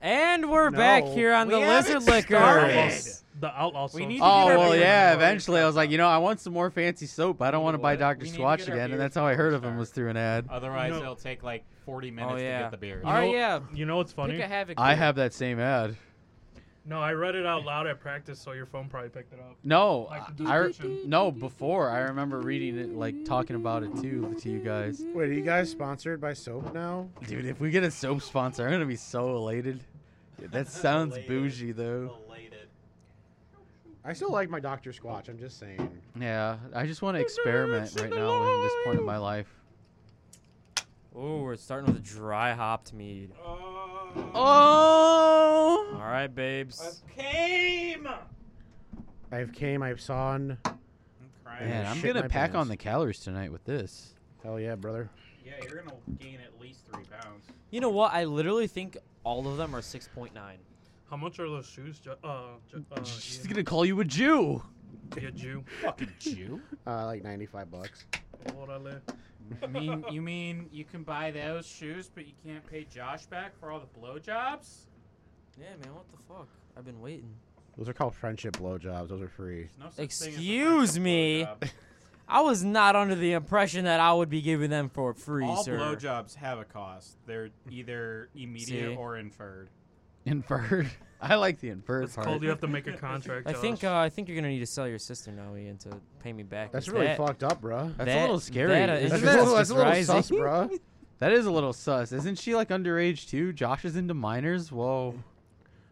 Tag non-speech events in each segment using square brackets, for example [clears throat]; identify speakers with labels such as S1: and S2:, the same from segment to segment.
S1: And we're back
S2: No.
S1: here on
S3: We
S1: the
S3: haven't
S1: Lizard Liquor.
S3: started.
S2: The outlaw.
S1: We need to
S4: Oh
S1: get our
S4: well,
S1: beer
S4: yeah.
S1: before we
S4: Eventually, I was like, you know, I want some more fancy soap. I don't want to buy
S3: We
S4: Doctor
S3: need to
S4: Squatch
S3: get our
S4: again,
S3: beers
S4: and that's how I
S3: before we
S4: heard of him
S3: start.
S4: was through an ad.
S3: Otherwise,
S2: No.
S3: it'll take like 40 minutes
S1: Oh yeah.
S3: to get the beer.
S1: All right,
S2: know-
S1: yeah.
S2: You know what's funny?
S1: Pick a Havoc.
S4: I
S1: beer.
S4: have that same ad.
S2: No, I read it out loud at practice, so your phone probably picked it up.
S4: No,
S2: Like the
S4: I- I re-
S2: description.
S4: no. Before I remember reading it, like talking about it too to you guys.
S5: Wait, are you guys sponsored by soap now?
S4: Dude, if we get a soap sponsor, I'm gonna be so elated. Yeah,
S3: [laughs]
S4: that sounds
S3: Elated.
S4: bougie though.
S3: Elated.
S5: I still like my Doctor Squatch. I'm just saying.
S4: Yeah, I just want to experiment right now in this point of my life.
S1: Ooh, we're starting with a dry hopped mead. All
S4: Oh,
S1: right, babes.
S3: Came. I'm
S5: I have came. I have sawn.
S3: crying.
S4: man,
S5: I
S4: I'm
S5: shit
S4: gonna
S5: my
S4: pack on
S5: pants.
S4: the calories tonight with this.
S5: Hell yeah, brother.
S3: Yeah, you're gonna gain at least three pounds.
S1: You know what? I literally think all of them are 6.9.
S2: How much are those shoes? Ju- uh, ju-
S3: Oh,
S2: uh,
S4: [laughs] She's
S2: Ian?
S4: gonna call you a Jew.
S2: Yeah, Jew.
S3: Fucking Jew.
S5: Uh, like 95 bucks.
S2: Orale.
S3: you mean you mean you can buy those shoes, but you can't pay Josh back for all the blowjobs?
S1: Yeah, man. What the fuck? I've been waiting.
S5: Those are called friendship blowjobs. Those are free.
S3: There's no such thing as a
S1: Excuse
S3: fucking
S1: me?
S3: blowjob.
S1: I was not under the impression that I would be giving them for free,
S3: All
S1: sir.
S3: blowjobs have a cost. They're either immediate
S1: See?
S3: or inferred.
S4: Inferred. [laughs] I like the inferred
S2: It's
S4: part.
S2: called. You have to make a contract.
S4: [laughs]
S1: I
S2: Josh.
S1: think uh, I think you're gonna need to sell your sister now, Ian, to pay me back.
S5: That's
S1: 'cause
S5: really
S1: that-
S5: fucked up, bruh.
S4: That's
S1: That-
S4: a little scary.
S1: that, uh,
S4: Isn't
S5: That's,
S1: interest
S5: a
S4: that-
S1: is
S5: little, that's a little
S1: rising. [laughs]
S5: sus, bruh.
S4: that is a little sus. Isn't she like underage too? Josh is into minors. Whoa.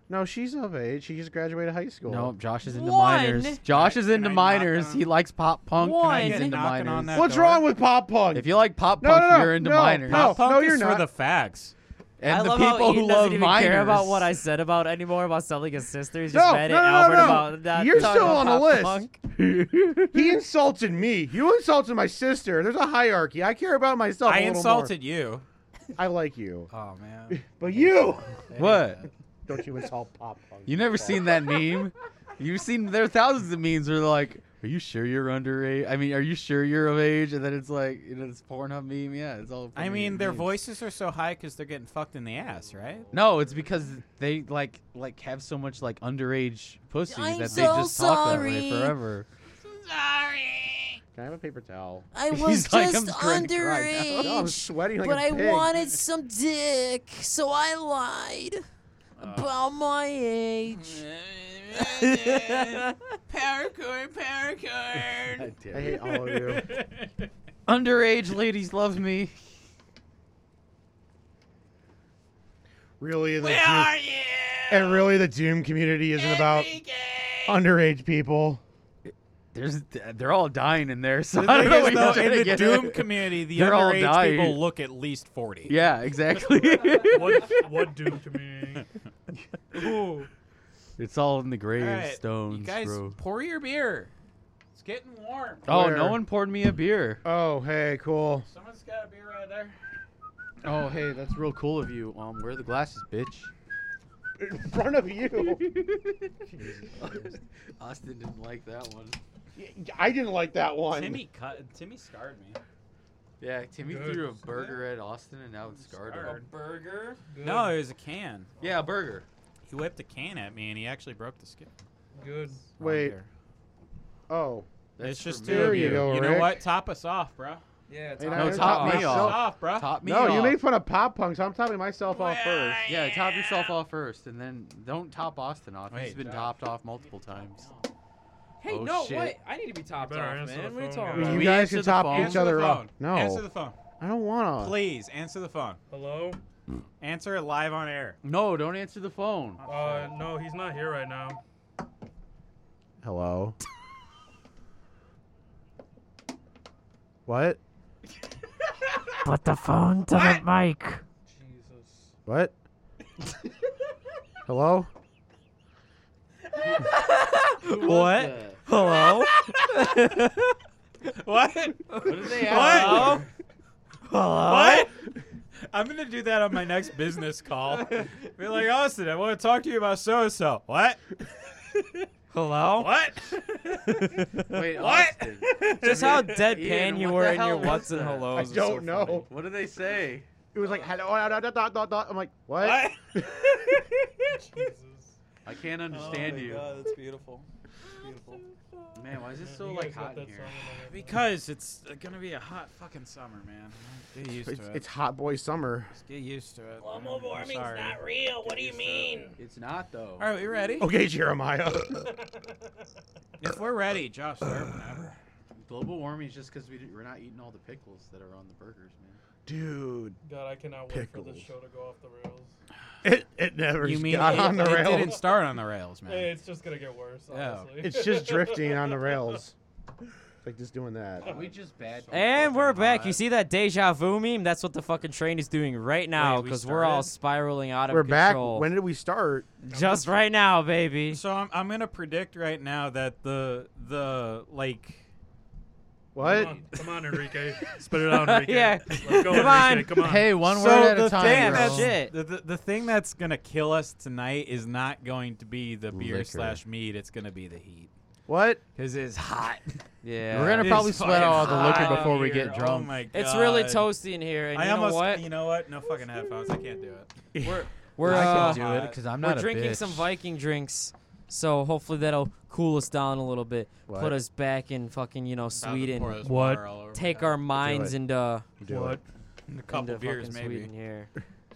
S5: No, she's of age. She just graduated high school.
S4: No, Josh is into
S1: One.
S4: minors. Josh is
S3: Can I
S4: into
S3: knock
S4: minors.
S3: on-
S4: He likes pop punk.
S1: Can I
S4: He's
S1: get
S4: into
S3: knocking on
S4: minors.
S3: that-
S5: What's
S3: door.
S5: wrong with pop punk?
S4: If you like pop
S5: No,
S4: punk,
S5: no, no,
S4: you're into
S5: no,
S4: minors.
S5: no.
S3: Pop punk
S5: you're
S3: is for
S5: not.
S3: the facts.
S4: And
S1: I
S4: the
S1: love how
S4: people
S1: Ian
S4: who
S1: doesn't
S4: love
S1: even
S4: minors.
S1: care about what I said about anymore about selling his sister. He's just
S5: No,
S1: mad
S5: no,
S1: at
S5: no, no,
S1: Albert
S5: no.
S1: about not
S5: You're
S1: talking
S5: still
S1: about
S5: on the
S1: Pop
S5: list.
S1: Punk.
S5: [laughs] he insulted me. You insulted my sister. There's a hierarchy. I care about myself.
S3: I
S5: a little
S3: insulted you.
S5: More. I like you,
S3: Oh
S5: [laughs]
S3: man.
S5: but you
S4: What?
S5: don't you insult pop punk.
S4: You never seen that meme? You've seen there are thousands of memes where they're like, "Are you sure you're underage? I mean, are you sure you're of age?" And then it's like, you know, this Pornhub meme. Yeah, it's all.
S3: I
S4: freaking
S3: mean, their
S4: memes.
S3: voices are so high because they're getting fucked in the ass, right?
S4: No, it's because they like like have so much like underage pussy
S1: I'm
S4: that they
S1: so
S4: just talk that way
S1: sorry.
S4: forever.
S5: Can I have a paper towel?
S1: I
S4: was [laughs] He's like, just "I'm trying to cry now." [laughs] Oh, underage,
S5: No, I'm sweating like
S1: but
S5: a
S1: I
S5: pig.
S4: [laughs]
S1: wanted some dick, so I lied
S4: Uh,
S1: about my age.
S4: God damn
S5: I
S4: it.
S5: hate all of you.
S4: Underage ladies love me.
S5: Really, the Where are you? And really, the Doom community isn't about underage people.
S4: There's they're all dying in there, so I
S3: The
S4: don't
S3: thing
S4: know
S3: is,
S4: what
S3: though,
S4: you're
S3: in
S4: trying to
S3: the
S4: get
S3: Doom
S4: at.
S3: community, the
S4: They're all
S3: underage
S4: dying.
S3: people look at least 40.
S4: Yeah, exactly.
S3: [laughs]
S2: What? What Doom
S4: [laughs]
S2: community?
S4: it's all in the
S3: All
S4: gravestones,
S3: right, you guys,
S4: bro.
S3: pour your beer. It's getting warm.
S4: Oh,
S5: Where?
S4: no one poured me a beer.
S5: Oh, hey, cool.
S3: Someone's got a beer right there.
S4: Oh, hey, that's real cool of you. Um, where are the glasses, bitch?
S5: [laughs] In front of you. [laughs]
S4: Austin didn't like that one.
S5: I didn't like that one.
S3: Timmy cut. Timmy scarred me.
S4: Yeah, Timmy
S2: Good.
S4: threw a burger at Austin and now it's scarred him.
S3: Scarred.
S1: burger?
S2: Good,
S3: No, it was a can.
S4: Yeah, a burger.
S3: He whipped a can at me, and he actually broke the skin.
S2: Good.
S3: Wrong
S5: Wait.
S3: beer.
S5: Oh,
S4: That's
S3: it's just
S4: for
S3: two
S4: me.
S5: There
S3: of
S5: you
S3: you.
S5: go,
S3: you know
S5: Rick.
S3: what? Top us off, bro.
S1: Yeah,
S5: Hey,
S4: No,
S5: I
S4: top
S5: top
S4: me
S3: us
S4: off.
S3: off, bro.
S4: Top me
S5: no,
S4: off.
S5: you made fun of pop punk, so I'm topping myself off first.
S4: Yeah, top yourself off first, and then don't top Austin off. He's
S3: Wait,
S4: been
S3: Josh.
S4: topped off multiple times.
S1: Hey,
S4: Oh,
S1: no,
S4: shit.
S1: wait. I need to be topped off,
S2: better answer the
S1: man. What are you
S2: phone,
S1: talking
S2: guys.
S1: about?
S5: You
S4: We
S5: guys
S4: answer
S5: should
S4: the
S5: top
S4: phone.
S5: each
S3: Answer
S5: other
S3: the phone.
S5: up. No,
S3: Answer the phone.
S5: I don't wanna.
S3: Please answer the phone.
S2: Hello.
S3: Answer it live on air.
S4: No, don't answer the phone.
S2: Uh, no, he's not here right now.
S5: Hello. what?
S1: Put the phone to the mic.
S2: Jesus.
S5: What? Hello?
S1: What? Hello?
S3: [laughs] What?
S4: [laughs] What did
S3: [laughs]
S4: they ask?
S3: What?
S1: Hello?
S3: What? I'm gonna do that on my next business call. Be like, Austin, I want to talk to you about so and so. What?
S1: Hello?
S3: What?
S4: Wait,
S3: What?
S4: Austin.
S1: [laughs] Just how
S4: Ian,
S1: deadpan you
S4: what
S1: were
S4: the
S1: in your
S4: hell was
S1: what's and
S4: that?
S1: hellos.
S5: I
S1: was so
S5: don't
S1: funny.
S5: know.
S4: What do they say?
S5: It was like hello. dot, dot, dot, dot, dot. I'm like, what?
S3: What?
S2: Jesus.
S4: I can't understand
S6: oh my
S4: you.
S6: God, that's beautiful. Beautiful.
S4: Man, why is it so
S2: You
S4: like
S2: guys got
S4: hot in
S2: that
S4: here?
S2: song on my record.
S3: Because it's gonna be a hot fucking summer, man. Get used
S5: It's,
S3: to it.
S5: it's hot boy [laughs] summer.
S3: Just get used to it.
S1: Global
S3: I'm
S1: warming's
S3: sorry.
S1: not real. What do you mean?
S4: It's not though.
S3: All right, we ready?
S7: Okay, Jeremiah.
S3: [laughs]
S2: [laughs]
S3: If we're ready, Josh, start whenever.
S4: Global warming is just because we d- we're not eating all the pickles that are on the burgers, man.
S5: Dude,
S2: God, I cannot wait for
S5: Pickles.
S2: this show to go off the rails.
S7: it it never
S3: You mean
S7: got
S3: it,
S7: on the
S3: it
S7: rails.
S3: didn't [laughs] start on the rails,
S2: Hey,
S3: man?
S2: it's just gonna get worse.
S3: Yeah.
S2: Honestly.
S7: It's
S2: [laughs]
S7: just drifting on the rails. It's like just doing
S4: Are
S7: that.
S4: we just bad?
S1: And we're back. You
S4: Hot?
S1: see that deja vu meme? That's what the fucking train is doing right now
S3: Wait, we
S1: because we are all
S3: started?
S1: spiraling out of
S5: we're back.
S1: control.
S5: When did we start?
S1: Just right now, baby.
S3: So I'm, I'm gonna predict right now that the the like
S5: What?
S2: Come on, come on, [laughs] Enrique. Spit it out, Enrique.
S1: Yeah.
S2: Let's go,
S1: Come on.
S2: Enrique. Come on.
S4: Hey, one
S3: so
S4: word at
S3: the
S4: a time.
S3: thing
S1: girl.
S3: that's
S1: Shit.
S3: The, the the thing that's gonna kill us tonight is not going to be the beer
S5: Liquor.
S3: slash mead. It's gonna be the heat
S5: What?
S3: because it's hot.
S1: Yeah.
S4: We're gonna
S3: It's
S4: probably sweat
S3: fucking
S4: all the liquor
S3: hot
S4: before we
S3: here.
S4: get
S3: Oh
S4: drunk.
S3: my god,
S1: It's really toasty in here, and
S3: I
S1: you
S3: almost,
S1: know what?
S3: you know what? No fucking headphones. I can't do
S4: [laughs]
S3: it.
S1: We're we're
S5: I
S1: uh,
S5: can do it because I'm
S1: we're
S5: not a
S1: drinking
S5: bitch.
S1: some Viking drinks, so hopefully that'll cool us down a little bit,
S5: What?
S1: put us back in fucking you know Sweden,
S2: What?
S1: take our minds
S5: it.
S1: into,
S5: Do
S2: What?
S5: it.
S3: a couple
S1: into
S3: beers
S1: fucking
S3: maybe.
S1: Sweden
S5: [laughs]
S1: here.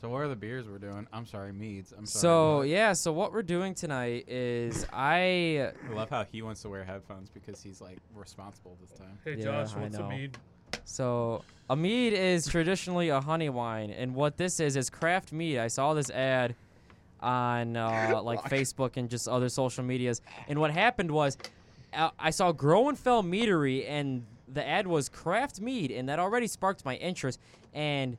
S3: So what are the beers we're doing? I'm sorry, meads. I'm
S1: So
S3: sorry.
S1: yeah, so what we're doing tonight is I
S3: I love how he wants to wear headphones because he's like responsible this time.
S2: Hey,
S1: Yeah,
S2: Josh,
S1: I
S2: what's a
S1: know.
S2: mead?
S1: So a mead is traditionally a honey wine, and what this is is craft mead. I saw this ad on
S4: [laughs]
S1: uh, like Facebook and just other social medias, and what happened was uh, I saw Groenfell Meadery, and the ad was craft mead, and that already sparked my interest. And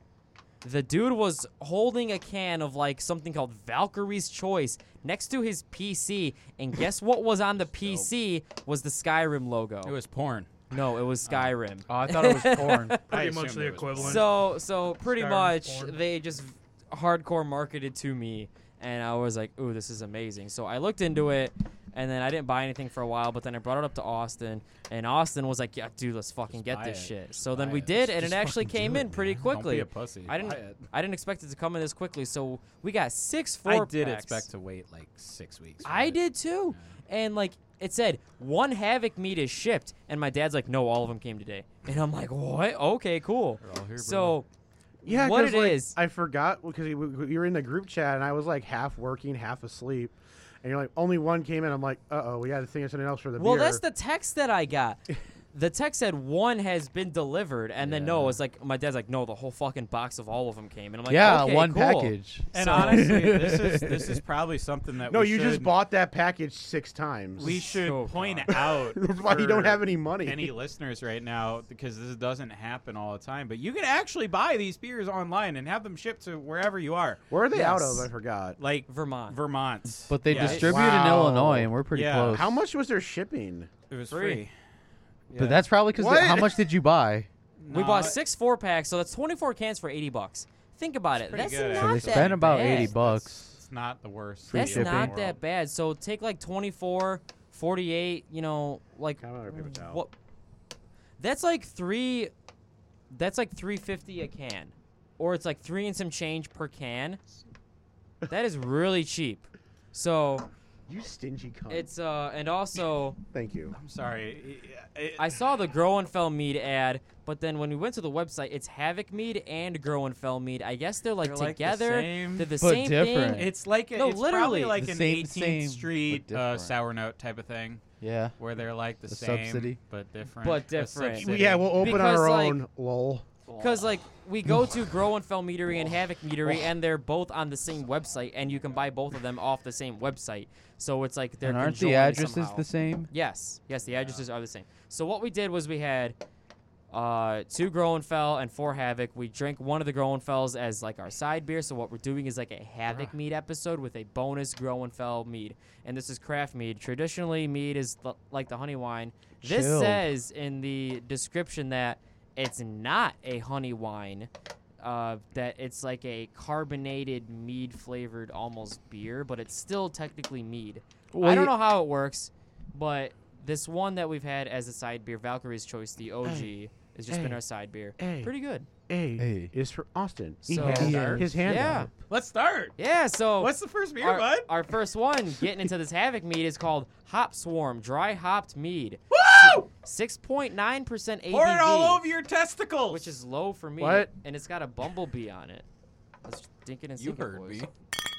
S1: the dude was holding a can of like something called Valkyrie's Choice next to his PC,
S4: [laughs]
S1: and guess what was on the PC was the Skyrim logo.
S3: It was porn.
S1: no, it was Skyrim.
S4: Oh, [laughs] I thought it was
S1: [laughs]
S4: porn.
S2: Pretty
S3: assumed
S2: much the
S3: it was
S2: equivalent.
S1: So so pretty
S2: Skyrim
S1: much
S2: porn.
S1: they just hardcore marketed to me and I was like, "Ooh, this is amazing." So I looked into it and then I didn't buy anything for a while, but then I brought it up to Austin and Austin was like, "Yeah, dude, let's fucking
S3: Just
S1: get
S3: buy
S1: this
S3: it.
S1: shit."
S3: Just
S1: So then
S3: buy
S1: we
S3: it.
S1: did and
S3: Just
S1: it actually
S3: fucking do
S1: came
S3: it,
S1: in pretty
S3: man. Don't be
S1: quickly.
S3: a pussy.
S1: I didn't
S3: Buy it.
S1: I didn't expect it to come in this quickly. So we got 6 four
S3: I did
S1: packs.
S3: expect to wait like six weeks. for
S1: I
S3: it.
S1: did too. And like it said, one Havoc meat is shipped, and my dad's like, "No, all of them came today." And I'm like, "What? Okay, cool."
S3: They're all here, bro.
S1: so,
S5: Yeah,
S1: what
S5: 'cause,
S1: it is?
S5: like, I forgot because we, we were in the group chat and I was like half working, half asleep. And you're like, only one came in. I'm like, uh oh, we got to think of something else for the
S1: Well,
S5: beer.
S1: that's the text that I got. The text said one has been delivered, and then no, it's like my dad's like, no, the whole fucking box of all of them came, and I'm like,
S4: yeah,
S1: okay,
S4: one
S1: cool.
S4: package.
S3: And
S1: So-
S3: honestly, this is this is probably something that
S5: no,
S3: we
S5: you just
S3: should-
S5: bought that package six times.
S3: We should
S1: Oh,
S3: point out
S5: [laughs] that's why you don't
S3: for
S5: have any money.
S3: any listeners right now because this doesn't happen all the time. But you can actually buy these beers online and have them shipped to wherever you are,
S5: Where are they out
S1: Yes.
S5: of? I forgot.
S3: like
S1: Vermont.
S3: Vermont.
S4: But they
S3: Yeah, it-
S4: distribute in
S5: Wow.
S4: Illinois, and we're pretty
S3: Yeah.
S4: close.
S5: How much was their shipping?
S3: It was
S1: Free.
S3: free.
S4: But that's probably because
S5: What?
S4: how much did you buy?
S1: we
S3: No,
S1: bought
S3: it-
S1: six four packs, so that's 24 cans for 80 bucks. Think about it.
S3: pretty
S1: That's
S3: good,
S1: not
S3: actually.
S4: So they
S1: that
S4: spent about
S1: bad.
S4: eighty bucks.
S3: It's not the worst.
S1: That's
S4: shipping.
S1: not that bad. So take like 24, 48. You know, like
S5: Kind of other paper towel.
S1: what? That's like three. That's like 350 a can, or it's like three and some change per can. That is really cheap. So
S5: You stingy cunt.
S1: it's uh, and also
S5: Thank you.
S3: I'm sorry. It- it-
S1: I saw the Groenfell mead ad, but then when we went to the website, it's Havoc mead and Groenfell mead. I guess they're like
S3: They're, like, the
S1: together.
S3: same,
S1: they're the
S4: but
S1: same
S4: different.
S1: thing.
S3: it's like a,
S1: No,
S3: it's
S1: literally.
S3: probably like
S4: The
S3: an
S4: same-
S3: 18th
S4: same, but
S3: Street uh,
S4: different.
S3: sour note type of thing
S4: Yeah.
S3: where they're like the,
S4: The
S3: same
S4: subsidy.
S3: but different.
S1: But
S3: A
S1: different.
S3: subsidy.
S5: Yeah, we'll open
S1: Because,
S5: our
S1: like-
S5: own. Lol.
S1: Because like we go
S4: [sighs]
S1: to Groenfell Meadery and Havoc Meadery, and they're both on the same website, and you can buy both of them off the same website. So it's like they're
S4: And aren't the
S1: conjoined
S4: addresses
S1: somehow.
S4: the same?
S1: Yes, yes, the addresses are the same. So what we did was we had uh, two Groenfell and four Havoc. We drank one of the Groenfells as like our side beer. So what we're doing is like a Havoc mead episode with a bonus Groenfell mead, and this is craft mead. Traditionally, mead is l- like the honey wine. This
S4: Chilled.
S1: says in the description that it's not a honey wine. Uh, that it's like a carbonated mead flavored almost beer, but it's still technically mead. I don't know how it works, but this one that we've had as a side beer, Valkyrie's Choice, the OG, has just been our side beer. Pretty good.
S5: A,
S4: A.
S5: is for Austin. He
S1: So-
S5: had
S7: Yeah.
S5: his hand
S1: Yeah.
S5: up.
S3: Let's start.
S1: Yeah, so
S3: What's the first beer,
S1: Oh, our,
S3: bud?
S1: our first one getting into this havoc mead is called Hop Swarm Dry Hopped Mead.
S3: Woo!
S1: Six point nine percent ABV,
S3: Pour it all over your testicles.
S1: which is low for me.
S5: What?
S1: And it's got a bumblebee on it. I was thinking and
S4: You
S1: thinking,
S4: heard
S1: boys.
S4: me.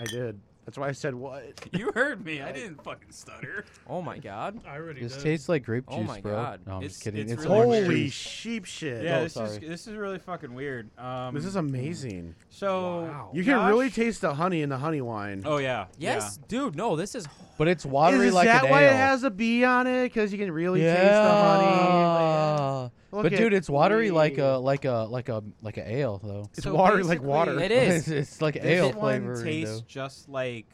S5: I did. That's why I said what.
S3: you heard me. I didn't fucking stutter.
S1: Oh my god.
S2: I already
S4: This
S2: did.
S4: tastes like grape juice,
S1: Oh my
S4: bro.
S1: God.
S4: No, I'm
S3: It's-
S4: just kidding.
S3: it's
S4: It's,
S3: really
S4: orange
S3: weird.
S5: Holy
S4: juice.
S5: sheep shit.
S3: Yeah,
S4: Oh,
S3: this is
S4: sorry.
S3: this is really fucking weird. Um,
S5: This is amazing.
S3: so.
S1: Wow.
S5: You can really
S3: Josh-
S5: taste the honey in the honey wine.
S3: Oh yeah.
S1: Yes, dude. No, this is.
S4: but it's
S5: Is,
S4: watery like
S5: that
S4: an
S5: why
S4: ale.
S5: it has a bee on it? Because you can really
S4: yeah.
S5: taste the honey. Look
S4: But
S5: at
S4: dude, it's watery like
S5: me.
S4: a like a like a like a ale though.
S5: It's watery like water.
S1: [laughs] It is.
S4: it's, [laughs] it's like
S3: This
S4: ale
S3: one
S4: flavor.
S3: tastes just like.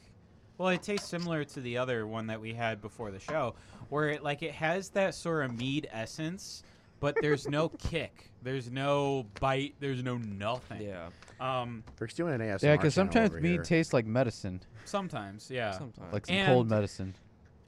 S3: Well, it tastes similar to the other one that we had before the show, where it like it has that sort of mead essence, but there's no kick, there's no bite, there's no nothing.
S1: Yeah.
S3: Um.
S5: Rick's doing an ASMR.
S4: yeah,
S5: because
S4: because sometimes
S5: over
S4: mead
S5: here.
S4: tastes like medicine,
S3: Sometimes, yeah.
S1: Sometimes.
S4: like some
S3: And-
S4: cold medicine.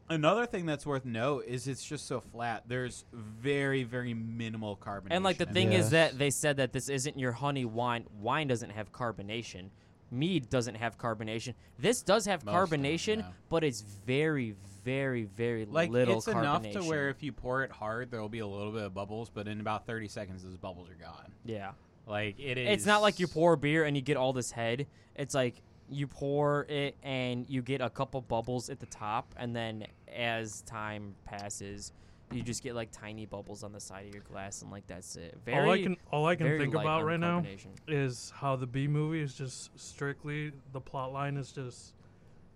S3: Another thing that's worth note is it's just so flat. There's very, very minimal carbonation.
S1: and like the
S3: in
S1: thing
S3: it.
S1: is
S4: Yes.
S1: that they said that this isn't your honey wine. Wine doesn't have carbonation. Mead doesn't have carbonation. This does have
S3: Most of them,
S1: carbonation,
S3: yeah.
S1: but it's very, very, very
S3: like
S1: little
S3: it's
S1: carbonation.
S3: enough to where if you pour it hard, there will be a little bit of bubbles, but in about 30 seconds, those bubbles are gone.
S1: yeah.
S3: Like it is.
S1: It's not like you pour beer and you get all this head. It's like you pour it and you get a couple bubbles at the top, and then as time passes, you just get like tiny bubbles on the side of your glass, and like that's it. Very,
S2: all I can all I can
S1: very
S2: think
S1: light
S2: about
S1: on
S2: right now
S1: carbonation.
S2: is how the B movie is just strictly the plot line is just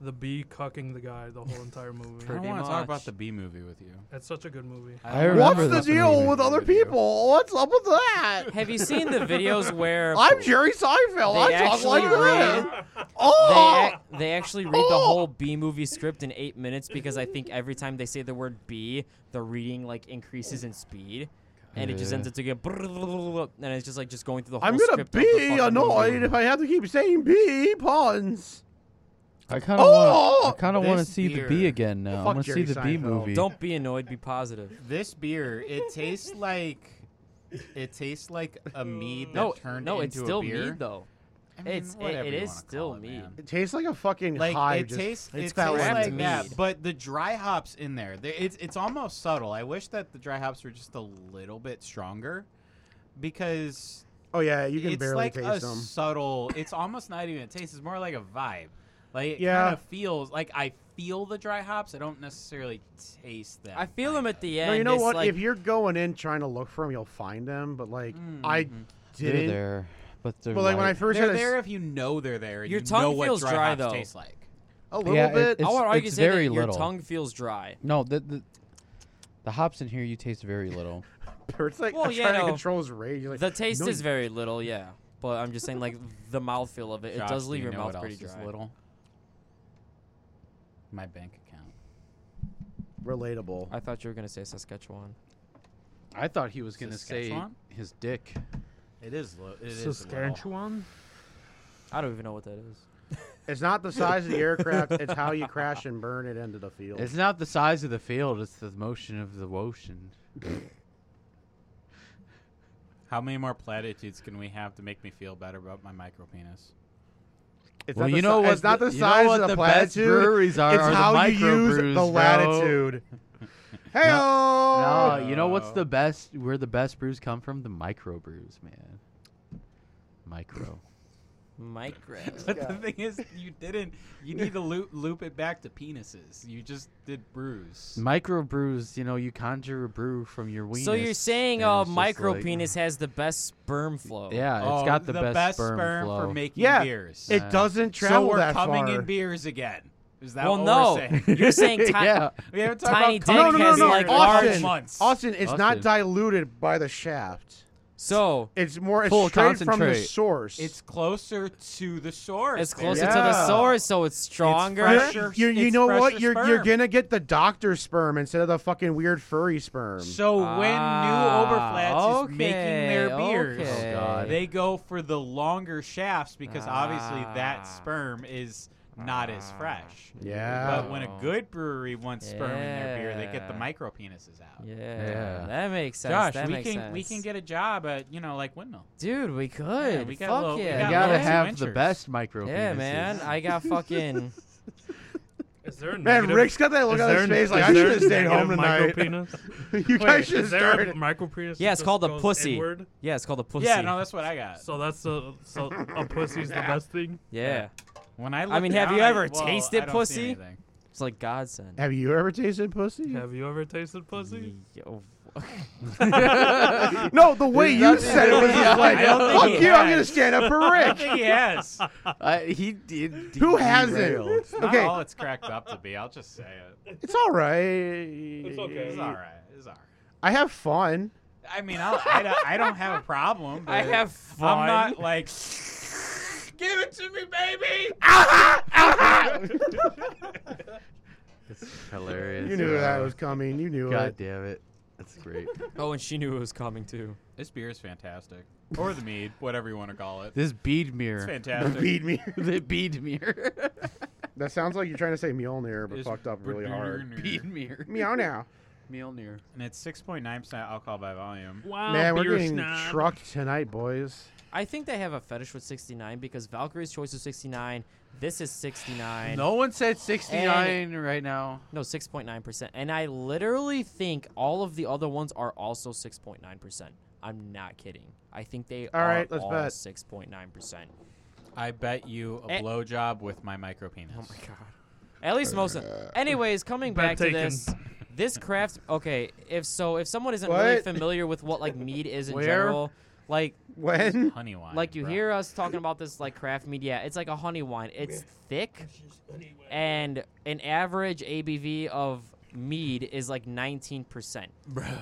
S2: the bee cucking the guy the whole entire movie.
S3: I don't
S1: Pretty
S3: want to talk
S1: much.
S3: about the B movie with you.
S2: That's such a good movie.
S4: I
S3: don't-
S4: remember
S5: What's the
S4: this
S5: deal
S4: movie.
S5: with other people? What's up with that?
S1: Have you seen the
S3: [laughs]
S1: videos where
S5: I'm Jerry Seinfeld.
S1: They
S5: I talk like
S1: actually
S5: that.
S1: [laughs] read- They,
S5: Oh,
S1: ac- they actually read the whole B movie script in eight minutes because I think every time they say the word B, the reading like increases in speed, and it just
S4: Yeah.
S1: ends up to get [laughs] and it's just like just going through the whole.
S5: I'm gonna
S1: script of the
S5: be
S1: fucking
S5: annoyed
S1: movie.
S5: if I have to keep saying B puns.
S4: I kind of want.
S5: Oh!
S4: I kind of want to
S3: This
S4: see the
S3: beer.
S4: B again now. I
S5: Fuck
S4: want to see
S5: Jerry
S4: the B
S5: Seinfeld.
S4: movie.
S1: Don't be annoyed. Be positive.
S3: This beer, it tastes like. It tastes like a mead that
S1: No,
S3: turned
S1: no,
S3: into
S1: it's still
S3: a beer.
S1: mead though.
S3: I mean,
S1: It's- it-
S3: whatever
S1: it
S3: you
S1: is
S3: wanna call
S1: still
S3: it,
S1: mead.
S3: man.
S5: It tastes like a fucking
S3: Like
S5: hive.
S3: it
S5: just-
S3: tastes, it
S5: it's
S3: tastes
S5: got
S1: wrapped
S3: like
S1: mead.
S3: that, but the dry hops in there, they- it's it's almost subtle. I wish that the dry hops were just a little bit stronger, because
S5: oh yeah, you can
S3: it's
S5: barely
S3: like a
S5: taste them.
S3: subtle. It's almost not even a taste. It's more like a vibe. Like it
S5: Yeah.
S3: kind of feels like I feel the dry hops. I don't necessarily taste them.
S1: I feel them at the end.
S5: No, you know
S1: it's
S5: what?
S1: Like,
S5: if you're going in trying to look for them, you'll find them. But like, I
S3: Mhm.
S4: They're
S5: didn't.
S4: there, but they're
S5: But like when I
S4: light.
S5: first
S3: They're
S5: had
S3: there
S5: a, s-
S3: if you know they're there. And
S1: Your
S3: you
S1: tongue
S3: know what
S1: feels
S3: dry,
S1: dry,
S3: hops
S1: though.
S3: taste like.
S5: a little
S4: Yeah, it-
S5: bit.
S1: I
S4: it's-
S1: would argue
S4: it's
S1: say that
S4: very
S1: your
S4: little.
S1: tongue feels dry.
S4: no the, the the hops in here you taste
S5: [laughs]
S4: very little.
S5: It's like
S1: Well,
S5: I'm
S1: yeah,
S5: trying to
S1: no.
S5: control his rage. You're like,
S1: The taste
S5: no,
S1: is
S5: you-
S1: very little. Yeah, but I'm just saying like the mouthfeel of it. It
S3: Josh,
S1: does
S3: do
S1: leave
S3: you
S1: your
S3: know
S1: mouth
S3: what
S1: pretty
S3: else is
S1: dry.
S3: Little. My bank account.
S5: relatable.
S1: I thought you were gonna say Saskatchewan.
S4: I thought he was
S3: gonna say Saskatchewan?
S4: his dick.
S3: It is. Lo- it is little.
S2: Saskatchewan.
S1: I don't even know what that is.
S5: It's not the size of the aircraft; it's how you crash and burn it into the field.
S4: It's not the size of the field; it's the motion of the ocean.
S3: How many more platitudes can we have to make me feel better about my micro penis? [laughs]
S5: It's
S4: well,
S5: not
S4: you
S5: the, si-
S4: know what?
S5: It's not the
S4: the, you know
S5: size of
S4: what
S5: the,
S4: the best
S5: platitude.
S4: breweries are.
S5: it's
S4: are
S5: how
S4: the
S5: you use
S4: microbrews,
S5: the
S4: bro.
S5: latitude. Hey,
S4: No, you know what's
S3: Oh.
S4: the best? Where the best brews come from? The microbrews, man. Micro.
S5: [laughs]
S4: [laughs]
S1: Micro.
S3: But the thing is, you didn't. You need to loop, loop it back to penises. You just did brews.
S4: microbrews. You know, you conjure a brew from your weenus.
S1: So you're saying
S4: and
S1: a
S4: it's just
S1: micro
S4: like- uh,
S1: penis has the best sperm flow?
S4: Yeah, it's
S3: Oh,
S4: got the,
S3: best, sperm,
S4: flow.
S3: for making
S5: Yeah,
S3: beers.
S5: It
S4: uh,
S5: doesn't
S3: so
S5: travel
S3: we're
S5: that
S3: coming
S5: far.
S3: in beers again. Is that
S1: Well,
S3: what
S1: no.
S3: we're saying?
S1: [laughs]
S3: [laughs]
S1: You're
S4: [laughs]
S1: saying ti-
S4: yeah,
S3: We haven't talked
S1: tiny
S3: about
S1: dick
S5: no, no, no,
S1: has
S5: no.
S1: like
S5: Austin,
S1: large.
S3: months.
S5: Austin, it's not
S4: Austin.
S5: diluted by the shaft.
S1: So
S5: It's more it's
S4: Full
S5: straight from the
S4: concentrate.
S5: source.
S3: It's closer to the source.
S1: it's closer to
S5: Yeah.
S1: the source, so it's stronger.
S5: You're-
S3: fresh. fresher-
S5: you you
S3: it's
S5: know what?
S3: fresher
S5: You're you're
S3: sperm.
S5: gonna get the doctor sperm instead of the fucking weird furry sperm.
S3: So when New
S1: Ah,
S3: Overflats is making their
S1: okay,
S3: beers,
S1: okay.
S4: Oh, God.
S3: they go for the longer shafts because obviously
S1: Ah.
S3: that sperm is not as fresh.
S5: Yeah.
S3: But when a
S1: Oh.
S3: good brewery wants sperm in their beer, they get the
S1: Yeah.
S3: micro penises out.
S1: Yeah,
S4: Yeah.
S1: that makes sense.
S3: Josh,
S1: that
S3: we
S1: makes
S3: can
S1: sense.
S3: we can get a job at you know like windmill.
S1: dude. We could.
S3: we got a
S1: Fuck
S3: little- we
S1: yeah,
S4: You
S3: got
S1: man.
S4: gotta
S3: lots of
S4: have the
S3: winters.
S4: best micro.
S1: Yeah, man.
S4: penises. [laughs]
S1: I got fucking.
S2: Is there a
S7: Man,
S2: negative-
S7: Rick's got that look
S2: is
S7: on
S2: there
S7: his
S2: a-
S7: face like,
S2: is
S7: I
S2: there
S7: should
S2: a
S7: have stayed home
S2: negative
S7: tonight. [laughs]
S1: [laughs]
S2: micropenis?
S7: you guys
S2: Wait,
S7: should have
S2: is there
S7: started.
S2: a micropenis?
S1: Yeah,
S2: that
S1: it's
S2: just
S1: called a
S2: goes
S1: pussy.
S2: inward?
S1: Yeah, it's called a pussy.
S3: Yeah, no, that's what I got.
S2: So that's the so a pussy's the best thing.
S1: Yeah.
S3: When I,
S1: mean,
S3: look
S1: have you
S3: down,
S1: ever
S3: well,
S1: tasted
S3: I don't see
S1: pussy?
S3: anything. [laughs]
S1: it's like godsend.
S5: Have you ever tasted pussy?
S2: Have you ever tasted pussy?
S3: [laughs]
S1: Yo, [laughs]
S7: No, the way you
S4: That's-
S7: said it was just like,
S3: I don't think
S7: fuck
S3: he
S7: you, I'm
S3: has.
S7: going to stand up for
S3: I
S7: Rick.
S3: think he has. Not
S4: I, he did.
S7: Who hasn't?
S4: derailed.
S7: Okay.
S3: all it's cracked up to be. I'll just say it.
S7: It's all right.
S5: It's
S3: It's all right. It's all right.
S7: I have fun.
S3: I mean, I'll, I, don't, I don't have a problem.
S1: [laughs]
S3: But
S1: I have fun.
S3: I'm
S1: [laughs]
S3: not like. Give it to me, baby.
S4: Hilarious.
S7: You knew
S4: bro.
S7: that was coming. You knew
S4: God
S7: it.
S4: damn it. That's great.
S1: oh, and she knew it was coming too.
S3: This beer is fantastic, or the mead, whatever you want to call
S4: [laughs]
S3: it.
S4: This bead
S3: It's
S4: mirror.
S3: fantastic.
S7: Beat me.
S4: [laughs] the bead mirror.
S5: That sounds like you're trying to say Mjolnir, but
S3: It's
S5: fucked up really hard.
S4: bead mirror.
S5: Meow now.
S4: Mjolnir.
S3: And it's 6.9% alcohol by volume.
S2: Wow,
S5: Man, we're
S2: beer
S5: getting
S2: snob.
S5: trucked tonight, boys.
S1: I think they have a fetish with 69 because Valkyrie's choice is 69. This is 69.
S4: No one said 69 right now.
S1: No, 6.9%. And I literally think all of the other ones are also 6.9%. I'm not kidding. I think they
S5: All
S1: are
S5: right, let's
S1: all
S5: bet.
S1: 6.9%.
S3: I bet you a
S1: Eh.
S3: blowjob with my micro penis.
S1: Oh my god. At least most of Anyways, coming
S2: Bet
S1: back to
S2: taken.
S1: this. This craft okay, if so if someone isn't really
S5: What?
S1: familiar with what like mead is in
S4: Where?
S1: general, like
S7: [laughs]
S5: When?
S3: Honey wine.
S1: like you
S3: bro.
S1: hear us talking about this like craft mead, yeah, it's like a honey wine. It's thick and an average ABV of mead is like 19%.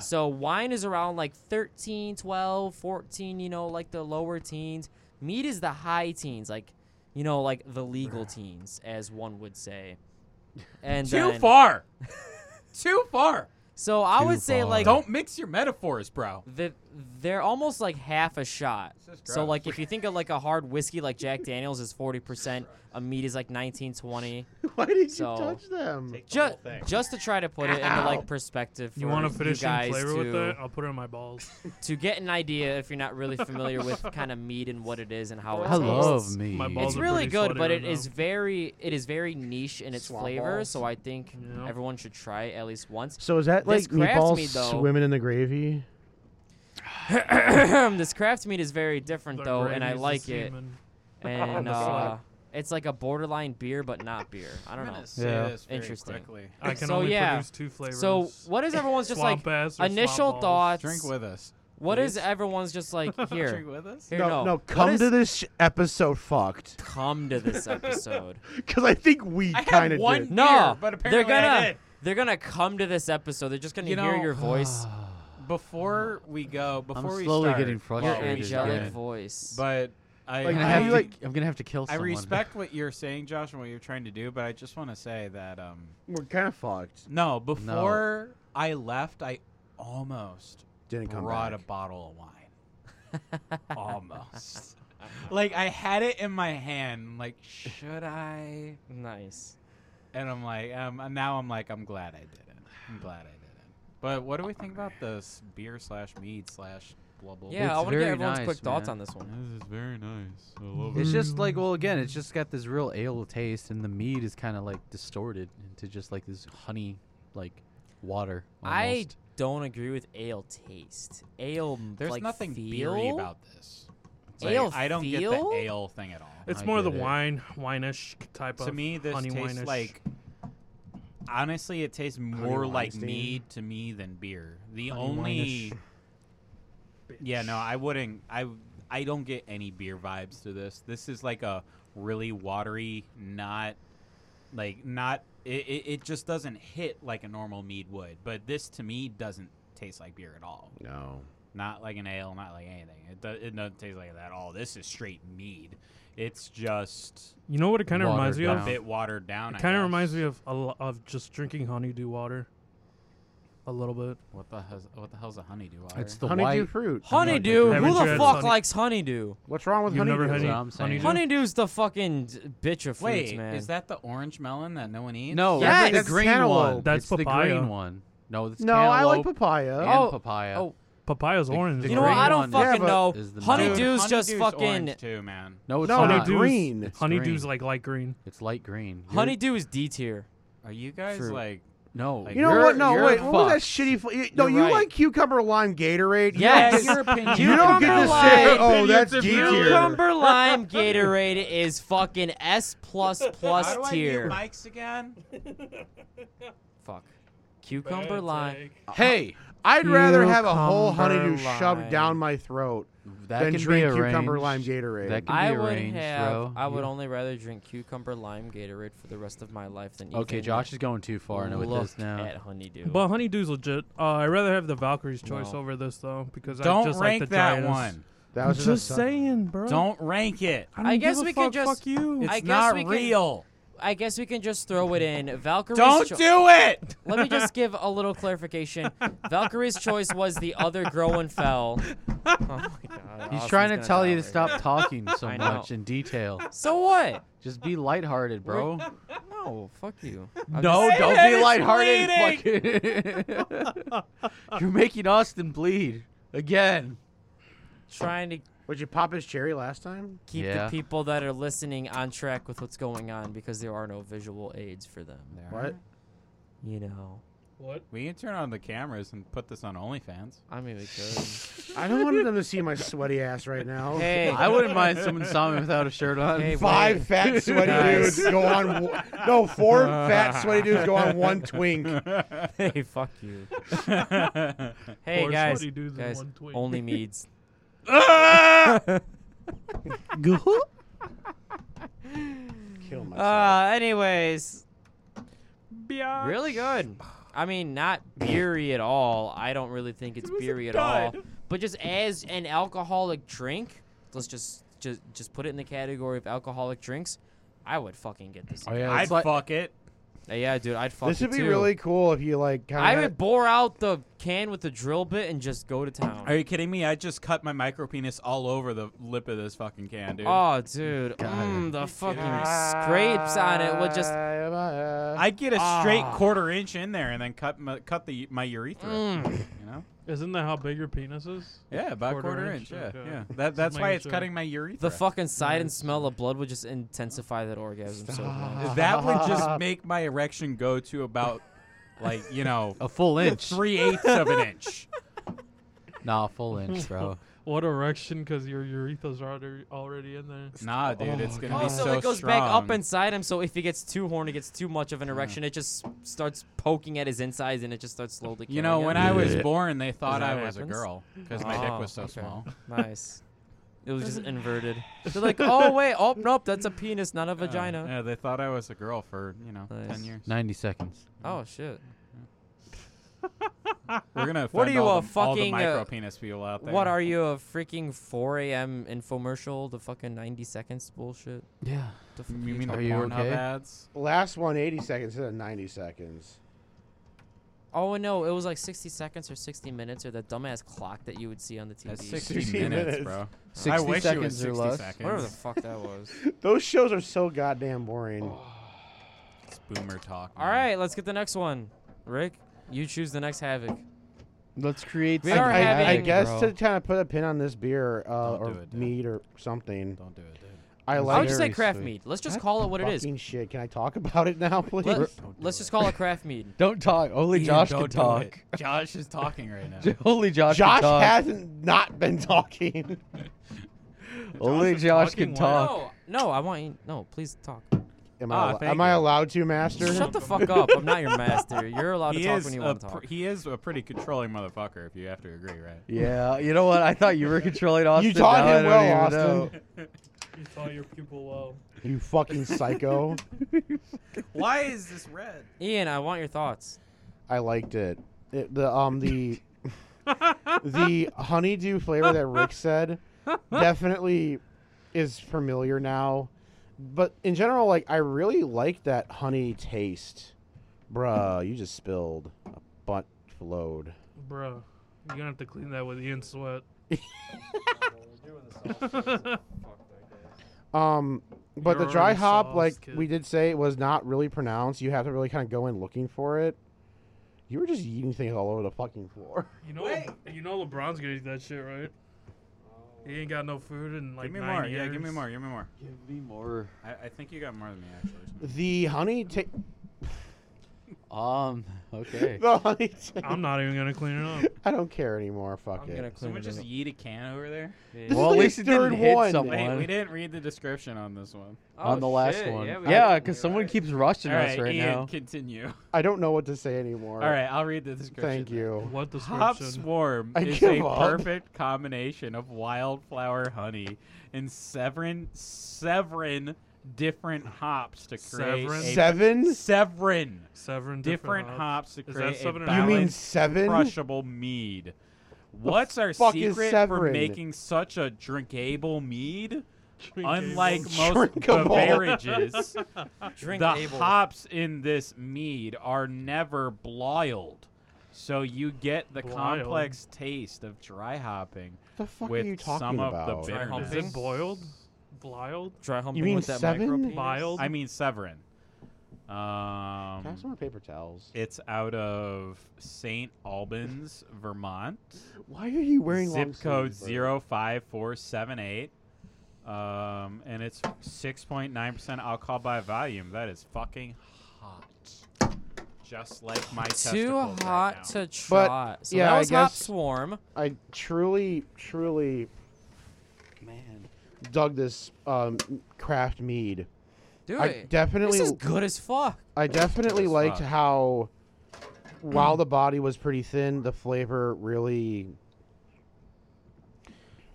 S1: So wine is around like 13, 12, 14, you know, like the lower teens. Mead is the high teens, like, you know, like the legal teens, as one would say. And
S3: Too
S1: then-
S3: far. [laughs] Too far.
S1: So I would say like
S3: Don't mix your metaphors, bro.
S1: the, they're almost like half a shot.
S3: This is
S1: So
S3: gross.
S1: like if you think of like a hard whiskey like Jack Daniels is 40%, a mead is like 19, 20.
S5: Why did
S1: So-
S5: you touch them?
S1: Just just to try to put it into like perspective for
S2: You want to
S1: finish
S2: finish
S1: you guys
S2: in flavor
S1: to,
S2: with that? I'll put it in my balls.
S1: to get an idea if you're not really familiar
S2: [laughs]
S1: with kind of meat and what it is and how it
S4: I love
S1: tastes.
S4: me.
S2: My balls
S1: It's
S2: are
S1: really
S2: pretty
S1: good,
S2: sweaty
S1: but it
S2: right
S1: is
S2: now.
S1: very it is very niche in its
S5: Swamp
S1: flavor,
S5: balls.
S1: so I think
S2: Yeah.
S1: everyone should try it at least
S2: [coughs]
S1: once. [coughs]
S5: So is that like
S1: This crafts
S5: meatballs
S1: me, though.
S5: swimming in the gravy?
S1: this craft meat is very different
S2: The
S1: though, and I
S2: gravy's the
S1: like it.
S2: semen.
S1: And
S2: the
S1: uh,
S2: slime.
S1: it's like a borderline beer, but not beer. I
S3: I'm
S1: don't know.
S3: gonna say
S4: Yeah.
S3: this very
S1: Interesting.
S3: quickly.
S2: I can
S1: So,
S2: only
S1: yeah.
S2: produce two flavors.
S1: So what is everyone's just like
S2: Swamp ass or swamp
S1: initial
S2: balls.
S1: thoughts?
S3: Drink with us.
S1: What is
S3: please.
S1: everyone's just like here?
S3: Drink with us.
S1: Here,
S5: no,
S1: no, What
S5: come
S1: is-
S5: to this sh- episode fucked. [laughs]
S1: come to this episode.
S5: Because I think we
S3: I
S5: kind
S3: had
S5: of
S3: one
S5: did.
S1: No,
S3: beer, but apparently
S1: they're gonna
S3: I did.
S1: they're gonna come to this episode. They're just gonna
S3: You
S1: hear
S3: know-
S1: your voice,
S3: Before we go, before we
S4: slowly
S3: start,
S4: getting
S1: your
S4: frustrated.
S3: Well,
S1: angelic
S4: again.
S1: voice.
S3: but I,
S4: I'm
S5: Like,
S4: gonna,
S3: I,
S4: have to,
S5: you, like-
S4: I'm gonna have to kill
S3: I
S4: someone.
S3: respect what you're saying, Josh, and what you're trying to do, but I just want to say that um,
S5: We're kind of fucked.
S3: no, before I left, I almost
S5: Didn't come
S3: brought
S5: back.
S3: a bottle of
S1: [laughs]
S3: wine. Almost. like I had it in my hand. Like, should I?
S1: nice.
S3: And I'm like, um, and now I'm like, I'm glad I didn't. I'm glad I didn't. But what do we think about this beer slash mead slash blah blah?
S1: Yeah, I
S4: It's
S1: want to get
S4: very
S1: everyone's
S4: nice,
S1: quick thoughts
S4: man.
S1: on this
S3: blah?
S1: one.
S3: This is very nice. I love
S4: It's just like, well, again, it's just got this real ale taste, and the mead is kind of like distorted into just like this honey, like water.
S1: I
S4: almost.
S1: don't agree with ale taste. Ale, m-
S3: There's
S1: like,
S3: nothing
S1: feel?
S3: beery about this. It's like,
S1: Ale
S3: I don't get
S1: feel?
S3: the ale thing at all.
S2: It's
S4: I
S2: more the
S4: get it.
S2: wine, wine-ish type of.
S3: to me, this
S2: honey
S3: tastes
S2: wine-ish.
S3: like. Honestly, it tastes more like
S5: Weinstein.
S3: mead to me than beer. The
S4: Honey
S3: only.
S4: wine-ish.
S3: Yeah, no, I wouldn't. I I don't get any beer vibes to this. This is like a really watery, not like not. It, it, it just doesn't hit like a normal mead would. But this to me doesn't taste like beer at all.
S5: No.
S3: Not like an ale, not like anything. It, do, it doesn't taste like that at all. This is straight mead. It's just
S2: You know what it kind of
S4: Watered
S2: reminds me
S3: a
S2: of?
S4: down.
S2: It
S3: bit watered down. I
S2: kind of
S3: guess.
S2: reminds me of a lo- of just drinking honeydew water. a little bit.
S3: What the hell's, what the hell's a honeydew?
S4: It's
S3: otter?
S4: the
S5: honeydew
S4: white.
S5: fruit.
S1: Honeydew?
S2: Haven't
S1: Who
S2: you
S1: the
S2: had
S1: fuck
S2: honey-
S1: likes honeydew?
S5: What's wrong with
S2: You've
S5: honeydew?
S2: never had
S4: That's
S2: any
S4: what I'm saying.
S2: honeydew?
S1: Honeydew's the fucking d- bitch of fruits,
S3: Wait,
S1: man.
S3: is that the orange melon that no one eats?
S5: Yes,
S4: No, that's
S5: that's
S4: the green
S5: cantaloupe.
S4: one.
S2: That's
S4: it's
S2: papaya.
S4: the green one. No, it's
S5: No, I like
S4: cantaloupe
S5: papaya.
S4: and
S1: Oh,
S4: papaya.
S1: oh.
S2: Papaya's
S4: The-
S2: orange.
S4: the
S1: you know what?
S4: green
S1: I don't
S4: one
S1: fucking
S5: Yeah,
S1: know.
S5: but-
S4: is the melon.
S3: Dude,
S1: Honeydew's just
S3: honeydew's
S1: fucking.
S3: orange too, man.
S4: No, it's
S5: No,
S4: not.
S2: honeydew's-
S5: green.
S4: It's
S2: Honeydew's
S4: green.
S2: like light green.
S4: It's light green. You're-
S1: Honeydew is D tier.
S3: Are you guys
S4: Fruit.
S3: like?
S4: No.
S3: You
S5: You know
S4: you're-
S5: what? No,
S4: you're
S5: wait. What was that
S4: fucked.
S5: shitty? Fl- you, no,
S4: You're
S5: you
S4: right.
S5: like cucumber lime Gatorade?
S1: Yes.
S3: Your opinion.
S5: You don't get to say,
S1: Cucumber
S5: oh,
S4: lime.
S5: that's D tier.
S1: Cucumber lime Gatorade is fucking S plus
S3: How
S1: plus
S3: do I
S1: tier.
S3: mute mics again?
S1: Fuck. Cucumber lime.
S4: Hey,
S5: I'd rather have a whole
S1: Cucumber
S5: honeydew
S1: lime.
S5: shoved down my throat
S4: that
S5: than
S4: can
S5: drink
S4: be
S5: cucumber lime
S4: arranged.
S5: Gatorade.
S4: That can
S1: I
S4: be
S1: would
S4: arranged,
S1: have.
S4: bro.
S1: I would
S4: You-
S1: only rather drink cucumber lime Gatorade for the rest of my life than.
S4: Okay,
S1: even
S4: Josh is going too far. I know
S1: look
S4: with this now.
S1: At honeydew.
S2: But honeydew's legit. Uh, I rather have the Valkyrie's choice
S1: No.
S2: over this though because I
S3: Don't
S2: just
S3: rank
S2: like the
S3: that
S2: dryness.
S3: one.
S5: that
S2: I'm
S5: was
S2: [laughs] just
S5: a-
S2: saying, bro.
S3: Don't rank it.
S2: I, don't
S1: I guess
S2: give a
S1: we could
S2: fuck,
S1: just-
S2: fuck you.
S3: It's
S1: I guess
S3: not
S1: we can-
S3: real.
S1: I guess we can just throw it in. Valkyrie's
S3: Don't
S1: cho-
S3: do it.
S1: Let me just give a little clarification. Valkyrie's choice was the other Groenfell. [laughs] Oh my god.
S4: He's
S1: Austin's
S4: trying to
S1: gonna
S4: tell
S1: die
S4: you
S1: right
S4: to stop
S1: here.
S4: talking so
S1: I know.
S4: much in detail.
S1: So what?
S4: Just be lighthearted, bro.
S1: No, fuck you.
S4: No,
S3: just-
S4: don't
S3: Hey,
S4: be
S3: it's
S4: lighthearted.
S3: [laughs]
S4: Fucking. [laughs] You're making Austin bleed again.
S1: trying to
S5: Would you pop his cherry last time?
S1: keep
S4: Yeah.
S1: the people that are listening on track with what's going on because there are no visual aids for them.
S5: What?
S1: You know.
S2: What?
S3: We can turn on the cameras and put this on OnlyFans.
S1: I mean, we could.
S5: I don't want them to see my sweaty ass right now.
S1: hey,
S4: I [laughs] wouldn't mind someone saw me without a shirt on.
S1: Hey,
S5: Five fat sweaty
S1: Nice.
S5: dudes
S4: Oh,
S5: go on. One, no, four fat sweaty dudes go on one twink.
S1: [laughs] hey, fuck you. Hey guys, guys, only meads.
S5: [laughs]
S1: [laughs]
S5: Kill myself.
S1: Uh, anyways, really good. I mean, not beery at all. I don't really think it's beery at all. But just as an alcoholic drink, let's just just just put it in the category of alcoholic drinks. I would fucking get this.
S4: Oh yeah,
S3: I'd
S4: it's like,
S3: fuck it.
S1: Uh, yeah, dude, I'd fuck
S5: this
S1: it
S5: would be
S1: too.
S5: really cool if you like
S1: I
S5: kind of.
S1: would bore out the can with the drill bit and just go to town.
S3: Are you kidding me? I just cut my micro penis all over the lip of this fucking can, dude.
S1: Oh, dude, mm, the fucking scrapes on it would just.
S3: I'd get a straight
S1: Ah.
S3: quarter inch in there and then cut my, cut the my urethra.
S1: Mm.
S3: You know?
S2: Isn't that how big your penis is?
S3: Yeah, about quarter,
S2: Quarter
S3: quarter inch.
S2: inch,
S3: Yeah,
S2: okay.
S3: yeah. That that's why
S2: making
S3: it's
S2: sure.
S3: cutting my urethra.
S1: The fucking sight and smell of blood would just intensify that orgasm so much.
S3: that would just make my erection go to about like
S1: [laughs]
S3: you know
S4: a full inch.
S3: three eighths of an inch.
S4: Nah, full inch, bro.
S3: [laughs]
S2: What erection? Because your urethra's already already in there.
S3: Nah, dude, it's gonna
S1: Oh,
S3: be
S1: so,
S3: so
S1: it goes
S3: strong.
S1: back up inside him. So if he gets too horny, gets too much of an erection, it just starts poking at his insides, and it just starts slowly.
S3: You know, when I was born, they thought
S1: that
S3: I
S1: what
S3: was a
S1: happens?
S3: girl because my dick was so small.
S1: Nice. It was
S3: [laughs]
S1: just inverted. They're like, oh wait, oh nope, that's a penis, not a [laughs] vagina.
S3: Oh, Yeah, they thought I was a girl for you know
S1: Nice.
S3: ten years.
S4: Ninety seconds.
S1: Oh shit.
S3: We're gonna offend
S1: What are you,
S3: all
S1: a
S3: the, all the
S1: fucking, uh,
S3: micro penis people out there.
S1: What are you, a freaking 4 a.m. infomercial? The fucking 90 seconds bullshit.
S4: Yeah.
S1: The fuck
S3: You
S1: are
S3: mean the
S4: Are you
S3: Pornhub
S4: okay?
S3: ads?
S5: Last one, 80 seconds instead of 90 seconds.
S1: Oh no, it was like 60 seconds or 60 minutes or that dumbass clock that you would see on the TV.
S3: That's 60,
S5: 60
S3: minutes,
S5: minutes.
S3: bro. I
S4: 60
S3: wish it was
S4: seconds
S3: 60
S4: or less.
S3: seconds.
S1: Whatever the fuck that was.
S5: Those shows are so goddamn boring.
S3: It's boomer talk.
S1: [laughs] All right, let's get the next one. Rick, you choose the next Havoc.
S4: Let's create.
S1: We
S4: some
S1: are
S5: I,
S4: havoc,
S1: having-
S5: I guess
S4: bro.
S5: to kind of put a pin on this beer uh,
S3: Don't
S5: or
S3: do it, dude.
S5: mead or something.
S3: Don't do it, dude.
S5: I
S1: I
S5: like.
S1: would just say
S4: Very
S1: craft
S4: sweet.
S1: mead. Let's just
S5: God
S1: call it what it is.
S5: fucking shit. Can I talk about it now, please?
S1: Let, us just call it craft mead.
S4: Don't talk. Only Josh can talk.
S3: Josh is talking right [laughs] now.
S4: [laughs] Only Josh.
S5: Josh
S4: can talk.
S5: hasn't not been talking.
S1: [laughs]
S4: Only
S2: is
S4: Josh
S2: talking
S4: can
S2: loud.
S4: talk.
S1: No, no, I want you. No, please talk.
S5: Am
S3: Ah,
S5: I, al-
S3: thank
S5: am I
S3: you.
S5: allowed to, Master?
S1: Shut the fuck up. I'm [laughs] not your master. You're allowed to
S3: He
S1: talk
S3: is,
S1: when you
S3: a
S1: want to
S3: pr-
S1: talk.
S3: he is a pretty controlling motherfucker, if you have to agree, right?
S4: Yeah, you know what? I thought you were controlling Austin.
S5: you taught
S4: now I
S5: him
S4: don't
S5: well,
S4: even
S5: Austin.
S2: You saw your pupil well.
S5: You fucking psycho.
S3: Why is this [laughs] red?
S1: Ian, I want your thoughts.
S5: I liked it. It- the um the the honeydew flavor that Rick said definitely is familiar now. But in general, like I really like that honey taste. Bruh, you just spilled a butt flowed.
S2: Bruh, you're gonna have to clean that with Ian
S3: [laughs]
S2: Sweat.
S6: We're doing this all sorts of fucked, I guess.
S5: Um, but
S2: You're
S5: the dry
S2: already
S5: hop,
S2: sauced,
S5: like
S2: kid.
S5: we did say, was not really pronounced. You have to really kind of go in looking for it. You were just eating things all over the fucking floor.
S2: [laughs]
S5: [laughs]
S2: You know, you know LeBron's gonna eat that shit, right?
S6: Oh.
S2: He ain't got no food in like
S3: give me
S2: nine
S3: more.
S2: years.
S3: Yeah, give me more. Give me more.
S4: Give me more.
S3: I, I think you got more than me actually.
S5: The honey, ta-
S4: Um.
S5: [laughs]
S4: Okay.
S5: the honey. ta-
S2: [laughs] I'm not even gonna clean it
S3: [laughs]
S2: up.
S5: I don't care anymore. Fuck
S1: I'm
S5: it.
S1: gonna clean
S3: Someone
S1: it.
S3: just
S1: in
S3: yeet a can over there.
S1: a-
S5: This is
S4: Well,
S5: like
S4: at
S5: his
S4: least it
S5: third
S4: didn't hit
S5: one.
S4: someone.
S3: Wait,
S4: One.
S3: we didn't read the description on this one.
S4: on the
S1: Oh,
S4: last
S1: shit,
S4: one.
S1: Yeah, we
S4: Yeah,
S1: gotta-
S4: because someone keeps rushing
S3: All right,
S4: us right
S3: Ian,
S4: now.
S3: continue.
S5: I don't know what to say anymore.
S3: All right, I'll read the description.
S5: Thank you.
S2: What
S3: Hop
S2: description?
S3: Swarm
S5: I
S3: is a
S5: give up.
S3: perfect combination of wildflower honey and severin, severin different hops to create
S2: Severin?
S3: a
S5: Seven?
S3: severin
S2: Seven
S3: different
S2: different hops.
S3: hops to
S2: Is that
S3: create a
S2: seven or
S5: You
S2: nine?
S5: mean
S3: balanced
S5: seven?
S3: crushable mead. What's our
S5: fuck is
S3: secret for
S5: Severin?
S3: making such a drinkable mead?
S2: Drinkable.
S3: Unlike most
S5: Drinkable.
S3: beverages,
S1: Drink
S3: the
S1: able.
S3: hops in this mead are never bloiled. So you get the
S2: Bliled.
S3: complex taste of dry hopping
S5: the fuck
S3: with
S5: are you talking
S3: some
S5: about?
S3: of the
S1: Dry
S2: Is
S3: bitterness.
S1: hopping?
S2: it boiled? Bliled?
S1: Dry humping
S5: You mean
S1: with that
S5: seven?
S1: micro penis?
S2: Mild?
S3: I mean Severin.
S5: Can I have some
S3: Um,
S5: more paper towels?
S3: it's out of St. Albans, Vermont.
S5: Why are you wearing long
S3: Zip code
S5: sleeves, bro?
S3: 05478. Um, and it's 6.9% alcohol by volume. That is fucking hot. Just like my
S1: Too
S3: testicles
S1: hot
S3: right now.
S1: to try. So
S5: yeah,
S1: that
S5: I
S1: was Hop
S5: guess-
S1: Swarm.
S5: I truly, truly, man, dug this um, craft mead.
S1: Dude,
S5: I definitely,
S1: this is good as fuck.
S5: I definitely
S3: Yes,
S5: liked
S3: fuck.
S5: how, while
S3: [clears throat]
S5: the body was pretty thin, the flavor really,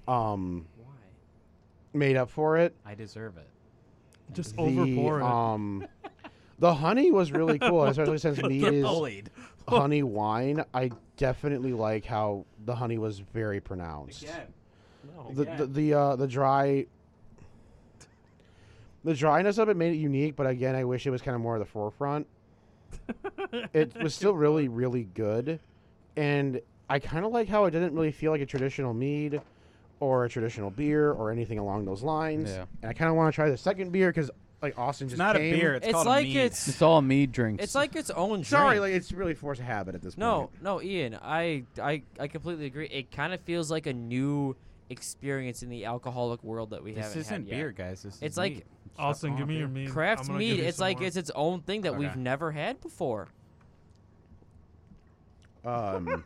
S5: um,
S1: Why?
S5: made up for it.
S3: I deserve it.
S2: Just
S5: the,
S2: overpour it.
S5: Um, the honey was really cool, especially
S2: [laughs]
S5: since mead is
S3: bullied.
S5: honey wine. I definitely like how the honey was very pronounced.
S2: no.
S5: the the the, uh, the dry the dryness of it made it unique but again i wish it was kind of more of the forefront it was still really really good and i kind of like how it didn't really feel like a traditional mead or a traditional beer or anything along those lines
S4: Yeah.
S5: and i kind of want to try the second beer because like austin just
S3: It's not
S5: came.
S3: a beer. It's,
S1: It's,
S3: called
S1: like
S3: a mead.
S1: it's
S4: It's all me drinks.
S1: it's like its own drink.
S5: sorry like it's really forced habit at this
S1: no,
S5: point
S1: no, Ian, I, I, I completely agree. It kind of feels like a new experience in the alcoholic world that we
S3: This
S1: haven't
S3: isn't
S1: had yet.
S3: beer, guys. This is
S1: It's like-
S3: mead. It's
S2: Austin,
S3: alcohol
S2: give me
S3: beer.
S2: your meat.
S1: Craft
S2: I'm gonna give
S1: mead,
S2: you
S1: it's
S2: some
S1: like
S2: more.
S1: it's its own thing that we've
S3: Okay.
S1: never had before.
S5: um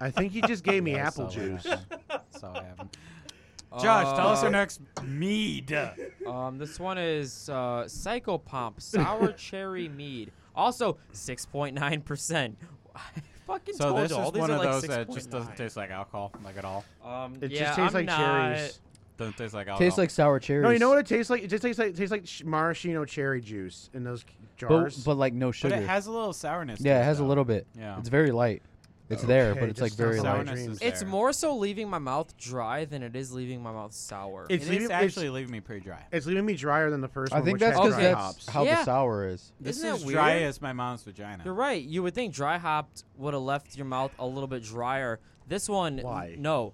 S5: i think you just gave me
S3: Yeah,
S5: apple
S3: that's all
S5: [laughs]
S4: [laughs]
S3: that
S5: juice
S3: happened. That's all that happened. Josh, tell us
S1: Uh,
S3: our next [laughs] mead.
S1: Um, this one is uh, Psychopomp Sour Cherry Mead. Also, six point nine percent. [laughs] Fucking
S3: So
S1: told
S3: this
S1: you,
S3: is
S1: all these
S3: one
S1: are
S3: of
S1: like
S3: those that just
S1: 6.9.
S3: doesn't taste like alcohol, like at all.
S1: Um,
S5: it
S1: yeah,
S5: just tastes
S1: I'm
S5: like
S1: not-
S5: cherries
S3: Doesn't taste like alcohol.
S4: tastes like sour cherries.
S5: No, you know what it tastes like? It just tastes like it tastes like sh- maraschino cherry juice in those jars.
S4: But, but like no
S3: But
S4: sugar.
S3: it has a little sourness. to
S4: yeah, it has a
S3: though.
S4: little bit.
S3: Yeah.
S4: It's very light. It's there,
S5: Okay,
S4: but it's like
S5: just
S4: very
S5: sounds
S4: light.
S5: like-
S3: sourness.
S5: Dreams.
S3: Is
S1: It's
S3: there.
S1: more so leaving my mouth dry than it is leaving my mouth sour.
S5: It-
S3: It's
S5: It's leaving- it's-
S3: actually leaving me pretty dry.
S5: it's leaving me drier than the first
S4: I
S5: one.
S4: think
S5: which
S4: that's
S5: had
S4: because
S5: dry
S4: that's
S5: hops.
S4: how
S1: Yeah.
S4: the sour is.
S3: This
S1: Isn't
S3: is
S1: that
S3: dry
S1: weird?
S3: as my mom's vagina.
S1: You're right. You would think dry hopped would have left your mouth a little bit drier. This one,
S5: Why?
S1: no,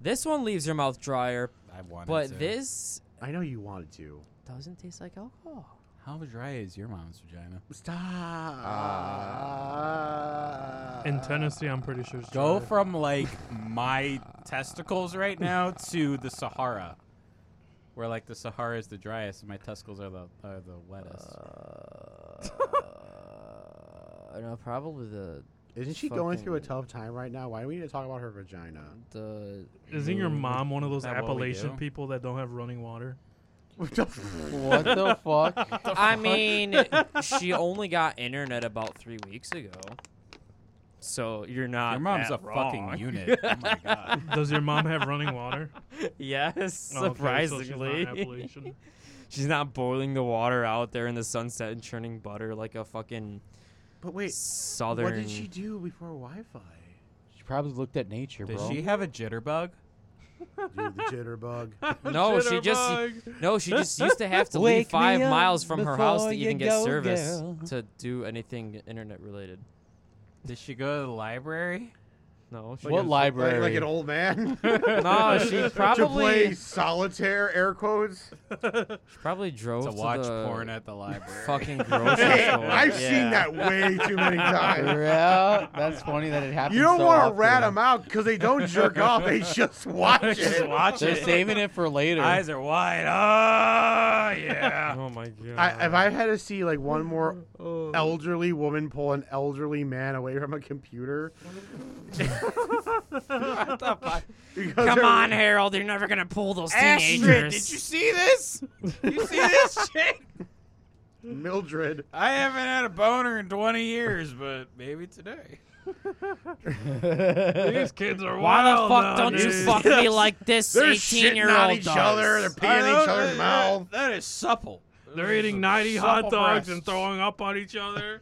S1: this one leaves your mouth drier,
S3: I wanted
S1: but
S3: to.
S1: this
S5: I know you wanted to.
S1: doesn't taste like alcohol.
S3: How dry is your mom's vagina?
S5: Stop.
S2: in Tennessee. I'm pretty sure. It's
S3: Go
S2: dry.
S3: from like my testicles right [laughs] now to the Sahara, where like the Sahara is the driest and my testicles are the are the wettest.
S1: Uh, no, probably the
S5: Isn't she going through a
S1: fucking-
S5: tough time right now? Why do we need to talk about her vagina? [laughs]
S1: the.
S2: Isn't your mom one of those
S3: Is Mm. that what we
S2: Appalachian
S3: do?
S2: people that don't have running water?
S4: what the fuck? [laughs]
S1: I mean, she only got internet about three weeks ago. So you're not.
S3: your mom's a
S1: that
S3: fucking
S1: wrong.
S3: unit. [laughs] Oh my god.
S2: Does your mom have running
S3: [laughs]
S2: water?
S1: [laughs] yes,
S2: Oh, okay, so she's not
S1: surprisingly.
S2: Appalachian.
S1: [laughs]
S2: [laughs]
S1: She's not boiling the water out there in the sunset and churning butter like a fucking
S5: But wait,
S1: southern.
S5: what did she do before Wi-Fi?
S4: She probably looked at nature,
S3: Does
S4: bro.
S3: she have a jitterbug?
S5: Dude, the
S4: [laughs]
S5: jitterbug.
S1: No, she just no, she just used to have to leave
S4: Wake
S1: five
S4: me up
S1: miles from her house
S4: before
S1: to
S4: you
S1: even get
S4: go,
S1: service
S4: girl.
S1: to do anything internet related.
S3: Did she go to the library?
S1: No, she
S4: What
S1: was-
S4: library?
S5: Like, like
S4: [laughs]
S5: an old [laughs] man.
S1: No, she
S5: to play
S1: probably
S5: solitaire, air quotes.
S1: she probably drove
S3: To watch
S1: the
S3: porn at the library.
S1: fucking grocery
S5: Hey,
S1: store.
S5: I've seen
S4: Yeah.
S5: that way too many times.
S4: Yeah, that's funny that it happens.
S5: You don't
S4: so
S5: want to
S4: often.
S5: rat them out because they don't jerk off. They just watch it.
S3: Just watch
S4: They're
S3: it.
S4: saving it for later.
S3: Eyes are wide. Oh [laughs] yeah.
S1: [laughs] Oh my god.
S5: I, if I had to see like one more elderly woman pull an elderly man away from a computer, [laughs] because
S1: Come
S5: they're-
S1: on, Harold. You're never gonna pull those
S3: Astrid,
S1: teenagers.
S3: did you see this? You see [laughs] this shit?
S5: Mildred.
S3: I haven't had a boner in 20 years, but
S5: [laughs]
S3: maybe today.
S2: These kids are
S1: Why the
S2: wild.
S1: fuck don't you
S2: nowadays.
S1: fuck me like this
S5: They're
S1: 18 year
S5: shitting on
S1: old
S5: each other. They're [laughs] peeing in each other's mouth.
S3: That is supple.
S2: They're eating 90
S3: Supple
S2: hot dogs
S3: breasts.
S2: and throwing up on each
S1: [laughs]
S2: other.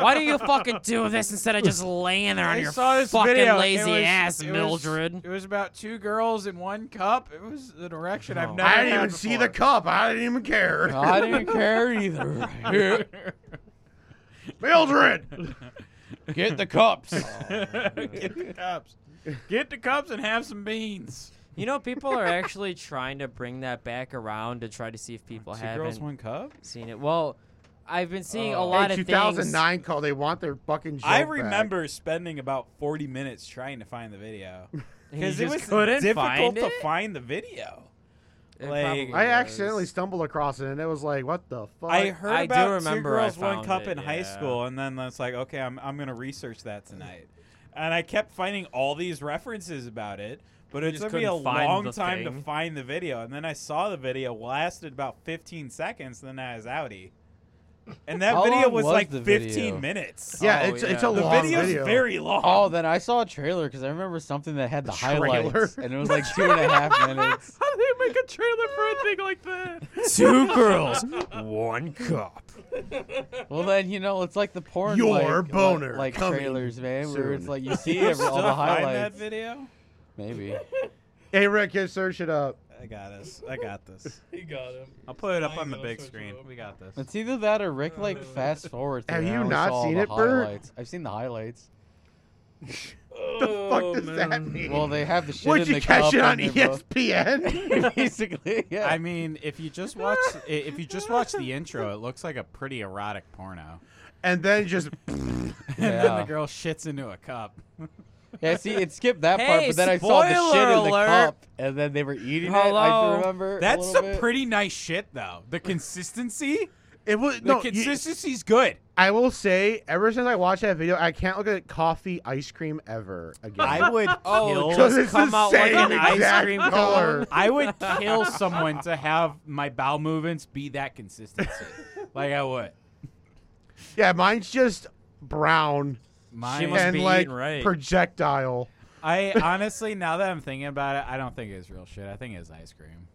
S1: Why do you fucking do this instead of just laying there on
S3: I
S1: your
S3: saw this
S1: fucking
S3: video. It
S1: lazy
S3: was-
S1: ass,
S3: it was-
S1: Mildred?
S3: it was about two girls in one cup. It was an erection
S1: Oh.
S3: I've never.
S5: I didn't even
S3: had
S5: see
S3: before.
S5: the cup. I didn't even care.
S4: I didn't care
S5: [laughs]
S4: either. Here,
S5: Mildred.
S4: Get the cups.
S3: [laughs] Get the
S1: [laughs]
S3: cups. Get the cups and have some beans.
S1: You know, people are actually trying to bring that back around to try to see if people haven't
S3: cup.
S1: seen it. Well, I've been seeing a
S3: Oh.
S1: lot
S5: Hey,
S1: of things.
S5: 2009 call. They want their fucking. Joke
S3: I
S5: back.
S3: remember spending about 40 minutes trying to find
S1: [laughs]
S3: the video
S1: and you
S3: because it
S1: just
S3: was
S1: couldn't
S3: difficult
S1: find
S3: to
S1: it?
S3: find the video.
S1: It
S3: like-
S1: probably
S5: I
S1: was.
S5: accidentally stumbled across it, and it was like, "What the fuck?"
S3: I heard
S1: I do
S3: about
S1: remember
S3: two
S1: I
S3: girls, one
S1: found
S3: cup
S1: it,
S3: in high
S1: yeah.
S3: school, and then it's like, okay, I'm I'm gonna research that tonight, and I kept finding all these references about it, but it
S1: just
S3: took me a
S1: couldn't find
S3: long
S1: the
S3: time to
S1: thing.
S3: find the video, and then I saw the video lasted about 15 seconds, then I was outie, and that
S4: How
S3: video
S4: long
S3: was,
S4: was
S3: like
S4: the
S3: 15
S4: video?
S3: minutes.
S5: yeah,
S1: Oh,
S5: it's, it's
S1: yeah.
S5: a
S3: the
S5: long
S3: video's
S5: video.
S3: very long.
S4: Oh, then I saw a trailer because I remember something that had the
S5: Trailer?
S4: highlights, and it
S5: [laughs]
S4: was like two and a half minutes.
S2: How do they make a trailer for a thing like that?
S1: two girls, one cup.
S4: Well, then you know it's like the porn.
S5: Your
S4: like,
S5: boner
S4: like, like
S5: coming
S4: trailers, man, where it's
S5: soon.
S4: like you
S5: [laughs]
S4: see
S3: You
S4: every, all
S3: still
S4: the
S3: find that
S4: highlights.
S3: video?
S4: Maybe.
S5: Hey, Rick, just search it up. [laughs]
S3: I got us. I got this.
S2: He got him.
S3: I'll put it up
S2: I
S3: on the
S2: know,
S3: big
S2: search it
S3: screen.
S2: up.
S3: We got this.
S4: It's either that or Rick like fast forward.
S5: Have you not seen it, Bert?
S4: highlights. I've seen the highlights.
S2: Oh,
S5: fuck does that
S2: man.
S5: mean?
S4: Well, they have the shit
S5: Would
S4: in
S5: you
S4: the
S5: catch
S4: cup
S5: it on E
S4: and they're both-
S1: [laughs]
S5: ESPN? [laughs]
S4: [laughs] Basically, yeah. [laughs]
S3: I mean, if you just watch i- if you just watch the intro, it looks like a pretty erotic porno. [laughs]
S5: and then just
S3: And then
S4: Yeah.
S3: the girl shits into a cup.
S4: Yeah, see, it skipped that part,
S1: Hey,
S4: but then I saw the shit
S1: spoiler
S4: in the
S1: alert.
S4: cup, and then they were eating it. I
S1: Hello.
S4: remember. [laughs] a
S3: That's
S4: little
S3: some
S4: bit.
S3: pretty nice shit though.
S4: [laughs]
S3: The consistency?
S5: it was
S3: The
S5: no. you-
S3: consistency's good.
S5: I will say, ever since I watched that video, I can't look at coffee ice cream ever again. [laughs]
S3: [laughs] would
S1: Oh,
S5: Because
S1: just
S5: it's
S1: come
S5: the
S1: out like
S5: same
S1: an ice
S5: exact
S1: cream
S5: color.
S3: I would kill someone to have my bowel movements be that
S1: [laughs]
S3: consistency. like I would.
S5: yeah, mine's just brown
S3: Mine,
S1: She must
S5: and
S1: be
S5: like
S1: eating right.
S5: projectile.
S3: I honestly, now that I'm thinking about it, I don't think it's real shit. I think it's ice cream.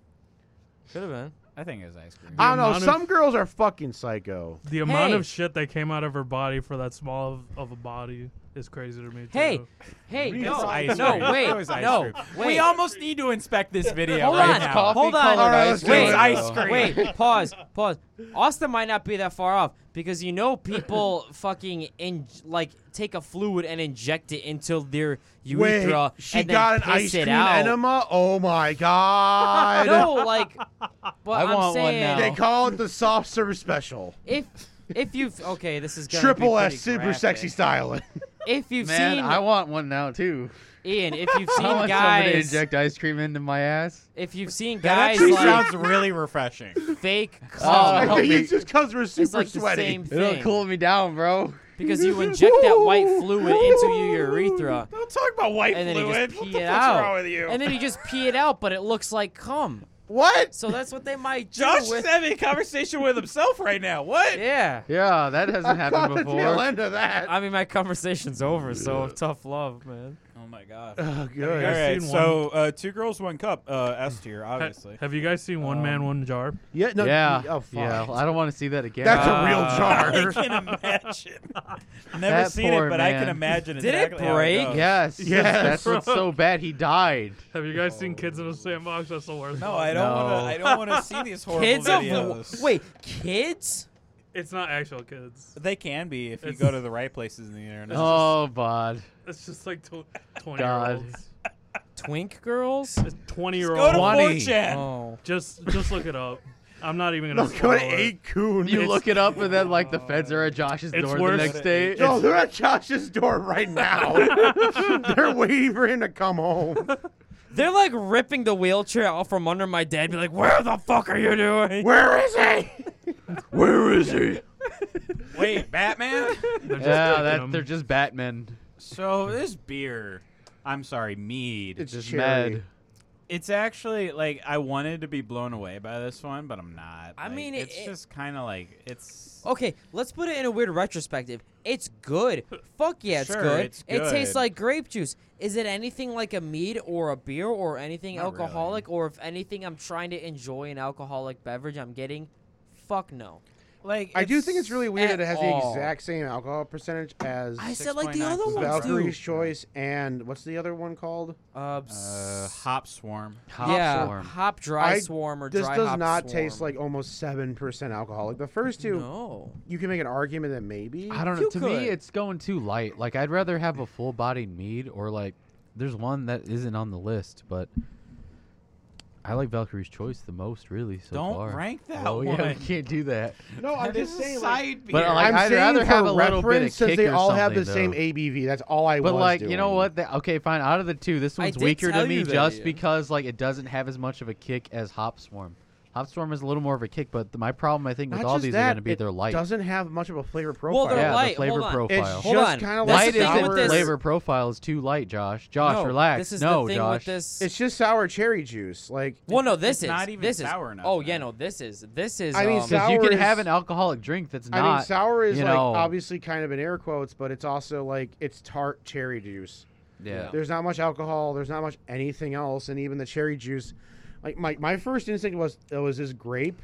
S1: Could have been.
S3: I think it's ice cream.
S5: I don't know.
S2: amount of-
S5: Some girls are fucking psycho.
S2: The amount
S1: Hey.
S2: of shit that came out of her body for that small of, of a body is crazy to me. Too.
S1: Hey, hey,
S3: It's
S1: no,
S3: ice
S1: no,
S3: cream.
S1: wait,
S3: It was ice
S1: no,
S3: cream.
S1: wait.
S3: We almost need to inspect this video
S1: Hold
S3: right
S1: on.
S3: now.
S4: Coffee
S1: Hold on.
S4: colored
S5: Alright,
S4: ice
S5: let's do
S4: cream,
S1: it.
S3: Ice
S4: though.
S3: cream.
S1: Wait, pause, pause. Austin might not be that far off because you know
S4: [laughs]
S1: people fucking in like take a fluid and inject it into their urethra
S5: Wait, she
S1: and then
S5: got an
S1: piss
S5: ice
S1: it
S5: cream
S1: out.
S5: enema. Oh
S1: [laughs]
S5: my god!
S1: No,
S4: [laughs]
S1: like, but
S4: I
S1: am
S4: want one
S1: saying
S5: They
S4: now.
S5: call it the soft serve special.
S1: if if you've okay, this is gonna be
S5: Triple S
S1: pretty
S5: super
S1: graphic.
S5: sexy
S1: [laughs]
S5: styling.
S1: If you've
S4: Man,
S1: seen
S4: I want one now too.
S1: Ian, if you've
S4: [laughs] I
S1: seen
S4: want somebody to
S1: guys,
S4: inject ice cream into my ass.
S1: if you've seen
S3: That
S1: guys
S3: actually
S1: like
S3: sounds really refreshing.
S5: [laughs]
S1: fake
S4: Oh,
S5: I
S1: cum,
S4: help
S5: think
S4: me.
S5: it's just because we're super
S1: it's like the
S5: sweaty.
S1: same
S4: It'll
S1: thing.
S4: cool me down, bro.
S1: because you inject that white fluid into your
S5: [laughs]
S1: urethra
S3: Don't talk about white
S1: and then you
S3: fluid.
S1: just
S3: What
S1: pee
S3: the
S1: it
S3: fuck's
S1: out
S3: wrong with you?
S1: and then you just pee it out but it looks like cum
S5: [laughs]
S1: [laughs]
S5: What?
S1: so that's what they might do
S3: Josh is
S1: with
S3: having a conversation with himself right now. What?
S1: yeah
S4: Yeah, [laughs] that hasn't happened
S5: the tail
S4: before.
S5: end of that.
S1: i mean my conversation's over so tough love man
S3: Oh my god.
S5: oh,
S3: All
S5: good.
S2: I've
S3: right,
S2: seen
S3: so uh, two girls, one cup. Uh, S tier, obviously.
S2: Have you guys seen One Man,
S3: Um,
S2: One Jar?
S5: Yeah, no,
S4: yeah,
S5: oh, fuck.
S4: yeah. I don't want to see that
S5: [laughs]
S4: again.
S5: That's
S3: Uh,
S5: a real jar.
S1: [laughs]
S3: [laughs] I can imagine. Never
S4: That
S3: seen
S4: poor
S3: it, but I can
S4: man.
S3: imagine.
S1: Did it
S3: exactly how
S1: break?
S3: goes.
S4: yes,
S5: Yes.
S4: That's what's so bad. He died.
S2: Have you guys seen Kids in a Sandbox? That's the worst.
S3: No,
S2: one.
S3: I don't
S4: No.
S3: want to. I don't want to see these horrible
S1: kids of
S3: videos.
S1: wait kids
S2: It's not actual kids.
S3: They can be if you
S2: It's-
S3: go to the right places in the internet.
S4: Oh, bod.
S2: It's just like tw- twenty year
S4: God.
S2: olds.
S1: Twink girls?
S2: It's twenty year
S3: Go to
S2: old.
S4: 20.
S3: 4chan.
S1: Oh.
S2: Just just look it up. I'm not even gonna.
S8: Look at
S2: swallow it.
S8: A Coon.
S4: You
S2: It's-
S4: look it up, and then like the feds are at Josh's
S2: It's
S4: door the
S2: worse-
S4: next day.
S8: No, they're at Josh's door right
S1: [laughs]
S5: [laughs]
S8: now. they're waiting for him to come home.
S1: They're like ripping the wheelchair out from under my dad. Be like, where the fuck are you doing?
S8: Where is he?
S4: Where is he?
S3: Wait, Batman?
S2: They're just
S4: Yeah,
S2: kicking
S4: that,
S2: them.
S4: they're just Batman.
S3: so this beer, I'm sorry, mead.
S8: It's
S3: It's,
S4: Just
S8: cherry.
S4: mad.
S3: actually like I wanted to be blown away by this one, but I'm not.
S1: I
S3: Like,
S1: mean,
S3: it's
S1: it-
S3: just kind of like it's.
S9: Okay, let's put it in a weird retrospective. It's
S3: [laughs]
S9: good. Fuck yeah, it's,
S3: Sure,
S9: good.
S3: it's
S9: It tastes
S3: good.
S9: like grape juice. Is it anything like a mead or a beer or anything
S3: Not
S9: alcoholic? Or if anything, I'm trying to enjoy an alcoholic beverage I'm getting? Fuck no.
S3: Like
S5: I do think it's really weird
S9: at
S5: that it has
S9: all.
S5: the exact same alcohol percentage as
S9: I said like the other
S3: 6.9%.
S9: ones,
S5: Valkyrie's
S9: dude.
S5: Choice and what's the other one called?
S3: uh,
S9: Uh, s-
S3: hop swarm.
S4: Uh, Hop
S9: yeah,
S4: swarm.
S9: hop dry
S5: I-
S9: swarm or
S5: This
S9: dry
S5: does
S9: hop
S5: not taste
S9: swarm.
S5: like almost seven percent alcoholic. The first two,
S9: No.
S5: you can make an argument that maybe.
S4: I don't know.
S9: You
S4: To
S9: could.
S4: me, it's going too light. Like I'd rather have a full-bodied mead, or like there's one that isn't on the list, but I like Valkyrie's Choice the most, really. So
S3: Don't
S4: far.
S3: rank that
S4: Oh [laughs]
S3: one.
S4: yeah, we can't do that.
S5: No, I'm
S3: That is
S5: just
S3: a
S5: saying. Like,
S3: side beer.
S4: But like,
S5: I'm
S4: I'd
S5: saying
S4: rather
S5: for
S4: have a little
S5: reference
S4: bit of
S5: since
S4: kick
S5: they
S4: or
S5: all have the
S4: something,
S5: same
S4: though.
S5: ABV. That's all I
S4: But
S5: was
S4: like, you know
S5: doing.
S4: what? The- okay, fine. Out of the two, this
S9: I
S4: one's
S9: did
S4: weaker
S9: tell
S4: to me
S9: you that,
S4: just
S9: Ian.
S4: because like it doesn't have as much of a kick as Hop Swarm. Hop Swarm is a little more of a kick, but th- my problem I think with
S5: Not
S4: all
S5: just
S4: these
S5: that,
S4: are going to be
S5: it
S4: their light.
S5: Doesn't have much of a flavor profile.
S9: Well, they're
S4: yeah, the
S9: light.
S4: flavor
S9: Hold on.
S5: It's
S4: profile.
S9: Hold
S5: just
S9: on.
S5: kind of
S9: That's
S5: like
S4: Light
S9: the thing
S4: isn't
S9: with
S5: sour.
S9: this-
S4: flavor profile is too light, Josh. Josh,
S1: no,
S4: relax.
S1: This is
S4: no,
S1: the thing
S4: Josh.
S1: with this.
S5: It's just sour cherry juice. Like
S1: well, no, this
S3: it's
S1: is
S3: not even
S1: this is-
S3: sour enough,
S1: Oh
S3: man.
S1: yeah, no, this is this is.
S5: I mean,
S1: um,
S5: sour-
S4: Because you can
S5: is-
S4: have an alcoholic drink that's not.
S5: I mean, sour is
S4: you
S5: like
S4: know-
S5: obviously kind of in air quotes, but it's also like it's tart cherry juice.
S4: yeah.
S5: There's not much alcohol. There's not much anything else, and even the cherry juice. Like my, my first instinct was it was this grape,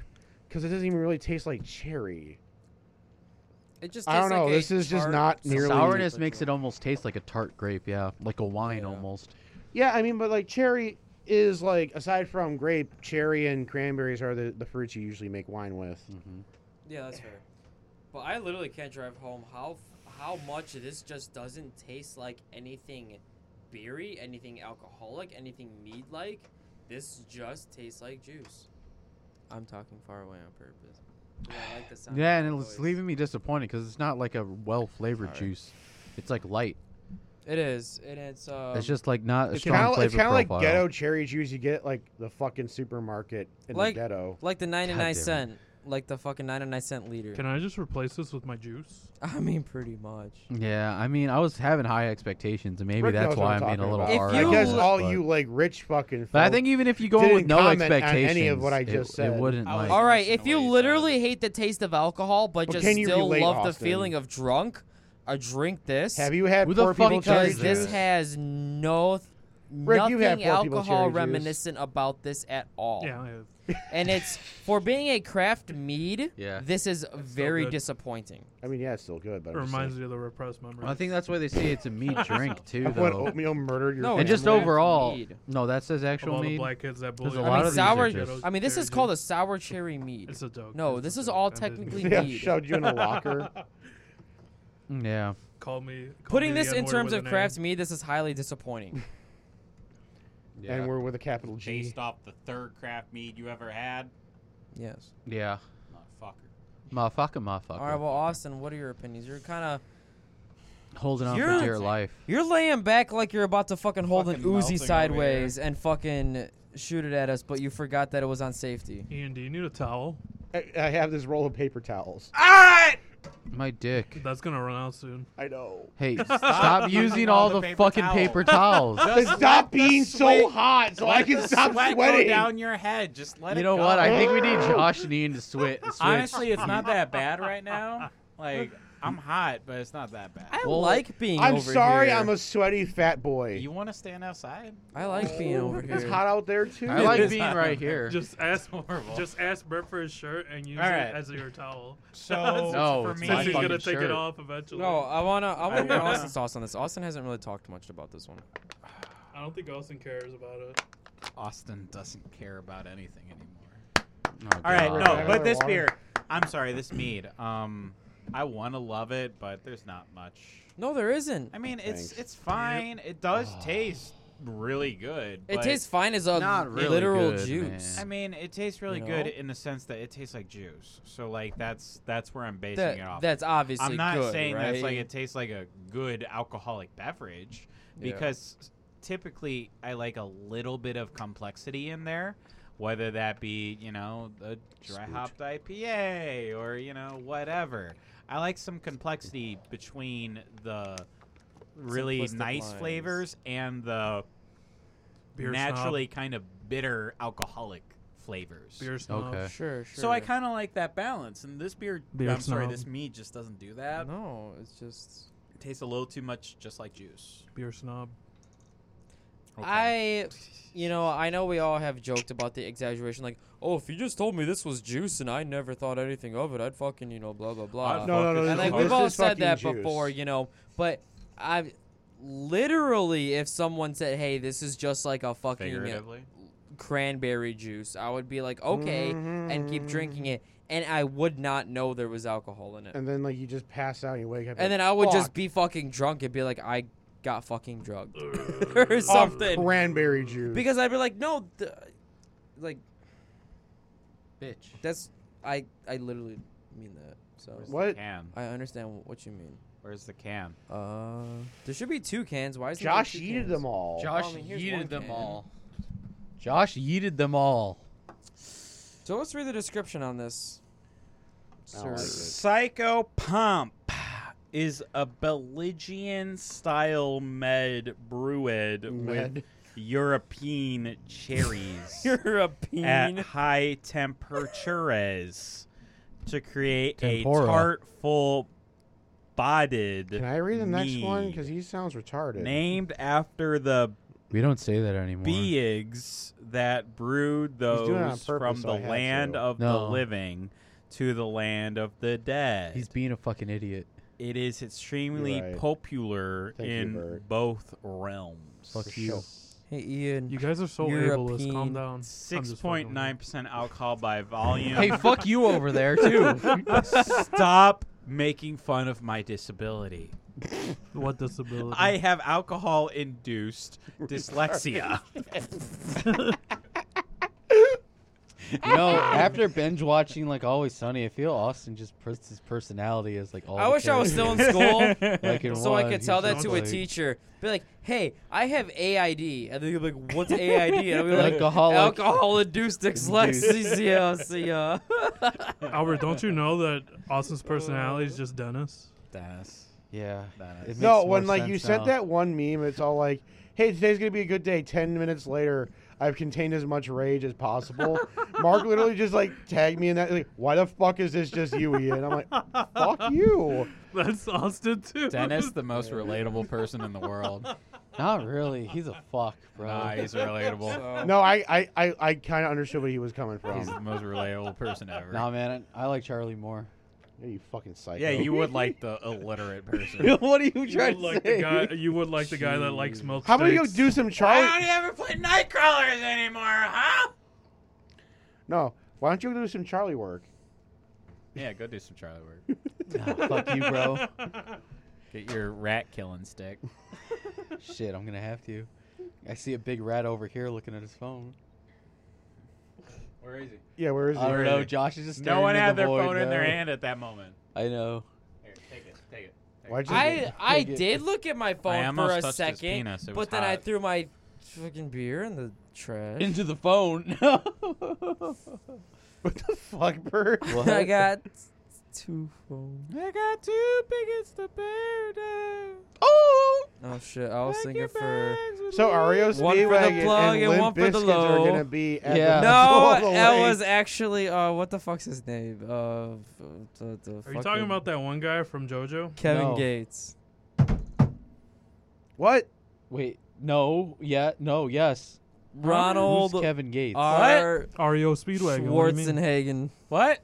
S5: because it doesn't even really taste like cherry.
S1: it just
S5: I don't
S1: tastes
S5: know.
S1: like a
S5: this is just
S1: tart-
S5: not nearly.
S4: Sourness makes it almost taste like a tart grape, yeah, like a wine
S1: Yeah.
S4: almost.
S5: Yeah, I mean, but like cherry is like aside from grape, cherry and cranberries are the the fruits you usually make wine with.
S1: Yeah, that's fair. But I literally can't drive home. How how much this just doesn't taste like anything beery, anything alcoholic, anything mead like. This just tastes like juice. I'm talking far away on purpose. 'cause I like the sound
S4: Yeah,
S1: of
S4: and
S1: my
S4: it's
S1: voice.
S4: leaving me disappointed because it's not like a well flavored
S1: Sorry.
S4: juice. It's like light.
S1: It is, and it's um,
S4: it's just like not a
S5: It's
S4: strong
S5: kind of
S4: flavor
S5: it's kind of like
S4: profile.
S5: ghetto cherry juice you get at, like the fucking supermarket in
S1: Like-
S5: the ghetto.
S1: like the 99
S4: damn it.
S1: cent, like the fucking 99 cent liter.
S2: Can I just replace this with my juice?
S1: [laughs] I mean, pretty much.
S4: Yeah, I mean, I was having high expectations, and maybe
S5: Rick knows
S4: that's
S5: what
S4: why
S5: I'm
S4: I'm being a
S5: talking
S4: little
S5: about.
S4: hard.
S1: If
S4: on
S5: I guess
S4: it,
S5: all
S4: but-
S5: you like rich fucking.
S4: But I
S5: folk-
S4: think even if you go in with
S5: didn't
S4: no
S5: comment on any of
S4: expectations,
S5: what I
S4: it-
S5: just
S4: it
S5: said.
S4: wouldn't
S3: I
S4: like.
S3: was-
S9: All right,
S3: Listen to
S9: if you
S3: what he
S9: literally
S3: said.
S9: hate the taste of alcohol, but
S5: But
S9: just
S5: can you
S9: still
S5: relate,
S9: love the
S5: Austin?
S9: feeling of drunk, a drink this.
S5: Have you had
S4: Who the
S5: poor
S4: fuck
S5: people cherry
S4: does
S9: because
S5: juice?
S9: this has no th-
S5: Rick, you had
S9: nothing
S5: poor people cherry
S9: alcohol
S5: juice.
S9: reminiscent about this at all.
S2: Yeah. I have.
S9: And it's for being a craft mead,
S4: [laughs] Yeah.
S9: this is very
S2: good.
S9: disappointing.
S5: I mean, yeah, it's still good, but
S2: It
S5: I'm just
S2: reminds
S5: saying.
S2: me of the repressed memories.
S4: I think that's why they say it's a meat [laughs] drink too,
S5: Of what
S4: though.
S5: oatmeal murdered your.
S1: No,
S4: And
S1: it's
S4: just
S1: more
S4: overall,
S1: mead.
S4: no, that says
S2: of
S4: actual
S2: all the
S4: mead.
S2: black kids that
S4: There's
S2: bully.
S4: a
S2: me.
S1: I
S4: lot
S1: mean,
S4: of these are
S1: sour.
S4: just-
S1: I mean, this is
S2: Cherry
S1: called a
S2: juice.
S1: sour cherry mead.
S2: It's a [laughs] joke.
S1: No,
S2: It's
S1: this
S2: a
S1: is
S2: joke.
S1: all
S2: I didn't-
S1: technically
S5: [laughs] yeah,
S1: mead.
S5: shoved you in a locker.
S4: Mm, Yeah,
S2: Call me. Call
S1: Putting
S2: me the
S1: this in
S2: N-word
S1: terms of
S2: with an A.
S1: craft mead, this is highly
S4: [laughs]
S1: disappointing.
S4: yeah,
S5: And we're with a capital G.
S3: Based off the third craft mead you ever had,
S1: yes.
S4: yeah.
S3: [laughs] motherfucker.
S4: Motherfucker, motherfucker.
S1: All right. Well, Austin, what are your opinions? You're kind of
S4: Holding on
S1: You're-
S4: for dear life.
S1: you're laying back like you're about to fucking hold
S3: Fucking
S1: an
S3: melting
S1: Uzi
S3: over
S1: sideways and fucking shoot it at us, but you forgot that it was on safety.
S2: [laughs] Ian, do you need a towel?
S5: I, I have this roll of paper towels.
S4: My dick.
S2: That's gonna run out soon.
S5: I know.
S4: [laughs] Hey, stop using all the
S3: paper
S4: fucking [laughs]
S3: towel.
S4: paper towels.
S5: Stop being so
S3: sweat-
S5: hot so I can
S3: the
S5: stop
S3: sweat
S5: sweating.
S3: Go down your head. Just let
S4: You
S3: it
S4: know
S3: go.
S4: what? I think we need Josh and Ian to switch. switch.
S3: honestly, it's not that bad right [laughs] now. Like I'm hot, but it's not that bad.
S1: I
S4: Well,
S1: like being
S5: I'm
S1: over
S5: sorry,
S1: here.
S5: I'm a sweaty fat boy.
S3: You want to stand outside?
S1: I like being over here.
S5: [laughs] it's hot out there too.
S4: I
S3: It
S4: like
S3: is
S4: being
S3: hot.
S4: right here.
S2: Just
S1: [laughs]
S2: ask.
S3: Horrible.
S2: Just ask Brett for his shirt and use
S3: All
S2: it
S3: right.
S2: as your towel.
S3: [laughs] So
S4: No,
S3: for
S4: it's
S3: me,
S4: My
S2: Since he's gonna
S4: fucking
S2: take
S4: shirt.
S2: it off eventually.
S1: No, I wanna. I wanna hear
S3: wanna-
S1: Austin's thoughts on this. Austin hasn't really talked much about this one.
S2: I don't think Austin cares about it.
S3: Austin doesn't care about anything anymore.
S4: Oh,
S3: All right,
S4: God.
S3: no, but this
S5: water.
S3: beer, I'm sorry, this mead. Um, I want to love it, but there's not much.
S1: No, there isn't.
S3: I mean, it's
S5: Thanks.
S3: it's fine. It does taste really good.
S1: It
S3: but-
S1: tastes fine as a
S4: Not really
S1: literal
S4: good,
S1: juice.
S3: I
S4: man.
S3: mean, it tastes really
S1: You
S3: good
S1: know?
S3: in the sense that it tastes like juice. So like that's that's where I'm basing
S1: That-
S3: it off.
S1: that's obviously
S3: I'm not
S1: good,
S3: saying that's like
S1: right?
S3: it tastes like a good alcoholic beverage because typically I like a little bit of complexity in there, whether that be you know a dry hopped IPA or you know whatever. I like some complexity between the really
S1: Simplistic
S3: nice
S1: lines.
S3: flavors and the
S2: Beer snob.
S3: naturally kind of bitter alcoholic flavors.
S2: Beer snob.
S4: Okay.
S1: Sure, sure.
S3: So I kind of like that balance, and this beer,
S2: Beer
S3: I'm sorry,
S2: snob.
S3: this mead just doesn't do that.
S1: No, it's just.
S3: It tastes a little too much, just like juice.
S2: Beer snob.
S1: I, you know, I know we all have joked about the exaggeration, like, oh, if you just told me this was juice and I never thought anything of it, I'd fucking, you know, blah blah blah.
S3: I'd
S5: No, no,
S3: fuck
S5: no,
S3: this
S1: And
S5: no,
S3: up.
S1: like
S5: no.
S1: we've
S5: This
S1: all
S5: is
S1: said
S5: fucking
S1: that
S5: juice.
S1: before, you know. But I, literally, if someone said, "Hey, this is just like a fucking
S3: Figuratively.
S1: cranberry juice," I would be like, "Okay," and keep drinking it, and I would not know there was alcohol in it.
S5: And then like you just pass out and you wake up.
S1: And
S5: like,
S1: then I would just
S5: "Fuck,
S1: be fucking drunk and be like, "I got fucking
S5: [laughs]
S1: drugged" [laughs] or
S5: off
S1: something.
S5: Cranberry juice.
S1: Because I'd be like, no, th- like
S4: Bitch.
S1: that's I I literally mean that. So
S5: what?
S3: Can.
S1: I understand what you mean.
S3: Where's the can?
S1: Uh, there should be two cans. Why is
S5: Josh yeeted them all.
S4: Josh
S1: I mean, here's one
S4: yeeted them
S1: can.
S4: all. Josh yeeted them all.
S1: So let's read the description on this.
S5: I don't like it.
S3: Psycho Pump is a Belgian style med brewed with
S5: Med.
S3: European
S5: [laughs]
S3: cherries. at
S1: European.
S3: high temperatures to create a
S4: Tempura.
S3: tart full bodied
S5: Can I read the next one?
S3: mead.
S5: Because he sounds retarded.
S3: named after the
S4: We don't say that anymore.
S3: beings that brewed
S5: doing it on
S3: those from
S5: purpose, so
S3: the
S5: I had
S3: land
S5: to.
S3: of the
S4: No.
S3: living to the land of the dead.
S4: He's being a fucking idiot.
S3: it is extremely
S5: Right.
S3: popular
S5: Thank you,
S3: in
S5: Bert.
S3: both realms.
S4: Fuck you.
S1: hey Ian.
S2: You guys are so ableist. Calm
S1: European
S2: down. I'm just fucking
S3: Six
S2: with
S3: point nine percent alcohol by [laughs] volume.
S4: Hey, fuck you over there
S3: [laughs]
S4: too.
S3: Stop making fun of my disability.
S2: you. What disability?
S3: I [laughs] have alcohol
S5: [laughs]
S3: induced dyslexia.
S4: you know, after binge watching like Always Sunny, I feel Austin just puts his personality as like all.
S1: I
S4: the
S1: wish I was still in
S4: characters.
S1: school.
S5: [laughs]
S1: [laughs]
S4: Like in
S1: so
S4: one,
S1: I could
S4: he's
S1: tell that
S4: just
S1: to a
S4: like,
S1: teacher. Be like, hey, I have AID. And then you'd be like,
S4: [laughs]
S1: what's AID? And I'd be like,
S4: Alcoholic-
S1: alcohol induced [laughs]
S5: [laughs]
S1: dyslexia.
S2: Albert, don't you know that Austin's personality is just Dennis? [laughs]
S3: Dennis.
S4: Yeah. it makes
S5: No,
S4: more
S5: when like you
S4: sense
S5: sent
S4: now.
S5: that one meme, it's all like, "Hey, today's gonna be a good day." Ten minutes later, I've contained as much rage as
S4: [laughs]
S5: possible. Mark literally just like tagged me in that. Like, why the fuck is this just you, Ian? I'm like,
S4: [laughs]
S5: "Fuck you."
S2: That's Austin too.
S3: Dennis, the most relatable person in
S5: [laughs]
S3: the world.
S4: Not really. He's a fuck, bro.
S3: Nah, he's relatable.
S5: No, I I I, I kind of understood where he was coming from.
S3: He's the most relatable person
S4: [laughs]
S3: ever.
S4: Nah, man. I, I like Charlie
S3: [laughs]
S4: more.
S5: Yeah, you fucking psycho.
S3: yeah,
S5: [laughs]
S3: you would like the illiterate person.
S4: what are you
S2: [laughs] you would like the guy. You would like the guy that likes milk.
S5: How about you go
S2: [laughs] steaks.
S5: do some Charlie?
S3: you ever play Nightcrawlers anymore, huh?
S5: No, why don't you go do some Charlie work?
S3: Yeah, go do some Charlie work.
S4: fuck you, bro.
S3: Get your rat killing stick.
S4: Shit, I'm gonna have to. I see a big rat over here looking at his phone.
S3: Where is he?
S5: Yeah, where is he?
S4: I don't
S3: Where
S4: know.
S3: is he?
S4: Josh is just
S3: No one
S4: staring
S3: had
S4: into the
S3: their
S4: void
S3: phone in their
S4: now.
S3: hand at that moment.
S4: I know.
S3: Here, take it. Take it.
S5: Why'd you?
S1: I I
S4: Take it.
S1: did look at my
S3: I
S1: phone for
S3: almost
S1: a
S3: touched his
S1: second,
S3: penis. It was
S1: but then I
S3: hot.
S1: threw my fucking beer in the trash. [laughs]
S4: Into the phone. [laughs] No.
S5: what the fuck, Bert?
S1: I got two phones.
S3: I got two biggest to bear
S4: Oh.
S1: Oh shit! I was thinking for
S5: So Ario
S1: One for the
S5: Speedwagon
S1: plug
S5: and,
S1: and
S5: Limp
S1: one for the
S5: Bizkit are
S1: low.
S5: gonna be at [laughs]
S4: Yeah.
S5: the
S1: no.
S5: Festival of the
S1: It
S5: Lake.
S1: was actually uh, what the fuck's his name? Uh, f- the, the
S2: Are you talking
S1: fucking-
S2: about that one guy from JoJo?
S1: Kevin
S4: No.
S1: Gates?
S5: what?
S4: Wait. No. Yeah. No. Yes.
S1: Ronald
S4: Who's Kevin Gates.
S1: R.
S2: REO Speedwagon. What? do you mean?
S1: Schwarzenhagen.
S3: What?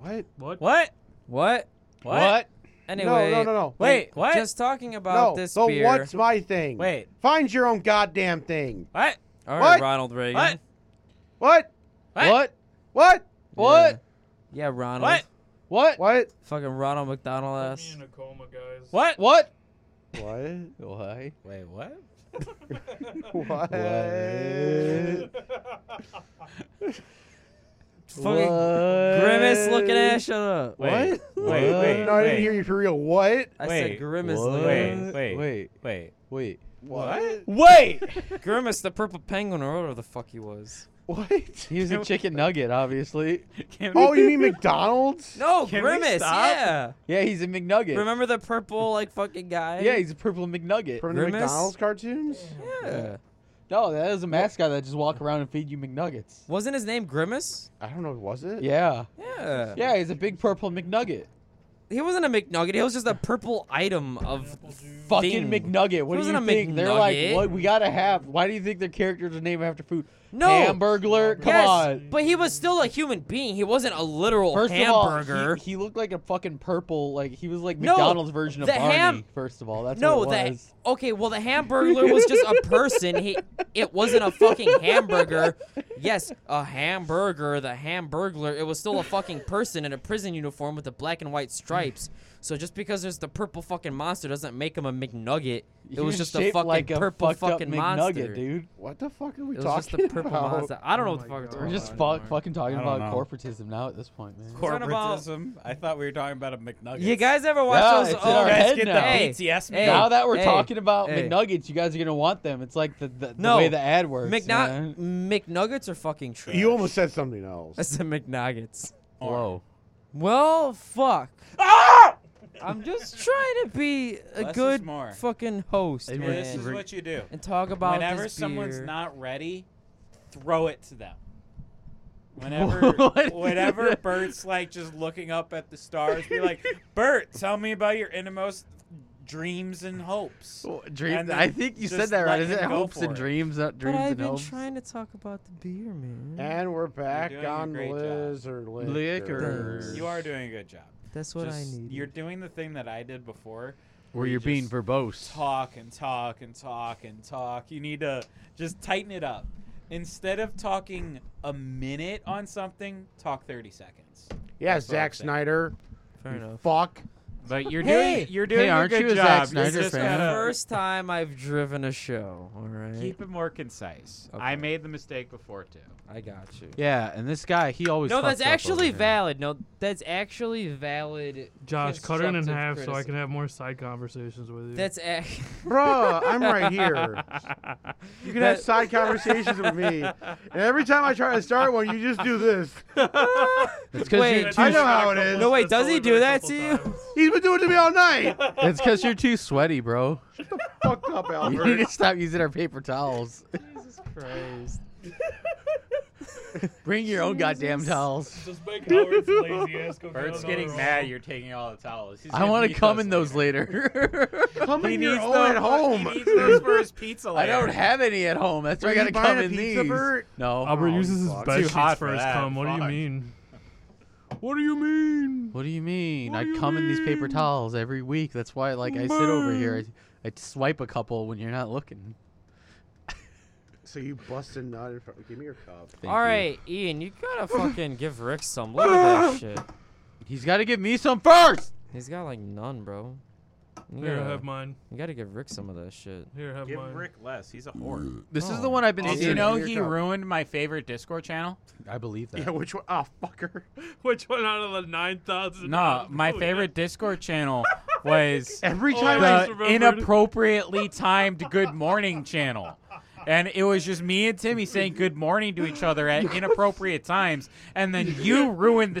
S5: What?
S2: what?
S3: What?
S1: What?
S4: what?
S1: Anyway,
S5: No, no, no, no.
S3: Wait, what?
S1: Just talking about
S5: no,
S1: this
S5: so
S1: beer.
S5: what's my thing?
S3: Wait.
S5: Find your own goddamn thing.
S3: What?
S1: All right,
S5: What?
S1: Ronald Reagan.
S3: What?
S5: What?
S4: What?
S5: What?
S1: Yeah.
S4: What?
S1: Yeah, Ronald.
S3: What?
S4: What? [laughs]
S5: What?
S1: Fucking Ronald McDonald
S2: Put me
S1: ass.
S2: in a coma, guys.
S3: What?
S4: What?
S5: What?
S4: Why?
S3: Wait, what?
S5: What?
S1: Fucking grimace looking ass. Shut up.
S3: Wait, wait, wait.
S5: No, I didn't
S3: wait,
S5: hear you for real. What?
S1: I
S3: Wait.
S1: said grimace.
S4: What?
S1: Looking.
S3: Wait, wait,
S4: Wait.
S3: wait.
S4: Wait.
S5: What?
S3: Wait!
S1: grimace, the purple penguin, or whatever the fuck he was.
S5: What?
S4: He was a chicken nugget, obviously.
S3: [laughs] Can
S5: Oh, you mean McDonald's?
S1: No,
S3: Can we
S1: grimace.
S3: stop?
S1: Yeah.
S4: Yeah, he's a McNugget.
S1: Remember the purple like fucking guy?
S4: Yeah, he's a purple McNugget.
S5: From the
S1: Grimace?
S5: McDonald's cartoons?
S1: Yeah.
S4: No, that is a mascot that just walk around and feed you McNuggets.
S1: Wasn't his name Grimace?
S5: I don't know. Was it?
S4: Yeah.
S1: Yeah.
S4: Yeah, he's a big purple McNugget.
S1: He wasn't a McNugget. He was just a purple item of
S4: Fucking
S1: thing.
S4: McNugget. What do
S1: Wasn't
S4: you
S1: a
S4: think? They're like,
S1: McNugget.
S4: what? We gotta have. Why do you think their characters are named after food?
S1: No.
S4: Hamburglar. Come
S1: yes,
S4: on.
S1: but he was still a human being. He wasn't a literal
S4: First
S1: hamburger.
S4: of all, he, he looked like a fucking purple. Like he was like
S1: No,
S4: McDonald's version of
S1: the
S4: Barney.
S1: ham-
S4: first of all, that's
S1: no,
S4: what it
S1: that
S4: was.
S1: okay. Well, the hamburger was just a person. He, it wasn't a fucking hamburger. Yes, a hamburger, the hamburglar. It was still a fucking person in a prison uniform with the black and white stripes. So just because there's the purple fucking monster doesn't make him a McNugget. It
S4: He
S1: was just a
S4: shaped
S1: fucking
S4: like a
S1: purple
S4: fucked up
S1: fucking
S4: McNugget,
S1: monster.
S4: dude.
S5: What the fuck are we
S1: It was just
S5: talking
S1: the purple
S5: about?
S1: monster. I don't
S2: Oh
S1: know what the
S2: my
S1: fuck we're
S2: God.
S4: We're
S2: Oh,
S1: talking
S4: just
S2: I
S1: about.
S2: know.
S4: fuck, fucking talking
S3: I don't
S4: about
S3: know.
S4: corporatism now at this point, man.
S1: Talking about-
S3: Corporatism. I thought we were talking about a McNugget.
S1: You guys ever watch
S4: Yeah,
S1: those? oh,
S4: it's in our head Let's get the now.
S1: Hey,
S3: BTS
S1: hey,
S4: now that we're
S1: hey,
S4: talking about
S1: hey.
S4: McNuggets, you guys are gonna want them. It's like the, the, the
S1: No.
S4: way the ad works.
S1: McNug-
S4: man.
S1: McNuggets are fucking trash.
S5: You almost said something else.
S1: I said McNuggets.
S4: Whoa.
S1: Well, fuck. I'm just trying to be a
S3: Less
S1: good
S3: is more.
S1: fucking host,
S4: Hey,
S1: man,
S3: This is what you do.
S1: and talk about
S3: Whenever
S1: this
S3: someone's
S1: beer.
S3: not ready, throw it to them.
S1: [laughs]
S3: Whenever,
S4: What?
S3: whenever Bert's like just looking up at the stars,
S1: [laughs]
S3: be like, "Bert, tell me about your innermost dreams and hopes."
S4: Well, Dream,
S3: And then
S4: I think you said
S3: just
S4: that
S3: let
S4: right. Is
S3: him
S4: it
S3: go
S4: hopes
S3: for
S4: and
S3: it.
S4: dreams, not
S1: but
S4: dreams
S1: I've
S4: and
S1: been
S4: hopes?
S1: trying to talk about the beer, man.
S5: And we're back
S3: doing a
S5: on
S3: great job.
S5: Lizard
S4: Liquor.
S1: Thanks.
S3: You are doing a good job.
S1: That's what I
S3: Just-
S1: need.
S3: You're doing the thing that I did before.
S4: Where
S3: you
S4: you're being
S3: just
S4: verbose.
S3: Talk and talk and talk and talk. You need to just tighten it up. Instead of talking a minute on something, talk 30 seconds.
S8: Yeah,
S3: That's what I'm
S8: Zack
S3: saying.
S8: Snyder.
S1: Fair enough.
S8: Fuck.
S3: But you're
S1: Hey!
S3: doing you're doing
S4: aren't
S3: a good
S4: you a Zack
S3: job. You
S4: Snyder
S3: just
S4: fan?
S3: gotta
S1: First time I've driven a show. All right,
S3: keep it more concise.
S1: Okay.
S3: I made the mistake before too.
S1: I got you.
S4: Yeah, and this guy, he always.
S1: No,
S4: fucks
S1: that's
S4: up over
S1: actually
S4: here.
S1: valid. No, that's actually valid.
S2: Josh, cut it in
S1: constructive
S2: half so I
S1: criticism.
S2: can have more side conversations with you.
S1: That's ac-
S8: Bruh, I'm right
S3: [laughs]
S8: here. You can have side conversations with me. And every time I try to start one, you just do this.
S4: It's
S1: [laughs]
S4: because
S1: Wait,
S4: you're
S2: That's
S4: too.
S8: I
S2: only
S8: know
S2: been a
S8: how it
S2: couple-
S8: is.
S1: No, wait,
S2: that's
S1: does he
S2: only
S1: do
S2: been a
S1: that
S2: couple
S1: to you?
S2: times.
S8: He's been doing it to me all night.
S4: It's because you're too sweaty, bro.
S8: Fuck
S3: [laughs]
S8: up,
S4: You
S8: Albert.
S4: need to stop using our paper towels.
S1: Jesus Christ.
S4: [laughs] Bring your own goddamn towels.
S2: Just make Howard's lazy ass go down
S3: Bert's
S2: on
S3: getting
S2: our
S3: mad.
S2: own.
S3: You're taking all the towels. He's
S4: I
S3: gonna
S4: want to
S3: need
S4: come
S3: those
S4: in those later. [laughs]
S8: Come
S3: He
S8: in your
S3: needs
S8: own
S3: those
S8: at home.
S3: He needs those for [laughs] his pizza.
S4: I
S3: later.
S4: don't have any at home. That's why I
S8: Were you
S4: gotta
S8: buying
S4: come
S8: a
S4: in
S8: pizza,
S4: these.
S8: Bert?
S4: No.
S2: Albert
S8: Oh,
S2: uses his
S8: fuck.
S2: bed
S3: Too
S2: sheets
S3: hot
S2: for
S3: for
S2: his
S3: that.
S2: cum. What do you
S3: Fuck.
S2: mean? What do you mean?
S4: What do you mean?
S2: What
S4: I
S2: do you
S4: come in these paper
S2: mean?
S4: towels every week. That's why, like, I sit over here. I, I swipe a couple when you're not looking.
S8: [laughs] So you bust a nut in front. Give me your cup.
S4: Thank
S1: All
S4: you.
S1: right, Ian, you gotta fucking give Rick some. Look at that
S2: [laughs]
S1: shit.
S4: He's got to give me some first.
S1: He's got like none, bro. You
S2: Here,
S1: gotta,
S2: have mine.
S1: you gotta give Rick some of that shit.
S2: Here, have
S3: Give
S2: mine.
S3: Rick less. He's a whore.
S4: This is
S1: Oh.
S4: the one I've been.
S3: Did
S8: Did
S3: you
S8: you
S4: seeing.
S3: know
S8: hear
S3: he
S8: Cup?
S3: ruined my favorite Discord channel?
S4: I believe that.
S8: Yeah, which one? Oh, fucker.
S2: [laughs] Which one out of the 9,000?
S3: No, my favorite Discord channel
S2: [laughs]
S3: was
S8: Every
S2: Oh,
S8: time
S2: I
S8: I
S2: just
S3: the
S2: remembered.
S3: inappropriately timed good morning channel. And it was just me and Timmy saying good morning to each other at inappropriate times. And then you ruined the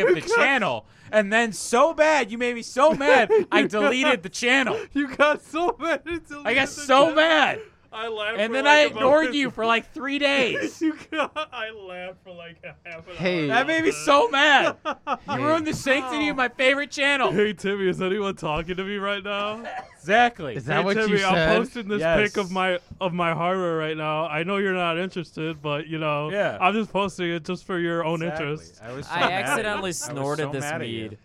S2: [laughs]
S3: of the channel. And then so bad, you made me so mad, I deleted the channel.
S2: You got so [laughs] mad. until
S3: I
S2: you
S3: got
S2: said
S3: so
S2: that.
S3: mad.
S2: I laughed.
S3: And
S2: for
S3: then
S2: like
S3: I
S2: about
S3: ignored
S2: 50
S3: you for like three days.
S2: [laughs] You got, I laughed for like a half an
S4: Hey.
S2: hour.
S3: That made me so mad. You
S4: Hey.
S3: ruined the sanctity of my favorite
S2: [laughs]
S3: channel.
S2: Hey Timmy, is anyone talking to me right now?
S3: Exactly.
S4: Is that
S2: hey,
S4: what
S2: Timmy,
S4: you said?
S2: I'm posting this
S3: Yes.
S2: pic of my of my hardware right now. I know you're not interested, but you know,
S3: Yeah.
S2: I'm just posting it just for your own
S3: Exactly.
S2: interest.
S3: I, was so mad
S1: I
S3: at you. I
S1: accidentally
S3: was
S1: snorted
S3: so
S1: this
S3: mad at you.
S1: mead.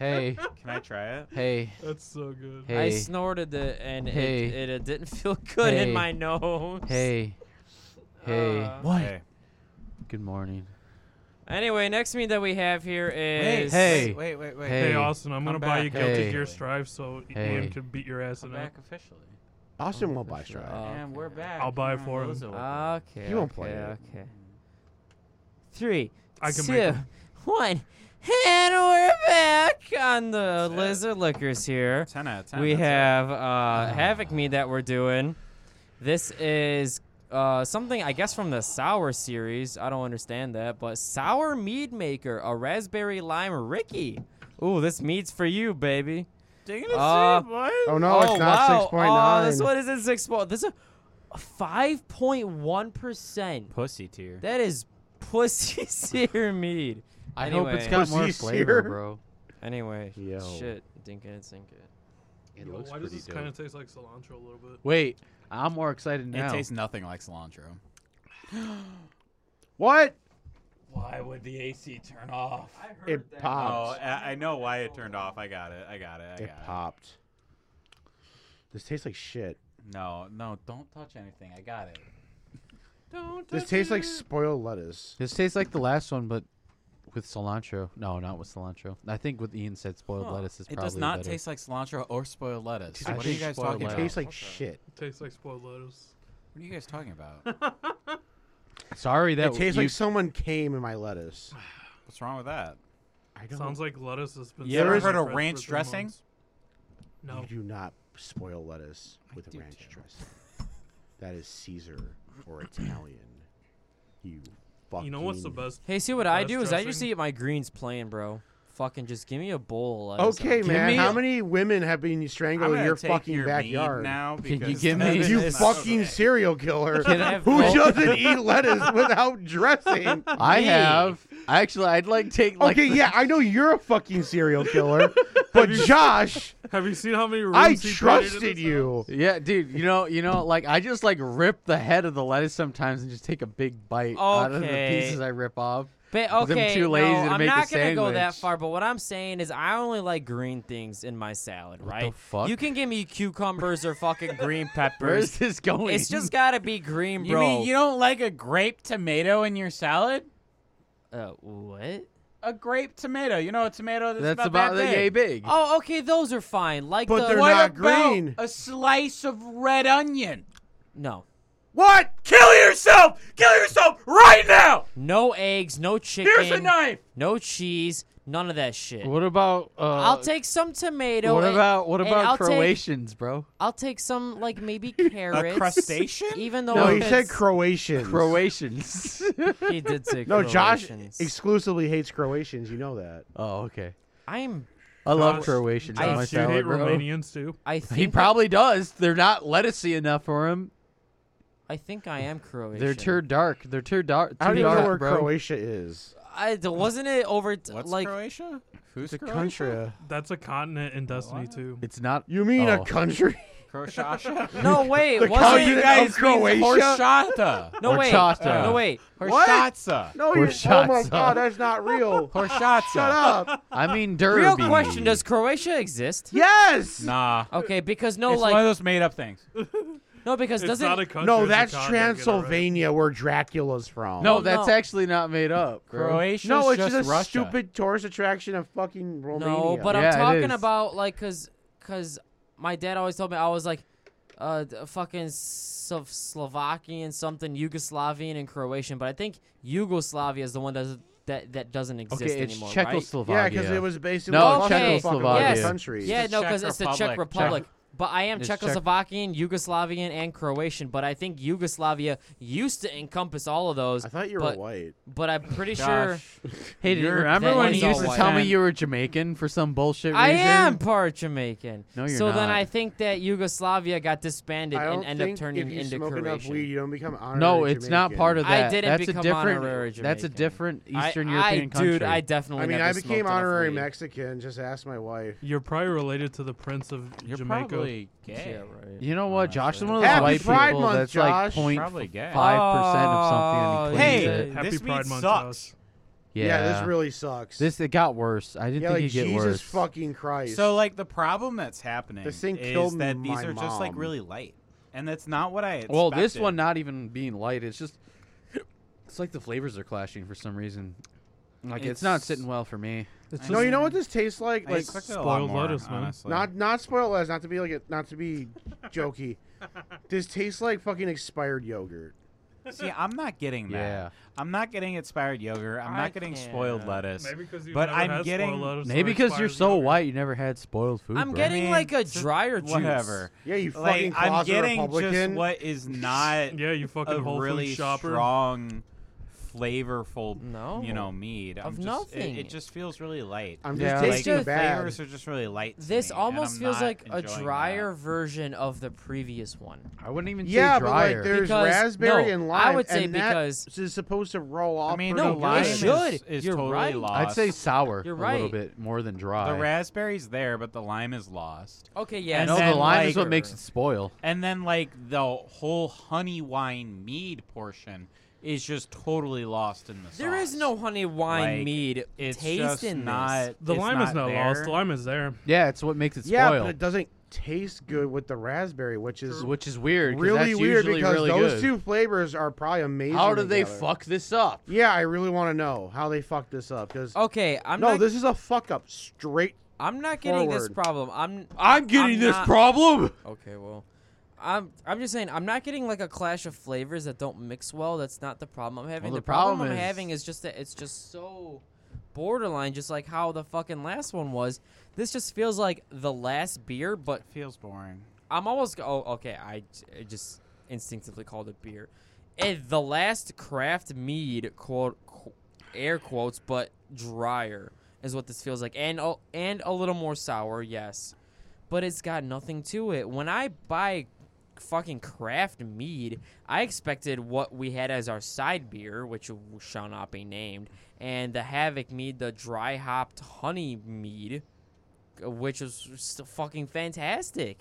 S4: hey,
S2: [laughs]
S3: Can I try it?
S4: hey,
S2: That's so good.
S4: hey,
S1: I snorted it, and
S4: Hey.
S1: it, it, uh, didn't feel good
S4: Hey.
S1: in my nose.
S4: hey, hey.
S1: Uh,
S4: what?
S3: Hey.
S4: Good morning.
S1: Anyway, next mead that we have here
S3: Wait,
S1: is
S4: Hey.
S3: Wait, wait, wait.
S2: Hey,
S4: Hey,
S2: Austin, I'm
S3: I'm
S2: gonna buy you
S3: back.
S2: Guilty
S4: Hey.
S2: Gear Strive so
S4: Hey.
S2: Ian can beat your ass
S3: I'm
S2: in it.
S3: back officially.
S10: Austin won't buy Strive.
S1: Oh, Uh,
S3: and we're back. Hmm.
S2: I'll buy
S3: Come on,
S2: for him.
S3: those are-
S1: Okay.
S10: You won't play
S1: okay,
S10: it.
S1: Okay. Three,
S2: I can make
S1: two,
S2: him.
S1: one, and we're back on the lizard liquors here.
S3: 10 out of 10.
S1: We
S3: that's it. Uh-huh.
S1: have uh, havoc mead that we're doing. This is uh, something I guess from the sour series. I don't understand that, but sour mead maker, a raspberry lime Ricky. Ooh, this mead's for you, baby.
S3: Dang it,
S1: Uh,
S3: shit, boy.
S5: Oh no, it's not
S1: wow.
S5: six point nine.
S1: Oh, this one is at six point. This is five point one percent.
S3: Pussy tier.
S1: That is pussy [laughs] sear mead.
S4: I
S1: anyway,
S4: hope it's got more
S5: Pussy
S4: flavor,
S5: sear.
S4: bro.
S1: anyway.
S5: Yo.
S1: Shit, dink it, sink it.
S4: It
S2: Yo,
S4: looks
S2: why does
S4: pretty
S2: this kind
S4: dope.
S2: of taste like cilantro a little bit?
S4: Wait, I'm more excited now.
S3: It tastes nothing like cilantro.
S5: What?
S3: Why would the AC turn off?
S5: It
S3: Oh,
S5: popped.
S3: I, I know why it turned off. I got it. I got it. I
S5: It
S3: got
S5: popped. This tastes like shit.
S3: it. No, no, don't touch anything. I got it.
S5: This tastes like spoiled lettuce.
S4: This tastes like the last one, but with cilantro. No, not with cilantro. I think what Ian said, spoiled
S3: Huh.
S4: lettuce is
S3: It
S4: probably
S3: does not
S4: better.
S3: taste like cilantro or spoiled lettuce.
S5: I
S3: What are you
S5: think
S3: guys
S4: spoiled
S3: talking
S5: It
S4: Wow.
S3: about?
S5: tastes
S3: What
S5: like shit.
S2: tastes like spoiled lettuce.
S3: are you guys talking about?
S4: Sorry that
S5: It tastes
S4: you,
S5: like someone came in my lettuce.
S3: What's wrong with that?
S5: I don't.
S2: Sounds like lettuce has been.
S3: You
S2: sitting
S5: ever
S2: in the
S3: heard of
S2: fridge for
S3: ranch
S2: three
S3: dressing?
S2: months. No.
S5: You do not spoil lettuce with
S3: do
S5: ranch
S3: too.
S5: dressing. That is Caesar or Italian. You fucking.
S2: You know what's the best?
S1: Hey, see what I
S2: Best
S1: do is I just
S2: dressing?
S1: eat my greens plain, bro. Fucking just give me a bowl. Of lettuce.
S5: Okay,
S4: Give
S5: man.
S4: me
S5: How
S4: a-
S5: many women have been strangled
S3: I'm
S5: in
S3: gonna
S5: your
S3: take
S5: fucking
S3: your mead
S5: backyard?
S3: now.
S4: Can you
S3: because
S4: give
S3: that
S4: me-
S5: [laughs]
S3: is
S5: You
S3: not
S5: fucking
S3: okay.
S5: serial killer
S1: Can I have
S5: who
S1: both?
S5: doesn't eat lettuce without dressing.
S4: I have. Actually, I'd like take like.
S5: okay,
S4: the-
S5: yeah, I know you're a fucking serial killer, but Josh,
S2: Have you seen how many?
S5: I
S2: rooms he created in
S5: trusted
S2: this
S5: you.
S4: Yeah, dude. You know, you know, like I just like rip the head of the lettuce sometimes and just take a big bite out of the
S1: Okay.
S4: pieces I rip off.
S1: Ba-
S4: I'm
S1: okay,
S4: too
S1: no,
S4: lazy to
S1: I'm
S4: make the
S1: not gonna go that
S4: sandwich.
S1: far. But what I'm saying is, I only like green things in my salad,
S4: What
S1: right?
S4: the fuck?
S1: You can give me cucumbers or fucking green
S4: [laughs] Where is
S1: peppers.
S4: this going?
S1: It's just gotta be green,
S3: You
S1: bro.
S3: mean you don't like a grape tomato in your salad?
S1: uh, what?
S3: A grape tomato. You know a tomato
S4: [laughs]
S3: that's,
S4: that's
S3: about,
S4: about
S3: that
S4: the yay big.
S1: Oh, okay, those are fine. Like
S5: But
S1: the
S5: they're
S3: What
S5: not
S3: about
S5: green.
S3: a slice of red onion?
S1: no,
S5: What?
S3: Kill yourself! Kill yourself right now!
S1: no eggs, no chicken,
S3: Here's a knife.
S1: no cheese, none of that shit.
S4: What about? Uh,
S1: I'll take some tomato.
S4: What
S1: and-
S4: about? What
S1: and
S4: about
S1: I'll take-
S4: Croatians, bro?
S1: I'll take some like maybe carrots.
S3: crustacean?
S1: Even though
S5: No,
S1: if
S5: he said
S1: it's-
S5: Croatians.
S4: [laughs] Croatians.
S1: [laughs] he did say
S5: No, Josh
S1: Croatians.
S5: exclusively hates Croatians. You know that.
S4: oh, okay.
S1: I'm.
S4: I love
S2: Josh-
S4: Croatians. on my
S2: Josh, you hate
S4: salad, bro.
S2: Romanians too.
S1: I think
S4: He probably does. They're not lettucey enough for him.
S1: I think I am Croatian.
S4: They're too dark. They're too dark. Too
S5: I don't even
S4: dark,
S5: know where
S4: bro.
S5: Croatia is.
S1: I, th- wasn't it over t-
S3: What's
S1: like
S3: Croatia? Who's
S5: The
S3: Croatia?
S5: country.
S2: That's a continent in Destiny
S3: What?
S2: too.
S4: It's not.
S5: You mean
S4: Oh.
S5: a country?
S3: Croatia?
S1: no wait
S5: The
S3: Oh,
S1: wasn't
S5: country-
S3: you
S5: Of
S3: guys
S5: Croatia?
S3: mean horchata.
S1: no wait
S4: Horchata.
S1: no wait
S3: Horchata.
S5: No,
S4: We're
S5: you. Oh my
S4: shots up.
S5: god, that's not real.
S3: Horchata.
S5: [laughs] Shut up.
S1: [laughs]
S4: I mean, Derby.
S1: real question does Croatia exist
S5: Yes.
S3: Nah.
S1: okay because no
S3: it's
S1: like
S3: one of those made up things.
S1: no because
S2: It's not
S1: doesn't
S2: a country.
S5: No,
S2: it's a
S5: that's
S2: continent, get it right.
S5: Transylvania, where Dracula's from.
S4: No,
S1: Oh,
S4: that's
S1: no.
S4: actually not made up. Bro.
S3: Croatia.
S5: no, it's
S3: just,
S5: just, a
S3: Russia.
S5: stupid tourist attraction of fucking Romania.
S1: no but
S4: Yeah,
S1: I'm
S4: it
S1: talking
S4: is.
S1: about like cause cause my dad always told me I was like uh d- fucking Slo- Slovakian something Yugoslavian and Croatian but I think Yugoslavia is the one that that that doesn't exist
S4: Okay, it's
S1: anymore right?
S4: Czechoslovakia.
S5: yeah, because it was basically
S4: No,
S5: a fucking
S1: Okay,
S5: fucking
S4: Czechoslovakia.
S5: country.
S1: Yeah,
S3: It's
S1: no,
S3: the
S1: because
S3: Czech
S1: it's the Czech
S3: Republic.
S1: Republic. But I am
S4: It's Czech-
S1: Czechoslovakian, Yugoslavian, and Croatian. But I think Yugoslavia used to encompass all of those.
S5: I thought you were
S1: but,
S5: white.
S1: But I'm pretty sure
S3: Josh.
S4: Hey, do you
S3: You're-
S4: remember
S1: that
S4: when
S1: is
S4: you used
S1: all
S4: to
S1: white.
S4: tell me you were Jamaican for some bullshit reason?
S1: I am part Jamaican.
S4: No, you're
S1: so then
S4: not.
S1: I think that Yugoslavia got disbanded
S5: I don't
S1: and ended up
S5: think
S1: turning
S5: if you
S1: into
S5: smoke enough
S1: Croatian.
S5: weed, you don't become honorary
S4: No, it's not
S5: Jamaican.
S4: part of
S1: I
S4: that.
S1: didn't
S4: that's
S1: become
S4: a different.
S1: honorary
S4: That's a
S1: Jamaican.
S4: different
S1: I-
S4: Eastern
S1: I,
S4: European country.
S1: Dude, I definitely.
S5: I mean,
S1: never
S5: I became
S1: smoked enough
S5: honorary
S1: weed.
S5: Mexican. Just ask my wife.
S2: You're probably related to the Prince of
S3: You're
S2: Jamaica.
S3: probably gay.
S1: Yeah, right.
S4: you know what, Josh? is one of those
S5: Happy
S4: white
S5: Pride
S4: people
S5: Month,
S4: that's
S5: Josh.
S4: like
S3: Probably gay.
S4: 0.5%
S1: Oh,
S4: of something. And he
S3: Hey,
S4: claims it.
S2: Happy
S3: this
S2: Pride
S3: meat
S2: Month,
S3: sucks.
S2: Josh.
S4: yeah.
S5: this really sucks.
S4: This it got worse. I didn't
S5: yeah,
S4: think
S5: like
S4: it'd get
S5: Jesus
S4: worse.
S5: fucking Christ.
S3: So like the problem that's happening
S5: This thing
S3: is
S5: killed
S3: that these
S5: my
S3: are just like
S5: mom.
S3: really light, and that's not what I expected.
S4: well, this one not even being light. It's just. It's like the flavors are clashing for some reason. Like it's, not sitting well for me.
S2: It's
S8: No,
S2: just
S8: you know what this tastes like? Like
S2: expected a lot spoiled more, lettuce, man. honestly.
S8: not not spoiled as not to be like a, not to be jokey. This tastes like fucking expired yogurt.
S3: [laughs] See, I'm not getting that.
S4: Yeah.
S3: I'm not getting inspired yogurt. I'm
S1: I
S3: not getting spoiled
S1: can't.
S3: lettuce.
S2: Maybe because you
S3: But
S2: never had
S3: I'm
S2: spoiled
S3: getting-
S2: lettuce, so
S4: Maybe
S2: it
S4: because you're
S2: expires
S4: so
S2: yogurt.
S4: white, you never had spoiled food.
S1: I'm
S4: bro.
S1: getting
S3: mean,
S1: like a
S3: just
S1: dryer juice.
S3: Whatever.
S8: Yeah, you fucking
S3: Like I'm
S8: closet
S3: getting just
S8: Republican.
S3: what is not
S2: Yeah, you fucking
S3: a
S2: Whole
S3: really
S2: Foods shopper.
S3: strong, flavorful,
S1: No.
S3: you know, mead. I'm
S1: Of
S3: just,
S1: nothing.
S3: It, it just feels really light.
S8: I'm
S4: Yeah,
S8: just
S4: like-
S8: tasting
S1: It's just-
S8: bad.
S3: Flavors are just really light. to
S1: This
S3: me, and
S1: almost
S3: I'm
S1: feels
S3: not
S1: like a
S3: enjoying
S1: drier version of the previous one.
S4: I wouldn't even
S8: Yeah,
S4: say
S8: but like
S4: drier.
S8: there's
S1: Because-
S8: raspberry
S1: no,
S8: and
S1: I
S8: lime.
S1: would say
S8: and that
S1: because-
S8: is supposed to roll
S3: That.
S8: off.
S3: I mean,
S8: pretty
S1: no,
S3: the
S1: it
S3: lime
S8: good.
S3: is,
S1: should.
S3: is
S1: You're
S3: totally
S1: right. I'd
S3: lost.
S4: I'd say sour
S1: You're
S4: a little
S1: right.
S4: bit more than dry.
S3: the raspberry's there, but the lime is lost.
S1: Okay, yeah.
S3: And
S4: no, the
S3: then,
S4: lime
S3: like-
S4: is what makes it spoil.
S3: And then like the whole honey wine mead portion is just totally lost in the sauce.
S1: There is no honey wine
S3: Like,
S1: mead
S3: it's
S1: taste
S3: just
S1: in
S3: not,
S1: this.
S2: The
S3: it's
S2: lime is not
S3: there.
S2: lost. The lime is there.
S4: Yeah, it's what makes it
S8: Yeah,
S4: spoil.
S8: but it doesn't taste good with the raspberry, which is
S4: which is weird. 'cause
S8: really
S4: that's
S8: weird
S4: usually
S8: because
S4: really
S8: those
S4: good.
S8: two flavors are probably amazing.
S4: How do they
S8: together.
S4: fuck this up?
S8: Yeah, I really want to know how they fucked this up because
S4: Oh,
S1: Okay, I'm
S8: no,
S1: not.
S8: this is a fuck up straight.
S1: I'm not getting this
S8: forward.
S1: problem. I'm.
S4: I'm
S1: getting I'm this not-
S4: problem.
S1: Okay, well, I'm. I'm just saying I'm not getting like a clash of flavors that don't mix well. That's not the problem I'm having.
S4: Well, the
S1: the, problem,
S4: problem
S1: I'm
S4: is-
S1: having is just that it's just so borderline, just like how the fucking last one was. This just feels like the last beer, but
S3: Feels boring.
S1: I'm almost. Oh, okay. I, j- I just instinctively called it beer. Eh, the last craft mead, quote, qu- air quotes, but drier is what this feels like, and oh, and a little more sour, yes, but it's got nothing to it. When I buy fucking craft mead, I expected what we had as our side beer, which w- shall not be named, and the havoc mead, the dry hopped honey mead, uh, which is still fucking fantastic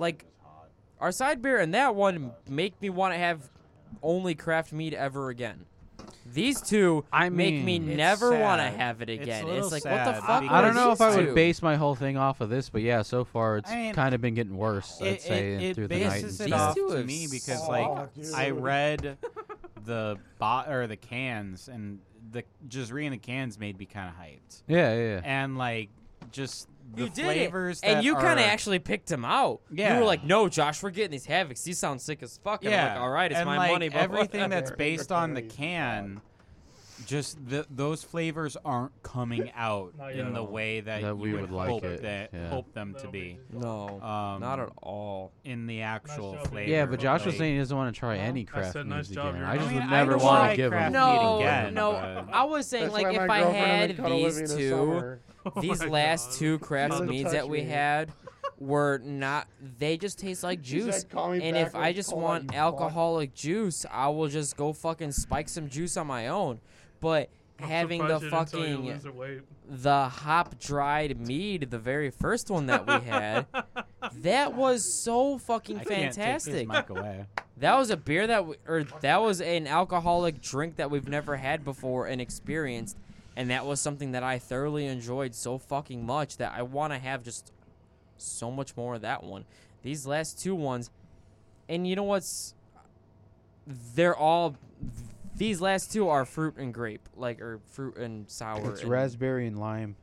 S1: like our side beer and that one make me want to have only craft mead ever again. These two
S4: I
S1: make me
S4: mean, it's
S1: never want to
S3: sad.
S1: have it
S3: It's a
S1: again. It's,
S3: little
S1: like what the
S3: sad
S1: fuck?
S3: because-
S4: I don't know if I
S1: were these
S4: would
S1: two?
S4: base my whole thing off of this, but yeah, so far it's
S3: I mean,
S4: kind of been getting worse. I'd
S3: it,
S4: say
S3: it, it
S4: through the night and
S3: bases it
S4: stuff.
S3: off
S1: These two
S3: to
S1: have Oh,
S3: me because
S1: sucked.
S3: like I
S6: dude.
S3: read
S1: [laughs]
S3: the bot or the cans and the just reading the cans made me kind of hyped
S4: Yeah, yeah, yeah.
S3: and like just the
S1: You did
S3: flavors
S1: it, and
S3: that
S1: you
S3: kind of
S1: actually picked him out. you
S3: Yeah.
S1: were like, "No, Josh, we're getting these havocs. These sound sick as fuck." And
S3: yeah
S1: I'm like, "All right, it's
S3: and,
S1: my
S3: like,
S1: money." But
S3: everything
S1: [laughs]
S3: that's
S1: whatever."
S3: based on the can. Just th those flavors
S1: [laughs]
S3: aren't coming out
S2: Not
S3: in
S2: yet.
S3: the way that,
S4: That
S3: you
S4: we would like
S3: hope
S4: it,
S3: that
S4: yeah.
S1: Oh.
S3: hope them to be.
S1: no,
S3: Um,
S1: not at all.
S3: in the actual
S2: job, dude.
S3: flavor.
S4: Yeah, but Josh
S3: like-
S4: was saying he doesn't want to try any craft
S2: said, nice
S4: meads
S2: job,
S4: again.
S2: you're
S4: I just
S2: right.
S4: would
S3: I mean, I
S4: never
S3: don't
S4: want
S3: like
S4: to give
S3: craft
S4: them.
S3: mead
S1: No,
S3: again,
S1: no.
S3: but-
S1: I was saying
S8: That's
S1: like
S8: why
S1: if
S8: my
S1: I
S8: girlfriend
S1: had
S8: only cuddled with
S1: these
S8: me this
S1: two,
S3: [laughs]
S8: summer.
S2: [laughs] Oh
S1: these
S2: my
S1: last
S2: God.
S1: two craft
S8: doesn't
S1: meats
S8: touch
S1: that we
S8: me.
S1: had were not they just taste like
S8: She
S1: juice
S8: said, "Call me
S1: and
S8: back
S1: if
S8: when
S1: i
S8: it's
S1: just
S8: cold out, you
S1: want
S8: fuck."
S1: alcoholic juice i will just go fucking spike some juice on my own but
S2: I'm
S1: having the
S2: surprised you didn't tell you to
S1: fucking
S2: lose the weight.
S1: the hop dried mead the very first one that we
S3: [laughs]
S1: had that was so fucking
S3: I can't take his
S1: fantastic
S3: mic away.
S1: that was a beer that we, or that was an alcoholic drink that we've never had before and experienced, and that was something that I thoroughly enjoyed so fucking much that I want to have just so much more of that one. These last two ones, and you know what's? They're all. These last two are fruit and grape, like or fruit and sour.
S4: It's
S1: and-
S4: raspberry and lime.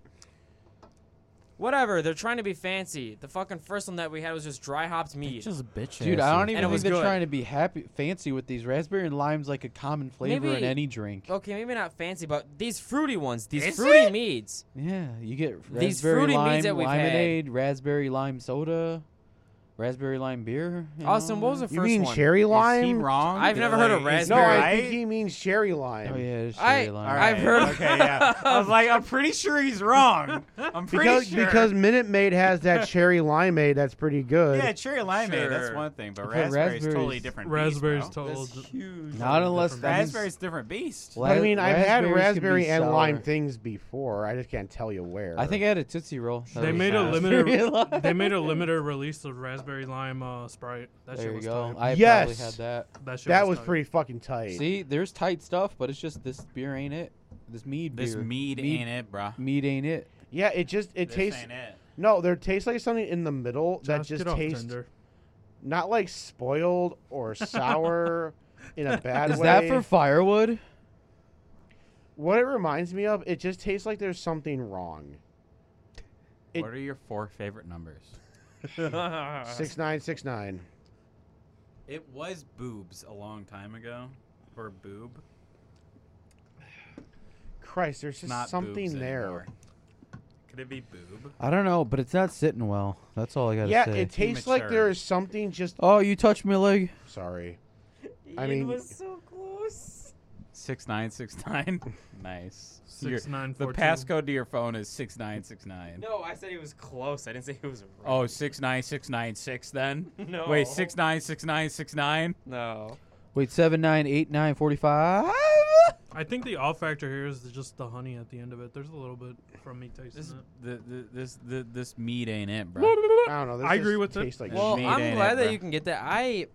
S1: Whatever. They're trying to be fancy. The fucking first one that we had was just dry hopped mead.
S4: Just bitch. Dude, I don't
S1: And it
S4: even think
S1: was
S4: they're
S1: good.
S4: trying to be happy, fancy with these. Raspberry and lime's like a common flavor in
S1: Maybe- Oh.
S4: any drink.
S1: okay, maybe not fancy, but these fruity ones, these fruity meads.
S4: Yeah, you get raspberry
S1: These fruity meads
S4: lime
S1: that we've had.
S4: lemonade, raspberry lime soda, raspberry lime beer. you
S1: Austin,
S4: know?
S1: what was the first
S7: You mean
S1: one?
S7: cherry
S3: Is he
S7: lime?
S3: wrong?
S1: I've
S3: Did,
S1: never heard of
S3: like, is
S1: raspberry.
S7: No, I
S3: right?
S7: think he means cherry lime.
S4: Oh yeah, it's
S1: I-
S4: cherry lime.
S3: All
S1: I've heard of-
S3: Okay, [laughs] yeah. I was like, I'm pretty sure he's wrong. I'm pretty
S7: Because
S3: sure.
S7: because Minute Maid has that cherry limeade that's pretty good.
S3: yeah, cherry limeade. That's
S1: Sure.
S3: one thing, but
S4: Okay,
S3: raspberry's totally
S4: raspberries-
S3: different.
S2: Raspberries
S3: beast, bro.
S2: total. d-
S4: Not unless
S2: different
S4: that means-
S3: raspberry's different beast.
S7: But I mean, I've had
S4: Raspberries can be
S7: raspberry and lime
S4: sour.
S7: things before. I just can't tell you where.
S4: I think I had a tootsie roll. That
S2: They
S4: was
S2: made a
S4: raspberry [laughs]
S2: limited-
S4: lime.
S2: They made a limited release of raspberry lime uh, sprite. That
S4: [laughs] There
S2: shit
S4: you
S2: was
S4: go.
S2: tight.
S4: I
S7: Yes!
S4: probably had that.
S2: that shit
S7: that was
S2: tight.
S7: pretty fucking tight.
S4: See, there's tight stuff, but it's just this beer ain't it. This mead
S3: This
S4: beer.
S3: mead, ain't it, bro.
S4: Mead ain't it.
S7: Yeah, it just it
S3: This
S7: tastes
S3: ain't it.
S7: no, there tastes like something in the middle that
S2: Josh,
S7: just
S2: get off
S7: tastes
S2: Tinder.
S7: not like spoiled or sour in a bad
S4: Is
S7: way.
S4: that for firewood?
S5: What it reminds me of, it just tastes like there's something wrong. It-
S3: what are your four favorite numbers?
S5: Six nine six nine.
S3: It was boobs a long time ago, or boob.
S5: Christ, there's just
S3: Not boobs
S5: something there.
S3: anymore. Could it be boob?
S4: I don't know, but it's not sitting well. That's all I gotta
S5: Yeah,
S4: say.
S5: it tastes like there
S3: Immature.
S5: is something just.
S4: oh, you touched my leg.
S5: Sorry. I mean-
S9: was so close.
S3: Six nine six nine. [laughs] nice. Your-
S2: Six nine
S3: the
S2: four two.
S3: passcode to your phone is six nine six nine.
S1: No, I said he was close. I didn't say he was right.
S3: Oh, six nine six nine six then?
S1: No.
S3: Wait, six nine six nine six nine?
S1: No.
S4: Wait, seven nine eight nine forty five.
S2: I think the off factor here is just the honey at the end of it. There's a little bit from me tasting
S3: This
S2: it.
S3: the, the, this the, this meat ain't
S1: [laughs]
S3: it, bro.
S5: I don't know. This
S2: I agree
S5: just
S2: with it.
S5: tastes Like
S3: Well,
S1: Well,
S3: meat
S1: I'm
S3: ain't
S1: glad
S3: it,
S1: that
S3: bro.
S1: you can get that. I,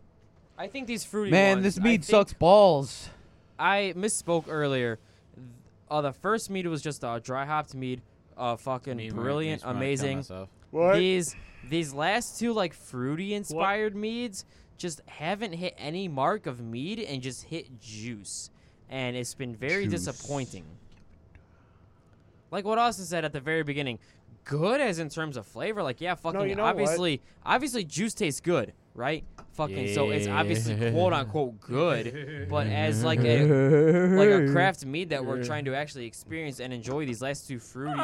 S1: I think these fruity
S4: Man,
S1: ones,
S4: this
S1: I
S4: meat
S1: think-
S4: sucks balls.
S1: I misspoke earlier. Th- Uh, the first mead was just a dry hopped mead. Uh, fucking
S3: Me- me-
S1: brilliant,
S3: makes me wanna kill
S1: amazing.
S3: myself.
S5: What?
S1: These these last two like fruity inspired meads just haven't hit any mark of mead and just hit juice, and it's been very
S4: Juice.
S1: disappointing. Like what Austin said at the very beginning, good as in terms of flavor. Like yeah, fucking
S5: you know what?
S1: obviously, obviously juice tastes good, right? Fucking so it's obviously quote unquote good, but as like a like a craft mead that we're trying to actually experience and enjoy. These last two
S3: [laughs]
S1: fruity,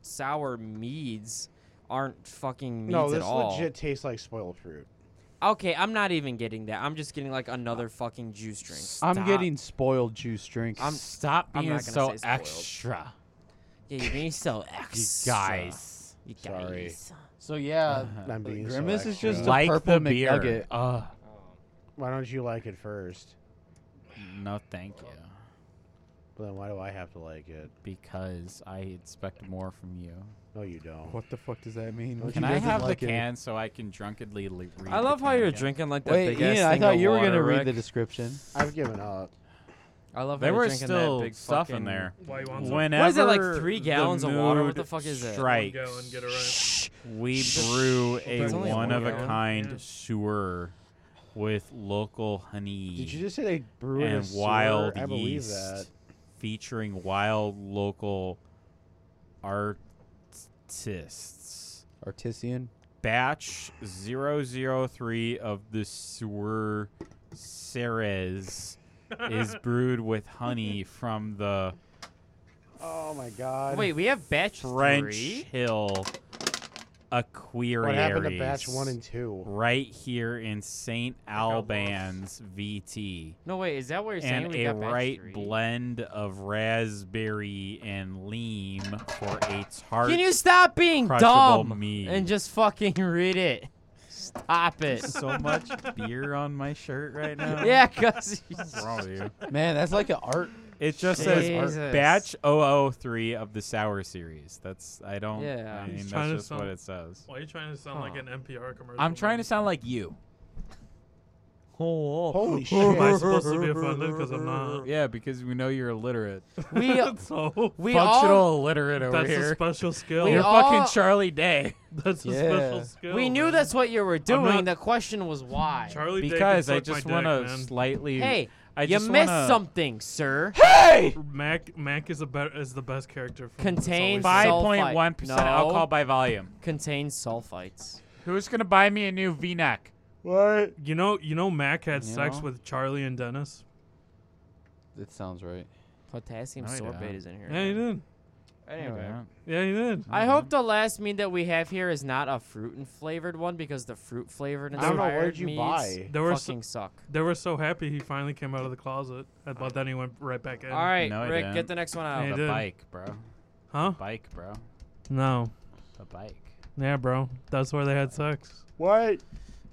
S1: sour meads aren't fucking meads
S5: no, this
S1: at all.
S5: legit tastes like spoiled fruit.
S1: Okay, I'm not even getting that. I'm just getting like another fucking juice drink.
S4: I'm getting spoiled juice drinks.
S1: I'm-
S3: Stop
S1: I'm
S3: being
S1: not gonna
S3: so
S1: say spoiled.
S3: extra,
S1: Yeah, you're being so
S3: [laughs] you
S1: extra. [laughs]
S3: guys.
S1: You
S5: Sorry.
S1: guys.
S4: so
S1: Uh,
S3: [laughs]
S4: yeah,
S5: I'm being so
S4: Grimace is
S5: extra.
S4: just a
S3: like
S4: purple
S3: the beer.
S4: McNugget.
S3: Ugh.
S5: Why don't you like it first?
S3: no, thank you.
S5: But then why do I have to like it?
S3: Because I expect more from you.
S5: No, you don't.
S4: [laughs] What the fuck does that mean?
S3: Can I have the can so I can drunkenly le- read
S1: I
S3: the
S1: love how
S3: can
S1: you're
S3: again?
S1: drinking like that
S4: Wait,
S1: big ass
S4: Ian, I
S1: thing
S4: thought
S1: of
S4: you were
S1: water,
S4: gonna read the
S1: Rick.
S4: description.
S5: I've given up.
S1: I love how
S3: There
S1: you're
S3: was
S1: drinking
S3: still
S1: that big
S3: stuff
S1: fucking-
S3: in there.
S2: Why you want some?
S3: Whenever
S1: What is it, like, three
S3: the
S1: gallons of water? What
S3: mood
S1: the fuck is it? One
S3: strikes,
S2: gallon, get it right.
S3: Shh. We brew a
S1: It's only one
S3: one of a
S1: gallon.
S3: kind
S2: Yeah.
S3: sewer with local honey
S5: Did you just say they brew it in a
S3: and
S5: sewer?
S3: wild
S5: I believe
S3: yeast,
S5: that.
S3: featuring wild local artists.
S4: Artisan.
S3: batch 003 of the sewer Ceres is
S2: [laughs]
S3: brewed with honey from the
S5: Oh my god.
S1: Wait, we have batch
S3: French
S1: three.
S3: Hill Aquarius.
S5: what happened to batch one and two? [laughs]
S3: Right here in St. Albans, VT.
S1: No, wait, is that what you're saying?
S3: And
S1: we
S3: a
S1: got batch
S3: right
S1: three?
S3: blend of raspberry and lime for a tart.
S1: Can you stop being
S3: crushable
S1: dumb
S3: mead.
S1: and just fucking [laughs] read it? Stop
S3: [laughs]
S1: it.
S3: so much beer on my shirt right
S1: [laughs]
S3: now?
S1: yeah, cause
S3: What's wrong with you?
S4: Man, that's like an art.
S3: It just
S1: Jesus.
S3: says batch 003 of the sour series. That's I don't.
S1: Yeah.
S3: I
S2: He's
S3: mean
S2: trying to
S3: that's just what
S2: sound-
S3: it says.
S2: Why are you trying to sound like
S1: Huh.
S2: an NPR commercial?
S3: I'm trying to
S2: man?
S3: sound like
S2: [laughs]
S3: you.
S2: Oh,
S5: Holy
S2: Am I
S5: shit.
S2: supposed to be offended because I'm not?
S3: [laughs] Yeah, because we know you're illiterate,
S1: we
S2: [laughs] So [laughs]
S1: we
S3: functional
S1: all
S3: illiterate over
S2: that's a
S3: here.
S2: special skill.
S1: We
S3: [laughs] you're
S1: all-
S3: fucking Charlie Day.
S2: [laughs] That's a
S4: Yeah.
S2: special skill.
S1: we knew
S2: man.
S1: that's what you were doing.
S2: not-
S1: the question was why.
S2: Charlie Day
S3: Because
S2: can
S3: I
S2: suck my
S3: just
S2: dick,
S3: want to
S2: man.
S3: slightly.
S1: Hey,
S3: I
S1: you
S3: just
S1: missed
S3: wanna-
S1: something, sir.
S2: [laughs] Mac Mac is a better is the best character. From It's
S1: Contains
S2: Always Sunny.
S1: salt.
S3: Five point one percent
S1: No.
S3: alcohol by volume.
S1: Contains sulfites.
S3: Who's gonna buy me a new V-neck?
S5: What?
S2: You know, you know, Mac had
S3: You
S2: sex
S3: know?
S2: with Charlie and Dennis.
S4: It sounds right.
S1: Potassium
S3: No, you
S1: sorbate
S3: don't.
S1: is in here.
S2: Yeah, he did.
S1: Anyway.
S2: Yeah, he did.
S1: I hope the last mead that we have here is not a fruit and flavored one because the fruit flavored
S5: I don't
S1: inspired
S5: know. Where'd you
S1: meads
S5: buy?
S2: There were so-
S1: fucking suck.
S2: They were so happy he finally came out of the closet, but then he went right back in.
S1: All right,
S3: No, I
S1: Rick,
S3: didn't.
S1: get the next one out.
S2: Hey,
S3: The
S2: dude.
S3: bike, bro.
S2: Huh?
S3: Bike, bro.
S2: No.
S3: The bike.
S2: Yeah, bro. That's where they had sex.
S5: What?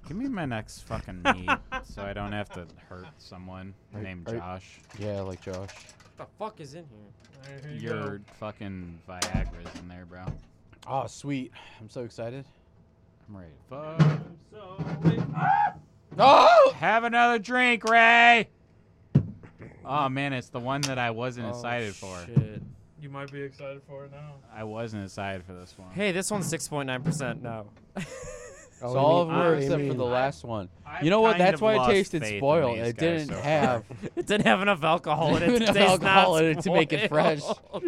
S3: Give me my next fucking meat so I don't have to hurt someone named
S4: are-
S3: Josh.
S4: Yeah, like Josh.
S1: What the fuck is in here?
S3: Your fucking Viagra's in there, bro. I'm
S4: Oh, sweet. I'm so excited.
S3: ready to fuck.
S4: No!
S3: Have another drink, Ray! Oh man, it's the one that I
S4: Oh,
S3: wasn't excited for.
S1: Oh, Shit.
S2: You might be excited for it now.
S3: I wasn't excited for this one.
S1: Hey, this one's 6.9%. No.
S5: Oh,
S4: so
S5: you
S4: all of
S5: mean-
S4: them were
S3: I
S4: except for
S5: mean-
S4: the last one.
S3: I've
S4: You know what?
S3: kind
S4: That's
S3: of
S4: why it
S3: lost
S4: tasted
S3: faith in
S4: spoiled.
S3: these
S4: It
S3: guys
S4: didn't
S3: so far. [laughs]
S4: have
S1: It didn't have enough alcohol in [laughs] it. to
S4: Didn't have
S1: taste not
S4: alcohol in it to make it fresh.
S1: spoiled.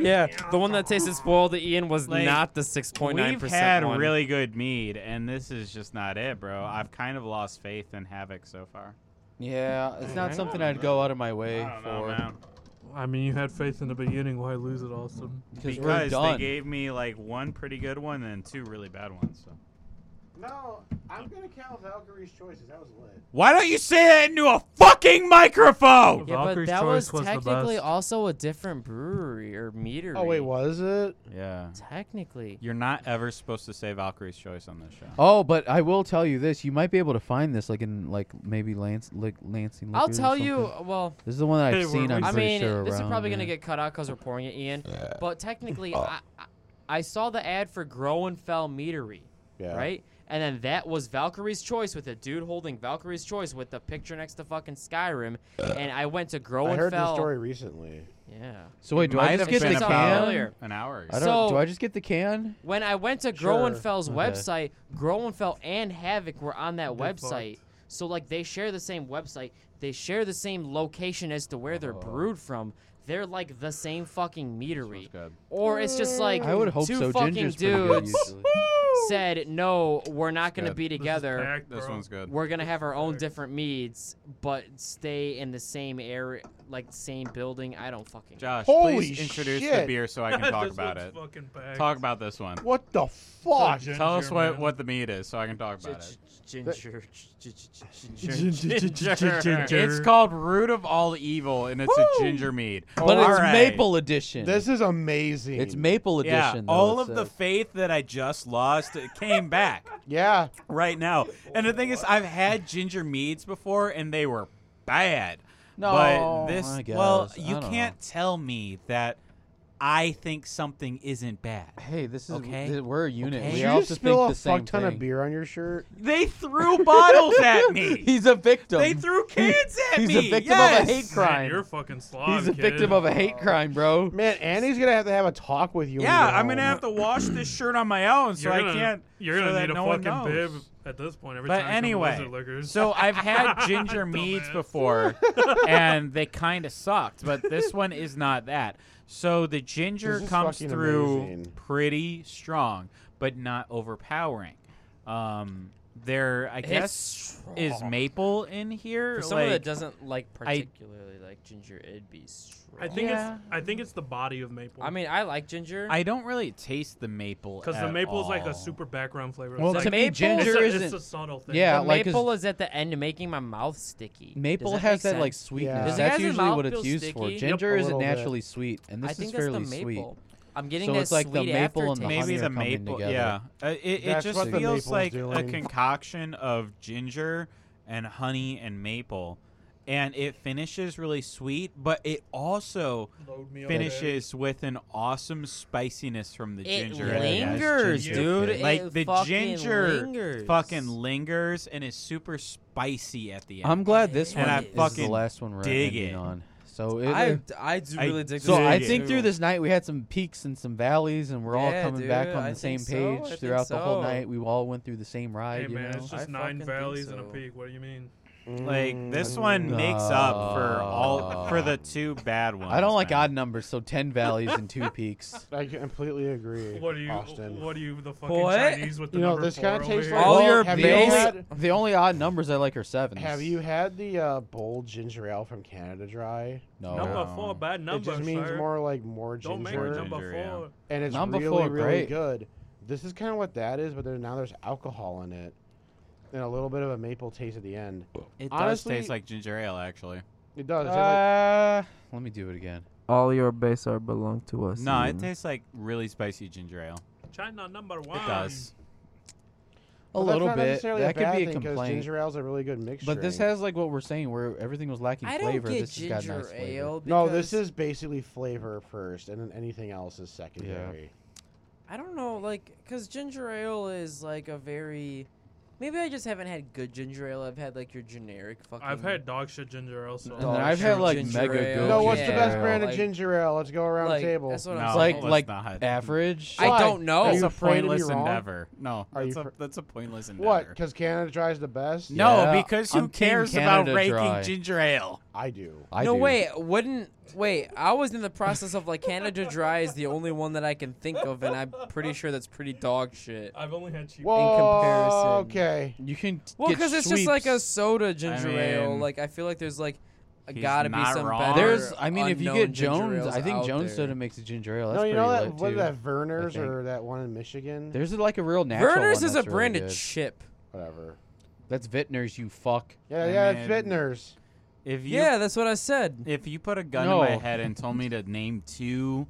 S1: yeah, [laughs] the one that tasted spoiled to Ian was
S3: Like,
S1: not the six point nine
S3: We've
S1: percent
S3: had
S1: one.
S3: really good mead, and this is just not it, bro. I've kind of lost faith in Havoc so far.
S4: Yeah, it's not something I'd go out of my way
S3: I don't know,
S4: for.
S3: man.
S2: I mean, you had faith in the beginning. Why lose it, Austin?
S4: Because we're
S3: Because they
S4: done.
S3: gave me like one pretty good one and two really bad ones. So.
S8: No, I'm gonna count Valkyrie's choices. That was lit.
S3: Why don't you say that into a fucking microphone?
S1: Yeah, but
S2: Valkyrie's
S1: that
S2: Choice
S1: was,
S2: was the
S1: technically
S2: best.
S1: also a different brewery or meter.
S5: Oh wait, was it?
S3: Yeah.
S1: Technically.
S3: You're not ever supposed to say Valkyrie's choice on this show.
S4: Oh, but I will tell you this: you might be able to find this, like in like maybe Lance, like Lansing.
S1: I'll
S4: Liquors or
S1: tell you.
S4: something.
S1: Well,
S4: This is the one that I've
S2: Hey,
S4: seen.
S2: we're-
S4: I'm
S1: I
S4: pretty
S1: mean,
S4: sure
S1: this is
S4: around,
S1: probably
S4: yeah.
S1: gonna get cut out because we're pouring it, Ian. But technically, I, I I saw the ad for Grow and Fell Meadery,
S8: Yeah.
S1: right? And then that was Valkyrie's Choice with a dude holding Valkyrie's Choice with the picture next to fucking Skyrim. and I went to Grow
S5: I
S1: and
S5: heard
S1: Fell.
S5: this story recently.
S1: Yeah.
S4: So wait, do I
S3: Might
S4: just
S3: have
S4: get
S3: been
S4: the
S1: about-
S4: can?
S1: earlier.
S3: An hour ago.
S4: I don't.
S1: So-
S4: do I just get the can?
S1: When I went to Groenfeld's
S4: Sure. Okay.
S1: website, Groenfeld and Havoc were on that
S2: They're
S1: website.
S2: fucked.
S1: So like they share the same website, they share the same location as to where
S4: Oh.
S1: they're brewed from. They're like the same fucking meadery.
S3: good.
S1: Or it's just like
S4: I would hope
S1: two
S4: so.
S1: fucking
S4: Ginger's pretty good
S1: dudes
S4: usually.
S1: [laughs] said, "No, we're not going to
S3: good.
S1: be
S2: This is
S1: together.
S2: packed,
S3: This
S2: bro. [laughs]
S3: one's good.
S1: We're going to have our own
S2: packed.
S1: different meads, but stay in the same area, like same building." I don't fucking
S3: Josh,
S5: Holy
S3: please introduce the
S5: shit.
S3: beer so I can
S2: [laughs]
S3: talk
S2: This
S3: about
S2: one's
S3: it.
S2: fucking packed.
S3: Talk
S2: [laughs]
S3: about this one.
S5: What the fuck?
S2: Ginger,
S3: Tell us what,
S2: man.
S3: what the meat is so I can talk about it.
S1: ginger,
S4: [laughs]
S2: Ginger. ginger, [laughs] ginger.
S3: It's called Root of All Evil, and it's a ginger mead.
S4: But
S3: All
S4: it's
S3: right.
S4: maple edition.
S5: This is amazing.
S4: it's maple edition.
S3: Yeah,
S4: though,
S3: all
S4: it
S3: of the
S4: says.
S3: faith that I just lost it
S4: [laughs]
S3: came back
S5: yeah.
S3: right now. And the thing is, I've had ginger meads before, and they were bad.
S4: No,
S3: but this,
S4: I
S3: well,
S4: guess. I
S3: you
S4: don't
S3: can't tell me that I think something isn't
S4: [laughs]
S3: bad.
S4: Hey, this is
S3: Okay.
S4: th- we're a unit.
S3: Okay.
S5: Did
S4: We
S5: you
S4: also
S5: just spill
S4: think
S5: a
S4: the same
S5: fuck ton
S4: thing.
S5: of beer on your shirt?
S3: They
S1: [laughs]
S3: threw bottles at
S4: [laughs]
S3: me.
S4: He's a victim.
S3: They
S4: [laughs]
S3: threw cans at
S4: He's
S3: me.
S4: a victim
S3: yes.
S4: of a hate
S2: Man, you're
S4: crime.
S2: fucking slob,
S4: He's a
S2: kid.
S4: victim of a hate
S1: Oh.
S4: crime, bro.
S5: Man, Andy's gonna have to have a talk with you. when
S3: Yeah,
S5: you get
S3: I'm gonna
S5: home.
S3: have to wash this shirt on my own, so
S2: you're
S3: I
S2: gonna-
S3: can't.
S2: You're
S3: so
S2: gonna
S3: that
S2: need a
S3: no one
S2: fucking bib
S3: knows.
S2: at this point. Every time
S3: But
S2: you come to
S3: anyway,
S2: Wizard Liquors.
S3: so I've
S2: [laughs]
S3: had ginger meads
S2: Dumbass. [laughs]
S3: before, and they kind of sucked. But this one is not that. So the ginger
S5: This is
S3: comes
S5: fucking
S3: through
S5: amazing.
S3: pretty strong, but not overpowering. Um, there, I guess, is maple in here.
S1: For someone
S3: like-
S1: that doesn't like particularly like ginger, it'd be strong.
S2: I think
S3: Yeah.
S2: it's I think it's the body of maple.
S1: I mean, I like ginger.
S3: I don't really taste the maple
S2: because the
S3: at
S2: maple is like
S3: all.
S2: a super background flavor.
S4: Well,
S2: it's
S4: to
S2: like,
S4: me,
S1: maple-
S2: it's
S4: ginger
S2: a,
S4: isn't.
S2: It's a subtle thing.
S4: yeah,
S1: the
S4: like, 'cause
S1: maple is at the end, making my mouth sticky. Does
S4: Maple
S1: that
S4: has
S1: make
S4: that like
S1: sense?
S4: sweetness.
S5: Yeah. Does
S1: it
S4: That's
S1: guys in
S4: usually
S1: mouth
S4: what
S1: feel
S4: it's used for.
S1: sticky?
S4: Ginger
S5: Yep.
S4: is
S5: A little bit.
S4: naturally sweet, and this
S1: I
S4: is
S1: think that's
S4: fairly
S1: the
S4: sweet.
S1: maple. I'm getting
S4: So
S1: that
S4: it's like the
S1: sweet
S4: maple and the
S1: aftertaste.
S4: honey
S3: maybe
S4: are
S3: the
S4: coming
S3: maple.
S4: together.
S3: Yeah, Uh, it, it
S5: That's
S3: just
S5: what the
S3: feels
S5: maple's
S3: like a
S5: doing.
S3: concoction of ginger and honey and maple, and it finishes really sweet, but it also
S2: Load me up, man.
S3: finishes with an awesome spiciness from the
S1: It
S3: ginger.
S4: Yeah, yeah, it's
S1: lingers,
S4: ginger.
S1: dude.
S4: Yeah.
S1: it
S3: Like the
S1: fucking
S3: ginger
S1: lingers.
S3: fucking lingers and is super spicy at the end.
S4: I'm glad this
S1: And
S4: one
S1: I
S4: is the
S3: fucking
S4: last one we're
S3: dig
S4: ending
S3: it.
S4: on. So it,
S1: I I do
S3: I
S1: really dig.
S4: so
S1: this
S4: I
S1: one,
S4: think
S1: too.
S4: through this night we had some peaks and some valleys, and we're all
S1: Yeah,
S4: coming back
S1: dude,
S4: on
S1: I
S4: the same
S1: think so, I
S4: page
S1: think
S4: throughout the whole
S1: so.
S4: night. We all went through the same ride.
S2: Hey
S4: you
S2: man, it's
S4: know?
S1: I
S2: just
S1: fucking
S2: nine
S1: think
S2: valleys and a
S1: so.
S2: peak. What do you mean?
S3: like this
S5: Mm,
S3: one makes up
S4: [laughs]
S3: for all for the two bad ones.
S4: I don't like
S3: man.
S4: odd numbers, so ten valleys and two peaks.
S5: I completely agree.
S2: What are you?
S5: Austin?
S2: What are you? The fucking
S1: What?
S2: Chinese with the
S5: You know,
S2: number
S5: this
S2: four
S5: kinda
S2: over
S5: tastes
S2: here?
S5: like-
S4: All
S5: Well,
S4: your
S5: have
S4: the
S5: you
S4: only,
S5: had-
S4: the only odd numbers I like are sevens.
S5: Have you had the uh, bold ginger ale from Canada Dry?
S3: Oh,
S4: No.
S2: number
S3: No.
S5: Uh,
S2: four, bad number.
S5: it just means
S2: sir.
S5: more like more
S2: Don't
S5: ginger,
S2: make it
S3: Ginger,
S2: number
S3: yeah.
S2: four.
S5: and it's
S4: Number
S5: really
S4: four,
S5: really
S4: great.
S5: good. This is kind of what that is, but there, now there's alcohol in it, and a little bit of a maple taste at the end.
S3: It does
S5: Honestly-
S3: taste like ginger ale, actually.
S5: It does. It tastes like-
S4: Uh, let me do it again.
S1: all your base are belong to us.
S3: No, it tastes like really spicy ginger ale.
S2: China number one.
S3: It
S4: A
S3: does.
S5: Well, that's
S4: little
S5: not
S4: bit.
S5: necessarily
S4: That could
S5: bad
S4: be a
S5: thing 'cause
S4: complaint.
S5: Ginger ale's a really good mixture.
S4: But this has like what we're saying, where everything was lacking
S1: I don't
S4: flavor.
S1: get
S4: this has got
S1: ginger
S4: nice flavor.
S1: ale.
S5: no. This
S1: because-
S5: is basically flavor first, and then anything else is secondary.
S1: I don't know, like, cause ginger ale is like a very
S9: Maybe I just haven't had good ginger ale. I've had like your generic fucking.
S2: I've had dog shit ginger ale, so
S4: And then I've had
S9: shit
S4: like
S9: ginger
S4: mega
S9: ale.
S4: good.
S5: No, what's the
S4: ginger
S5: best
S4: ale.
S5: brand of
S9: Like-
S5: ginger ale? Let's go around
S9: like,
S5: the table.
S9: That's what
S3: No.
S9: I'm
S4: Like
S9: saying.
S4: like
S3: Let's Oh, not.
S4: average.
S9: I
S5: Why?
S9: don't know.
S5: Are
S3: That's
S5: you
S3: a
S5: afraid to be
S3: pointless
S5: wrong?
S3: endeavor. No,
S5: Are you
S3: that's a,
S5: fr-
S3: that's a pointless endeavor.
S5: What? Because Canada tries the best.
S3: No,
S4: Yeah,
S3: because who
S4: I'm Team
S3: cares
S4: Canada
S3: about raking
S4: dry.
S3: ginger ale?
S5: I do.
S4: I
S1: no,
S4: do.
S1: wait. Wouldn't wait? I was in the process of like Canada Dry is the only one that I can think of, and I'm pretty sure that's pretty dog shit.
S2: I've only had cheap.
S5: Whoa.
S1: comparison.
S5: Okay.
S4: You can t-
S1: Well,
S4: get
S1: because it's just like a
S4: sweeps.
S1: soda ginger ale.
S3: mean,
S1: Like I feel like there's like
S3: he's
S1: gotta be
S3: not
S1: some
S3: wrong.
S1: better.
S4: There's, I mean, if you
S1: unknown
S4: get
S1: ginger
S4: Jones,
S1: ales
S4: I think
S1: out
S4: Jones
S1: there.
S4: soda makes a ginger ale. That's
S5: no, you
S4: pretty
S5: know that
S4: lit,
S5: what
S4: too.
S5: that Verner's
S4: think.
S5: or that one in Michigan.
S4: There's like a real natural.
S1: Verner's
S4: one
S1: is a
S4: that's really
S1: branded
S4: good.
S1: chip.
S5: Whatever.
S4: That's Vintner's, you fuck.
S5: Yeah,
S3: I
S5: yeah, it's
S3: mean-
S5: Vintner's.
S3: If you
S1: Yeah, that's what I
S3: [laughs]
S1: said.
S3: if you put a gun to my
S4: No.
S3: head and told me to name two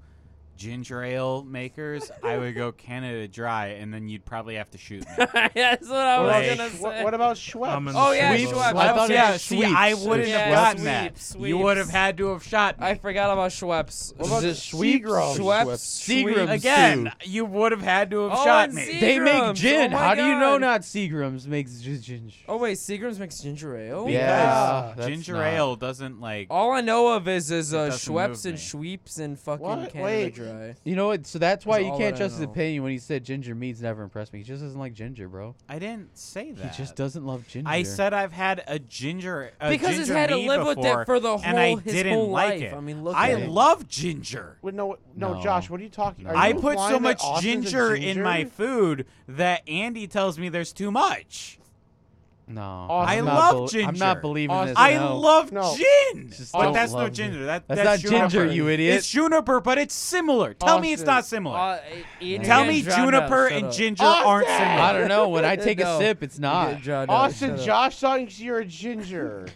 S3: ginger ale makers, I would go Canada Dry, and and you'd probably have to shoot me.
S1: that's what I
S5: What
S1: was
S5: about,
S3: Like-
S1: gonna say.
S5: what, what about Schweppes?
S2: I'm in
S1: Oh,
S2: the
S1: yeah,
S2: same
S1: Schweppes.
S2: boat.
S1: I
S4: thought it
S3: yeah,
S4: was
S3: see,
S4: sweeps.
S3: I
S4: It was
S3: wouldn't
S1: Yeah,
S3: have gotten
S1: sweeps,
S3: that. You would have
S1: sweeps.
S3: had to have shot me.
S1: I forgot about Schweppes.
S5: What about
S4: Is it sweeps?
S5: Seagram's?
S1: Schweppes.
S4: Seagram's.
S3: Again,
S4: Sue.
S3: you would have had to have
S1: Oh,
S3: shot
S1: and
S3: me.
S1: see-
S4: They make
S1: Seagram's,
S4: gin.
S1: oh my
S4: How do you know
S1: God.
S4: not Seagram's makes gi- ginger?
S1: Oh wait, Seagram's makes ginger ale.
S4: Yeah,
S5: Yeah,
S4: that's
S3: ginger
S4: not-
S3: ale doesn't like.
S1: All I know of is is
S3: It
S1: uh,
S3: doesn't
S1: Schweppes
S3: move
S1: and
S3: me.
S1: Schweeps and fucking
S5: What?
S1: Canada
S5: Wait.
S1: Dry.
S4: You know what? So that's why
S1: That's
S4: you
S1: all
S4: can't
S1: that I
S4: trust his
S1: know.
S4: opinion when he said ginger meats never impressed me. He just doesn't like ginger, bro.
S3: I didn't say that.
S4: He just doesn't love ginger.
S3: I said I've had a ginger a
S1: Because he's
S3: ginger
S1: had to
S3: mead
S1: live with
S3: before,
S1: that for the whole
S3: and I
S1: his
S3: didn't
S1: whole
S3: like
S1: life.
S3: it.
S1: I mean, look.
S3: I
S1: at him.
S3: love ginger.
S5: Wait, no, no,
S4: No.
S5: Josh, what are you talking? Are
S4: No.
S5: you
S3: I put so
S5: implying that
S3: much
S5: Austin's a
S3: ginger, in my
S5: ginger?
S3: food that Andy tells me there's too much.
S4: no.
S5: I
S4: I'm
S3: love
S4: not I'm
S3: ginger.
S4: not believing
S5: Austin-
S4: this.
S3: I
S4: no.
S3: love
S5: No.
S3: gin,
S4: Just
S3: but
S4: don't
S3: that's no
S4: love it.
S3: ginger. That,
S4: That's not ginger,
S3: juniper.
S4: you idiot.
S3: It's juniper, but it's similar. Tell me it's
S1: Austin.
S3: not similar.
S1: Uh, Ian,
S3: Tell
S1: you're
S3: me
S1: getting drowned out.
S3: juniper
S1: Shut
S3: and
S1: up.
S3: ginger aren't
S5: Austin!
S3: similar.
S4: I don't know. When I take
S1: No.
S4: a sip, it's
S1: You're
S4: not.
S1: getting drowned
S4: [laughs]
S1: out.
S5: [laughs] Austin,
S1: Shut up.
S5: Josh thinks you're a ginger.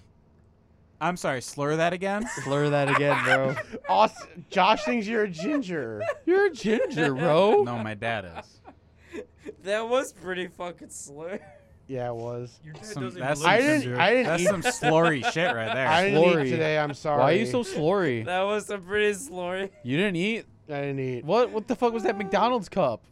S3: I'm sorry. Slur that again.
S4: Slur that again, bro.
S5: Austin, Josh thinks you're a ginger.
S4: [laughs] You're a ginger, bro.
S3: [laughs] no, my dad is.
S1: That was pretty fucking slur.
S5: Yeah, it was.
S2: Your dad
S3: Some-
S2: doesn't
S3: that's-
S2: even
S5: I
S2: like
S5: didn't.
S2: ginger.
S5: I didn't
S3: That's
S5: eat.
S3: some slurry shit right there.
S5: I didn't
S4: Slurry.
S5: eat today. I'm sorry.
S4: Why are you
S1: [laughs]
S4: so slurry?
S1: That was a pretty slurry.
S4: You didn't eat.
S5: I didn't eat
S4: What? What the fuck was that McDonald's cup?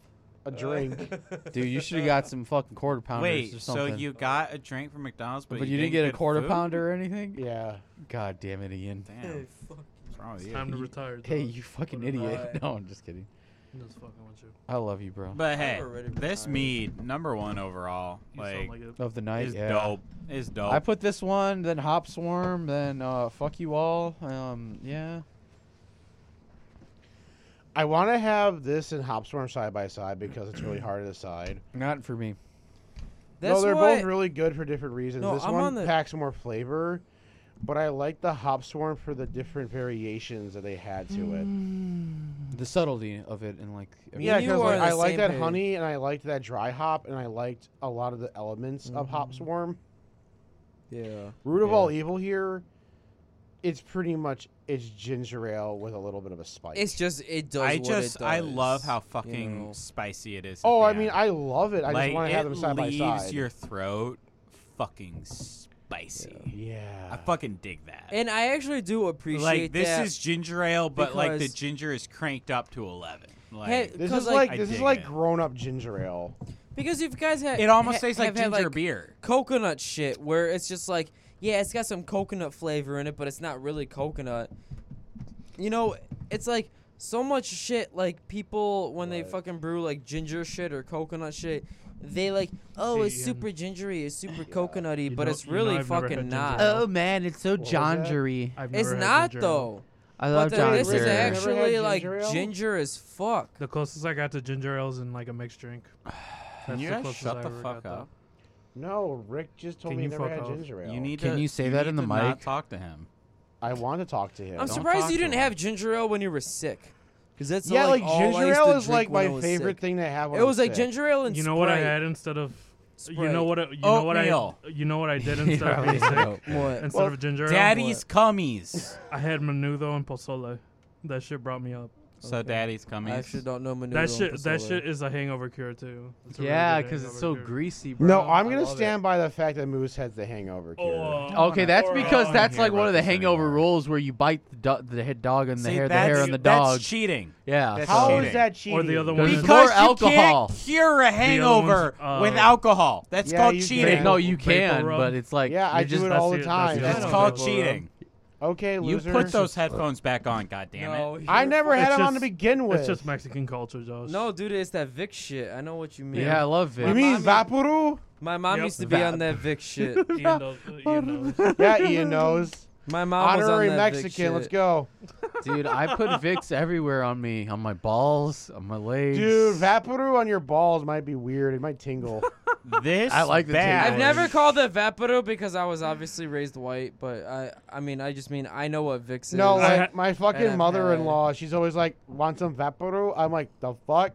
S5: a
S2: [laughs]
S5: drink.
S4: Dude, you should have got some fucking quarter pounders or
S3: Wait, so
S4: something.
S3: you got a drink from McDonald's, but,
S4: but you didn't get a quarter
S3: food?
S4: pounder or anything?
S5: yeah.
S4: God damn it, Ian.
S3: Damn, what's wrong with
S2: It's
S3: Oh, you?
S2: time to retire.
S4: Hey,
S2: dog.
S4: you fucking
S2: What about-
S4: idiot. [laughs] No, I'm just kidding.
S2: I'm just fucking with you.
S4: I love you, bro.
S3: [laughs] But hey,
S1: already
S3: this
S1: retired.
S3: mead, number one overall,
S2: You
S3: like,
S2: sound like it.
S4: Of the night,
S3: is
S4: yeah.
S3: dope. Is dope.
S4: I put this one, then Hop Swarm, then uh, Fuck You All. Um, yeah.
S5: I want to have this and Hopswarm side by side because it's really hard to decide.
S4: Not for me.
S1: That's
S5: no, they're
S1: why-
S5: both really good for different reasons.
S1: No,
S5: this
S1: I'm
S5: one
S1: on the-
S5: packs more flavor, but I like the Hopswarm for the different variations that they had to it.
S4: The subtlety of it and like.
S1: Me
S5: Yeah,
S1: and Mm. you
S5: because
S1: are
S5: like,
S1: on the
S5: I liked
S1: same
S5: that
S1: page.
S5: honey and I liked that dry hop and I liked a lot of the elements of Hop Swarm.
S1: Mm-hmm. Yeah.
S5: Root of
S4: Yeah.
S5: all evil here, it's pretty much it's ginger ale with a little bit of a spice.
S1: It's just it does.
S3: I
S1: what
S3: just,
S1: it does,
S3: I love how
S1: you
S3: fucking
S1: know.
S3: spicy it is. at
S5: oh,
S3: the
S5: I mean,
S3: end.
S5: I love it. I
S3: like,
S5: just want to have
S3: it
S5: them side by
S3: leaves
S5: side.
S3: your throat fucking spicy.
S5: Yeah.
S3: I fucking dig that.
S1: And I actually do appreciate
S3: like this
S1: that.
S3: is ginger ale, but like the
S1: because-
S3: ginger is cranked up to eleven. Like
S1: Hey,
S5: this
S1: 'cause,
S5: is
S1: like-
S5: like
S3: I
S5: this is
S3: dig
S5: like
S3: it.
S5: grown up ginger ale.
S1: because if you guys have
S3: it almost
S1: ha-
S3: tastes like
S1: have had,
S3: ginger beer.
S1: coconut shit where it's just like yeah it's got some coconut flavor in it but it's not really coconut you know it's like so much shit like people when they
S5: Right.
S1: fucking brew like ginger shit or coconut shit they like oh it's
S2: Hey, um,
S1: super gingery it's super coconutty but
S2: know-
S1: it's
S2: you know
S1: really
S2: I've never
S1: fucking
S2: had
S1: not
S2: ginger ale.
S4: Oh, man, it's so
S5: was that?
S2: I've
S1: it's
S2: never had
S1: not
S2: ginger ale.
S1: though
S4: I
S1: but then this
S5: ginger
S1: is
S5: ale. Never
S1: actually
S5: had
S1: like
S5: ginger ale?
S1: ginger as fuck
S2: The closest I got to ginger ale is in like a mixed
S3: [sighs]
S2: drink. That's
S3: you
S2: the
S3: guys
S2: closest
S3: shut
S2: I
S3: the
S2: ever
S3: fuck
S2: got,
S3: up?
S5: No, Rick just told
S2: Can
S5: me he
S2: you
S5: never
S2: fuck
S5: had
S2: off?
S5: ginger ale.
S3: You need
S4: Can
S3: to.
S4: you say that
S3: need
S4: in the
S3: to not
S4: mic?
S3: talk
S4: [laughs]
S3: to him.
S5: I want to talk to him.
S1: i'm
S3: Don't
S1: surprised
S3: talk
S1: you
S3: to
S1: didn't
S3: him.
S1: have ginger ale when you were sick because that's
S5: yeah, like,
S1: all I
S5: ginger
S1: used
S5: ale
S1: to
S5: is like
S1: drink when I
S5: my
S1: was
S5: favorite
S1: sick.
S5: thing to have. When
S1: it was
S5: I'm
S1: like
S5: sick.
S1: ginger ale and
S2: You know what I
S1: Sprite.
S2: had instead of you
S1: Sprite.
S2: know what I- you know what I
S3: Oatmeal.
S2: you know what I
S3: [laughs]
S2: did instead of being sick?
S1: What?
S2: instead of ginger ale.
S4: [laughs]
S3: Daddy's cummies.
S2: I had menudo and pozole. That shit brought me up.
S3: So
S1: Okay.
S3: daddy's coming.
S9: I actually don't know Menudo.
S2: That
S9: and
S2: shit, that
S9: Priscilla.
S2: shit is a hangover cure too. It's a really
S4: Yeah,
S2: good
S4: because it's so
S2: hangover cure.
S4: greasy, bro.
S5: No, I'm
S4: I
S5: gonna
S4: love it.
S5: stand by the fact that Moosehead's the hangover cure.
S2: Oh, uh,
S4: Okay, that's
S2: Or,
S4: because
S2: uh,
S4: that's
S3: hear
S4: like one
S3: about
S4: of the
S3: this
S4: hangover
S3: anymore.
S4: rules where you bite the, do- the head dog and the
S3: See,
S4: hair, the
S3: that's-
S4: hair on the dog.
S3: That's cheating.
S4: yeah.
S3: that's
S5: How
S3: cheating.
S5: is that cheating?
S2: Or the other one
S4: There's
S2: is
S4: more
S3: Because you
S4: alcohol.
S3: can't cure a hangover
S2: ones, uh,
S3: with alcohol. That's
S5: Yeah,
S3: called
S5: you
S3: cheating.
S5: can.
S4: No, you
S2: Vapor
S4: can,
S2: rub.
S4: but it's like
S5: Yeah, I
S4: you're just
S5: do it
S2: that's
S5: all
S2: the-
S5: the
S2: that's
S5: time.
S2: the
S3: That's
S2: Yeah.
S3: called
S2: Vapor rub.
S3: cheating.
S5: okay,
S3: You
S5: loser.
S3: put those headphones back on. God damn it.
S1: No,
S5: I
S1: you're
S5: never
S1: fu-
S5: had
S2: It's
S5: them on to
S2: just-
S5: begin with.
S2: It's
S4: [laughs]
S2: just Mexican culture, Josh.
S1: No, dude, it's that Vic shit. I know what you mean.
S4: Yeah, I love
S5: you
S4: it.
S1: mommy-
S5: mean Vapuru?
S1: My mom
S2: Yep.
S1: used to be on that Vic
S5: [laughs]
S1: shit.
S4: [laughs]
S2: Ian knows- Ian knows.
S5: yeah,
S1: [laughs]
S5: Ian knows.
S1: My mom
S5: Honorary
S1: was on that Vic
S5: Mexican. Let's
S1: shit.
S5: go,
S4: Dude, I put Vicks everywhere on me, on my balls, on my legs.
S5: dude. Vapuru on your balls might be weird. It might tingle.
S3: [laughs] This
S4: I like the
S3: bad.
S4: taste.
S1: I've never called it Vaporu because I was obviously raised white, but I I mean I just mean I know what Vicks is.
S5: no,
S2: I
S5: like
S2: had-
S5: my
S1: and I've
S5: fucking
S1: had-
S5: mother-in-law. She's always like, "Want some Vapuru?" I'm like, "The fuck."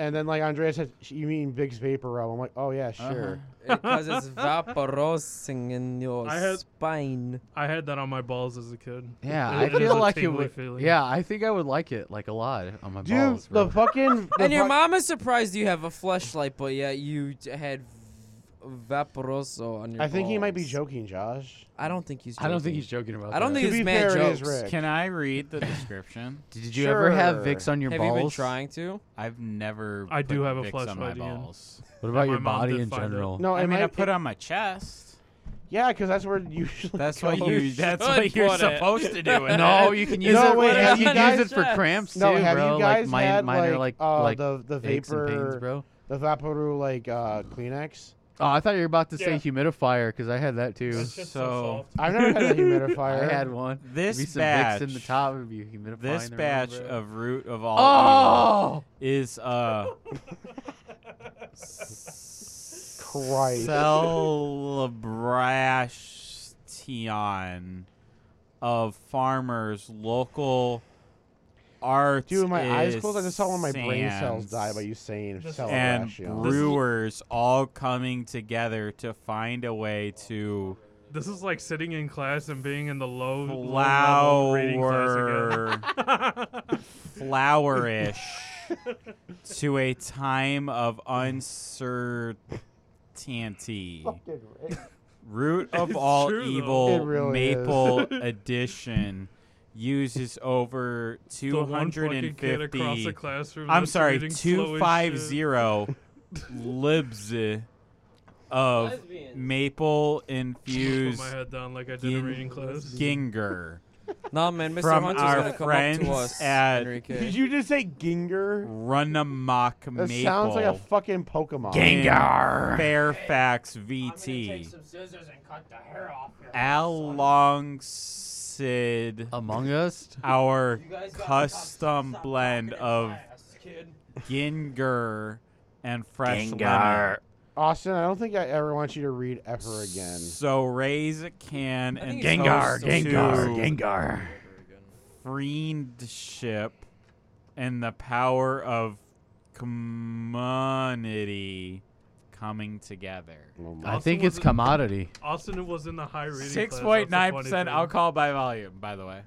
S5: And then like Andrea said, "Sh- "You mean Vicks Vapor Rub?" I'm like, "Oh yeah,
S4: Uh-huh.
S5: sure."
S1: because it's vaporosing in your
S2: I had-
S1: spine.
S2: I had that on my balls as a kid.
S4: Yeah,
S2: It-
S4: I
S2: it is a
S4: feel like it
S2: tingly
S4: would.
S2: feeling.
S4: Yeah, I think I would like it like a lot on my
S5: Dude,
S4: balls. bro.
S5: the
S4: [laughs]
S5: fucking the
S1: and your
S5: fuck-
S1: mom is surprised you have a fleshlight, but yeah, you j- had v- vaporoso on your.
S5: I think he might be
S1: balls.
S5: joking, Josh.
S1: I don't think he's. Joking.
S4: I don't think he's joking about.
S1: I don't
S4: that.
S1: think
S5: to
S1: this
S5: be
S1: man
S5: fair,
S1: jokes.
S5: it is Rick.
S3: Can I
S4: [laughs]
S3: read the description?
S4: Did you ever have
S5: Sure.
S4: Vicks on your
S1: Have
S4: balls?
S1: you been trying to?
S3: I've never.
S2: I do
S3: put
S2: have a
S3: Vicks
S2: flush
S3: on my
S2: idea.
S3: balls.
S4: What about
S2: my
S4: your
S2: mom
S4: body
S2: did
S4: in
S2: find it.
S4: general?
S5: No,
S3: I
S5: it
S3: mean,
S5: might,
S3: I put on my chest.
S4: [laughs]
S5: yeah, because that's where [laughs] oh, usually.
S3: That's
S5: goes.
S3: what you. That's
S1: should
S3: what you're
S1: put it.
S3: supposed to
S4: [laughs]
S3: do. with
S4: No,
S3: it.
S4: you can
S5: No,
S4: use it.
S5: wait,
S4: for-
S5: have
S4: you
S5: you
S4: can
S5: guys-
S4: use it for cramps
S5: No,
S4: too,
S5: have
S4: bro.
S5: you guys
S4: like mine,
S5: had
S4: mine
S5: like,
S4: are like
S5: uh,
S4: like
S5: the the
S4: aches and pains,
S5: vapor,
S4: bro.
S5: the Vaporu like uh, Kleenex?
S4: Oh, I thought you were about to say
S2: Yeah.
S4: humidifier because I had that too.
S2: It's just
S3: So-
S2: soft.
S5: I've never
S4: [laughs]
S5: had a
S4: I
S5: humidifier.
S4: had one.
S3: This
S4: Be some
S3: batch.
S4: Vicks in the top would be humidifying.
S3: This
S4: the room,
S3: batch
S4: bro.
S3: of root of all
S4: Oh,
S3: evil is uh
S5: Christ.
S3: celebration of farmers local art.
S5: Dude, when my eyes closed. I just saw one of my brain cells die by you saying
S2: This is-
S3: And
S5: celebration.
S2: This is-
S3: brewers all coming together to find a way to
S2: [laughs] This is like sitting in class and being in the low, low level reading class again.
S3: [laughs] flower
S2: [laughs]
S3: flowerish [laughs] to a time of uncertainty. Root of
S2: It's
S3: all
S2: true, though.
S3: evil
S5: It really is. [laughs]
S3: maple edition uses over
S2: The one fucking kid across the
S3: 250
S2: classroom.
S3: I'm
S2: that's
S3: sorry,
S2: reading slow as shit.
S3: 250 libs of
S2: [laughs]
S3: maple
S2: Put
S3: infused
S2: my head down like I did in reading class.
S3: ginger.
S1: No, man, Mr.
S3: From
S1: Hunter's
S3: our
S1: gonna come up
S3: friends
S1: to us.
S3: at-
S1: Enrique.
S5: Did you just say Ginger?
S3: Runamuck Maple.
S5: That sounds like a fucking Pokemon.
S3: in Fairfax VT. Alongside
S4: Among Us.
S3: our custom blend of ginger and fresh ginger.
S5: Austin, I don't think I ever want you to read ever again.
S3: So raise a can and
S1: it's
S3: toast to
S4: Gengar.
S3: friendship and the power of community coming together.
S4: I
S5: Oh
S2: Also
S4: think
S2: was
S4: it's
S2: it-
S4: commodity.
S2: Austin was in the high reading class.
S3: Six point nine
S2: that's the funny
S3: percent
S2: thing.
S3: alcohol by volume, by the way.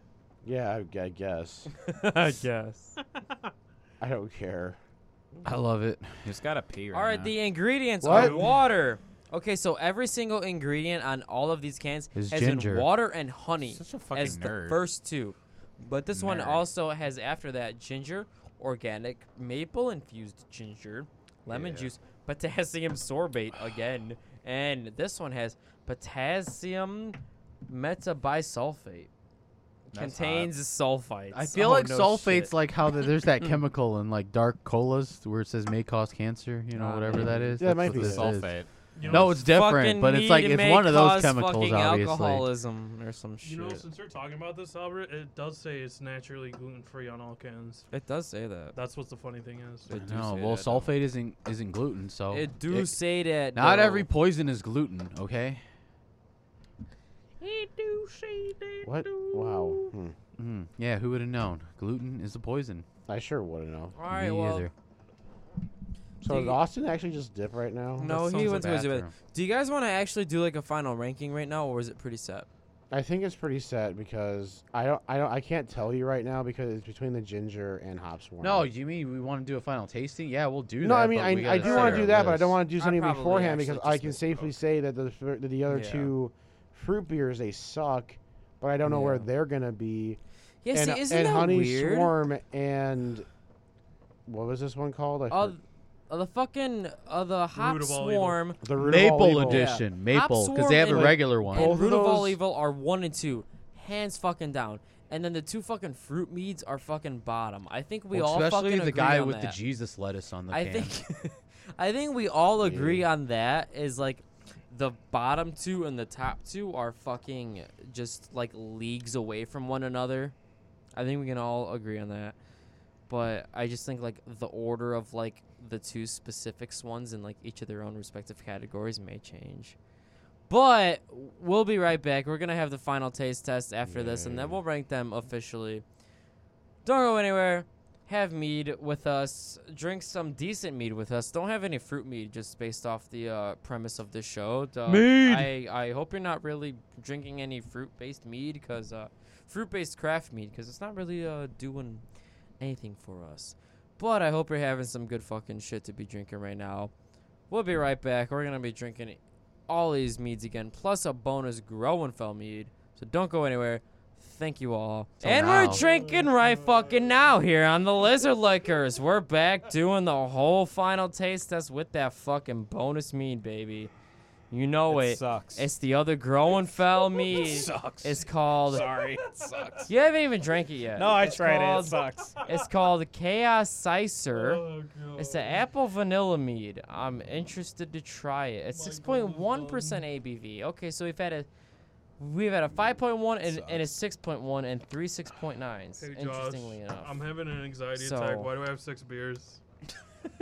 S5: Yeah, I, I guess.
S1: yes.
S5: I don't care.
S4: I love it.
S3: Just gotta pee right
S1: All right, the ingredients
S5: What?
S1: are water. Okay, so every single ingredient on all of these cans
S4: Is
S1: has been
S4: ginger.
S1: water and honey
S3: Such a fucking
S1: as the
S3: nerd.
S1: first two, but this one
S3: Nerd.
S1: also has after that ginger, organic maple infused ginger, lemon juice, potassium
S4: [sighs]
S1: sorbate again, and this one has potassium metabisulfate.
S3: That's hot.
S1: Contains sulfites.
S4: I feel
S1: Oh,
S4: like
S1: no
S4: sulfate's
S1: shit.
S4: like how the, there's that chemical in like dark colas where it says may cause cancer. You know,
S1: Ah,
S4: whatever that is.
S5: Yeah, it
S4: That's
S5: might
S4: what
S5: be
S4: this is.
S3: sulfate.
S2: You know,
S4: No, it's different,
S1: Fucking
S4: but it's like
S1: need
S4: it's
S1: may
S4: one of those
S1: cause
S4: chemicals,
S1: fucking
S4: obviously.
S1: Alcoholism or some shit.
S2: You know, since we're talking about this, Albert, it does say it's naturally gluten free on all cans.
S1: It does say that.
S2: That's what the funny thing is.
S1: It do
S4: No,
S1: say
S4: well,
S1: that,
S4: sulfate isn't isn't gluten, so
S1: though. It do say that.
S4: not
S1: though.
S4: every poison is gluten. Okay.
S5: What? Wow. Hmm.
S4: Mm, yeah, who would have known? Gluten is a poison.
S5: I sure wouldn't know.
S1: All right,
S4: Me
S1: well,
S4: either.
S5: So
S1: Do
S5: did
S1: you-
S5: Austin actually just dip right now?
S1: no,
S4: Oh, That
S1: he
S4: sounds
S1: went to
S4: like
S1: his.
S4: bathroom.
S1: Do you guys want to actually do like a final ranking right now, or is it pretty set?
S5: I think it's pretty set because I don't, I don't, I can't tell you right now because it's between the ginger and hops one.
S4: No, you mean we want to do a final tasting? Yeah, we'll do that.
S5: no, I mean
S4: but we
S5: I, I
S4: gotta
S5: do
S4: set
S5: want
S4: our
S5: to do that, but I
S4: list.
S5: don't want to do
S9: I
S5: something
S9: probably
S5: beforehand
S9: actually
S5: because
S9: just
S5: I can
S9: misspoke.
S5: safely say that the fir- that the other
S4: Yeah.
S5: two fruit beers they suck, but I don't know where
S4: Yeah.
S5: they're gonna be.
S9: Yeah,
S5: and
S9: see, isn't
S5: and
S9: that
S5: honey
S9: weird?
S5: swarm and what was this one called? I
S1: Uh,
S5: for-
S1: uh, the fucking uh, the hop
S2: Root of all evil.
S1: swarm
S5: the root of all
S4: Maple
S5: evil.
S4: edition, maple, because
S1: Swarm
S4: they have a
S1: and-
S4: regular one.
S1: and
S5: Both of
S1: root of all
S5: those-
S1: evil are one and two, hands fucking down. And then the two fucking fruit meads are fucking bottom. I think we
S4: Well,
S1: all
S4: especially
S1: fucking
S4: the
S1: agree
S4: guy
S1: on
S4: with the
S1: that.
S4: Jesus lettuce on the
S1: I [laughs]
S4: can.
S1: think, I think we all agree on that. Is like the bottom two and the top two are fucking just like leagues away from one another. I think we can all agree on that. But I just think like the order of like the two specifics ones in like each of their own respective categories may change. But we'll be right back. We're gonna have the final taste test after this, and then we'll rank them officially. Don't go anywhere. Have mead with us. Drink some decent mead with us. Don't have any fruit mead, just based off the uh, premise of this show. Uh,
S4: Mead!
S1: I I hope you're not really drinking any fruit-based mead, cause uh, fruit-based craft mead, cause it's not really uh, doing anything for us. But I hope you're having some good fucking shit to be drinking right now. We'll be right back. We're gonna be drinking all these meads again, plus a bonus Groenfell mead. So don't go anywhere. Thank you all.
S4: Till
S1: and
S4: now.
S1: we're drinking right fucking now here on the Lizard Liquors. We're back doing the whole final taste test with that fucking bonus mead, baby. You know
S3: It
S1: it.
S3: sucks.
S1: Oh, It's the other Groenfell mead.
S3: sucks.
S1: It's called.
S3: Sorry, it
S1: [laughs]
S3: sucks.
S1: You haven't even drank it yet.
S3: No, I
S1: It's
S3: tried it.
S1: called- [laughs]
S3: It sucks.
S1: It's called Chaos Sicer.
S2: Oh, God.
S1: It's an apple vanilla mead. I'm interested to try it. It's six point one percent ABV. Okay, so we've had a we've had a five point one and, and a six point one and three six point nines.
S2: Hey, Josh,
S1: Interestingly enough.
S2: I'm having an anxiety attack.
S1: So-
S2: Why do I have six beers?
S1: [laughs]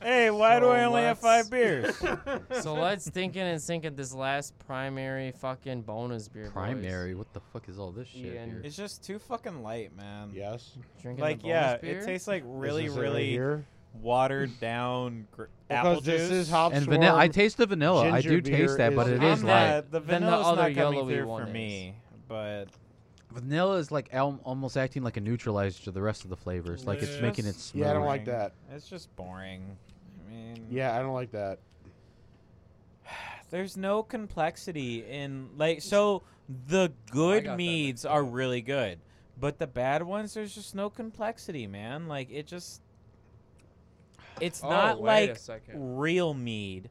S3: Hey, why do I
S1: So
S3: only
S1: let's-
S3: have
S1: [laughs]
S3: five beers?
S2: [laughs]
S1: so let's thinking and sink at this last primary fucking bonus beer. boys.
S4: Primary. What the fuck is all this shit
S1: Ian.
S4: here?
S3: it's just too fucking light, man.
S5: Yes.
S1: Drinking the
S3: Like,
S1: bonus
S3: yeah,
S1: beer?
S3: it tastes like really,
S5: Is this it right
S3: really
S5: here?
S3: watered down gr- apple
S5: Because
S3: juice.
S5: this is hops
S4: And vanilla. I
S5: swarm.
S4: taste the vanilla. I
S5: ginger
S4: do
S5: beer
S4: taste that, but
S5: is-
S4: it
S1: I'm
S4: is
S1: not-
S4: light.
S3: the
S1: Then the
S3: vanilla's
S1: other
S3: not coming
S1: yellowy
S3: through
S1: one
S3: for
S1: is.
S3: me, but
S4: Vanilla is like al- almost acting like a neutralizer to the rest of the flavors. Like it's making it
S3: Yes.
S4: smooth.
S5: Yeah, I don't like
S3: Boring.
S5: that.
S3: it's just boring. I mean,
S5: Yeah, I don't like that.
S3: there's no complexity in like so
S1: Oh,
S3: the good
S4: that
S3: meads are really good, but the bad ones there's just no complexity, man. Like it just it's
S1: Oh,
S3: not
S1: wait a
S3: like
S1: second.
S3: real mead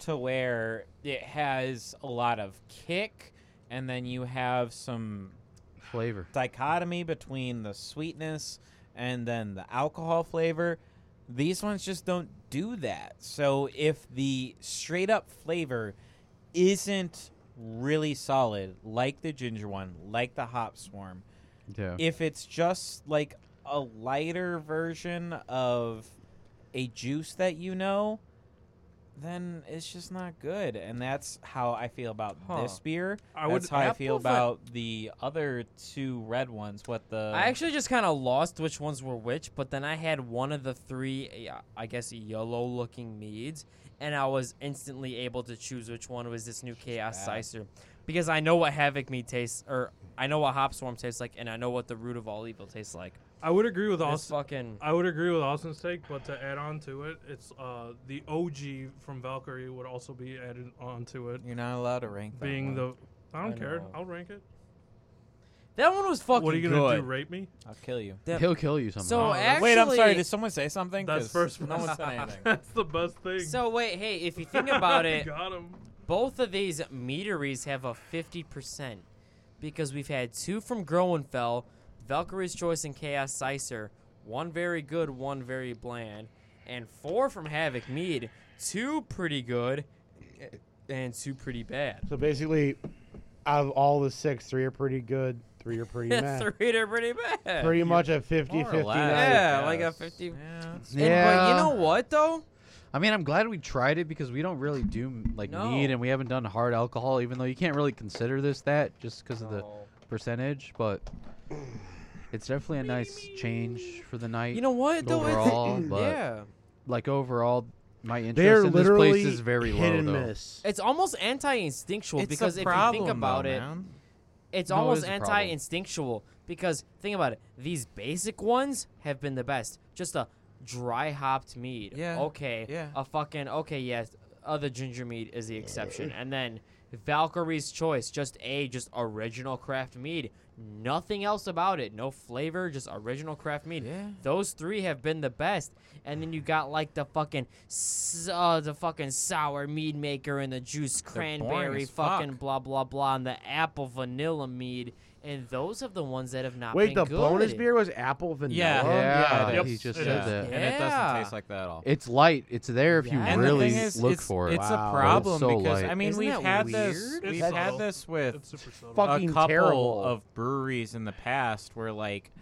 S3: to where it has a lot of kick and then you have some
S4: flavor.
S3: dichotomy between the sweetness and then the alcohol flavor. These ones just don't do that. So if the straight up flavor isn't really solid, like the ginger one, like the hop swarm,
S4: Yeah.
S3: if it's just like a lighter version of a juice that you know, then it's just not good. And that's how I feel about
S1: Huh.
S3: this beer.
S2: I would-
S3: that's how I feel
S1: Apple va-
S3: about the other two red ones. What the
S1: I actually just kind of lost which ones were which, but then I had one of the three, uh, I guess, yellow looking meads, and I was instantly able to choose which one was this new Chaos
S3: bad.
S1: Sicer. Because I know what Havoc mead tastes, or I know what Hop Swarm tastes like, and I know what the Root of All Evil tastes like.
S2: I would agree with
S1: This
S2: Austin.
S1: fucking.
S2: I would agree with Austin's take, but to add on to it, it's uh, the OG from Valkyrie would also be added on to it,
S3: You're not allowed to rank that
S2: being
S3: one.
S2: the. I don't
S1: I
S2: care.
S1: know.
S2: I'll rank it.
S1: That one was fucking
S2: What are you gonna
S1: good.
S2: do? Rape me?
S3: I'll kill you.
S1: that-
S4: He'll kill you somehow.
S1: So
S2: Oh, that's-
S1: actually,
S3: Wait, I'm sorry. Did someone say something?
S2: That's
S3: 'Cause
S2: first.
S3: No
S2: [laughs]
S3: one said anything.
S2: That's the best thing.
S1: So wait, hey, if you
S2: [laughs]
S1: think about it,
S2: Got him.
S1: both of these meteries have a 50% because we've had two from Groenfell, Valkyrie's Choice, and Chaos Sicer. One very good, one very bland. And four from Havoc Mead. Two pretty good eh, and two pretty bad.
S5: So basically, out of all the six, three are pretty good, three are
S9: [laughs]
S5: pretty
S1: [laughs]
S5: meh.
S1: Three are pretty bad.
S5: Pretty much a 50 50
S3: less.
S1: yeah,
S3: I
S1: like a
S3: guess.
S1: 50.
S3: Yeah.
S1: And- but you know what, though?
S4: I mean, I'm glad we tried it because we don't really do like
S1: No.
S4: mead, and we haven't done hard alcohol, even though you can't really consider this that just because of the percentage. But it's definitely a nice change for the
S1: [laughs]
S4: night.
S1: You know what, though? It's-
S4: overall, but
S1: yeah.
S4: like overall, My interest
S5: They are
S4: in this
S5: literally
S4: place is very
S5: hit
S4: low,
S5: and
S4: though.
S5: miss.
S1: It's almost anti-instinctual
S3: It's a
S1: because if you
S3: problem,
S1: think about
S3: though,
S1: it,
S3: man.
S1: it's
S4: No, it
S1: almost
S4: is a problem.
S1: anti-instinctual because think about it. These basic ones have been the best. Just a dry hopped mead.
S3: Yeah,
S1: Okay.
S3: yeah.
S1: A fucking okay. Yes. Other ginger mead is the exception, and then Valkyrie's choice. Just a just original craft mead. Nothing else about it. No flavor. Just original craft mead.
S3: Yeah.
S1: Those three have been the best. And then you got like the fucking s- uh, the fucking sour mead maker and the juice
S3: They're boring
S1: cranberry
S3: as fuck.
S1: fucking blah blah blah and the apple vanilla mead and those are the ones that have not
S5: Wait,
S1: been
S5: the
S1: good.
S5: bonus beer was apple vanilla.
S3: Yeah.
S4: Yeah,
S3: it
S2: Yep.
S4: he
S3: is.
S4: just
S2: it
S4: said
S2: is.
S4: that.
S3: And it doesn't
S1: Yeah.
S3: taste like that at all.
S4: It's light. It's there if you
S1: Yeah.
S3: and
S4: really
S3: the thing is,
S4: look
S3: it's,
S4: for it.
S5: Wow.
S3: It's a
S5: It's
S3: problem
S4: so
S3: because
S4: light.
S3: I mean
S1: Isn't
S3: we've
S1: that
S3: had this
S1: weird?
S3: we've
S2: That's-
S3: had this with
S2: It's super subtle.
S3: a
S11: fucking
S3: couple
S11: terrible.
S3: of breweries in the past where like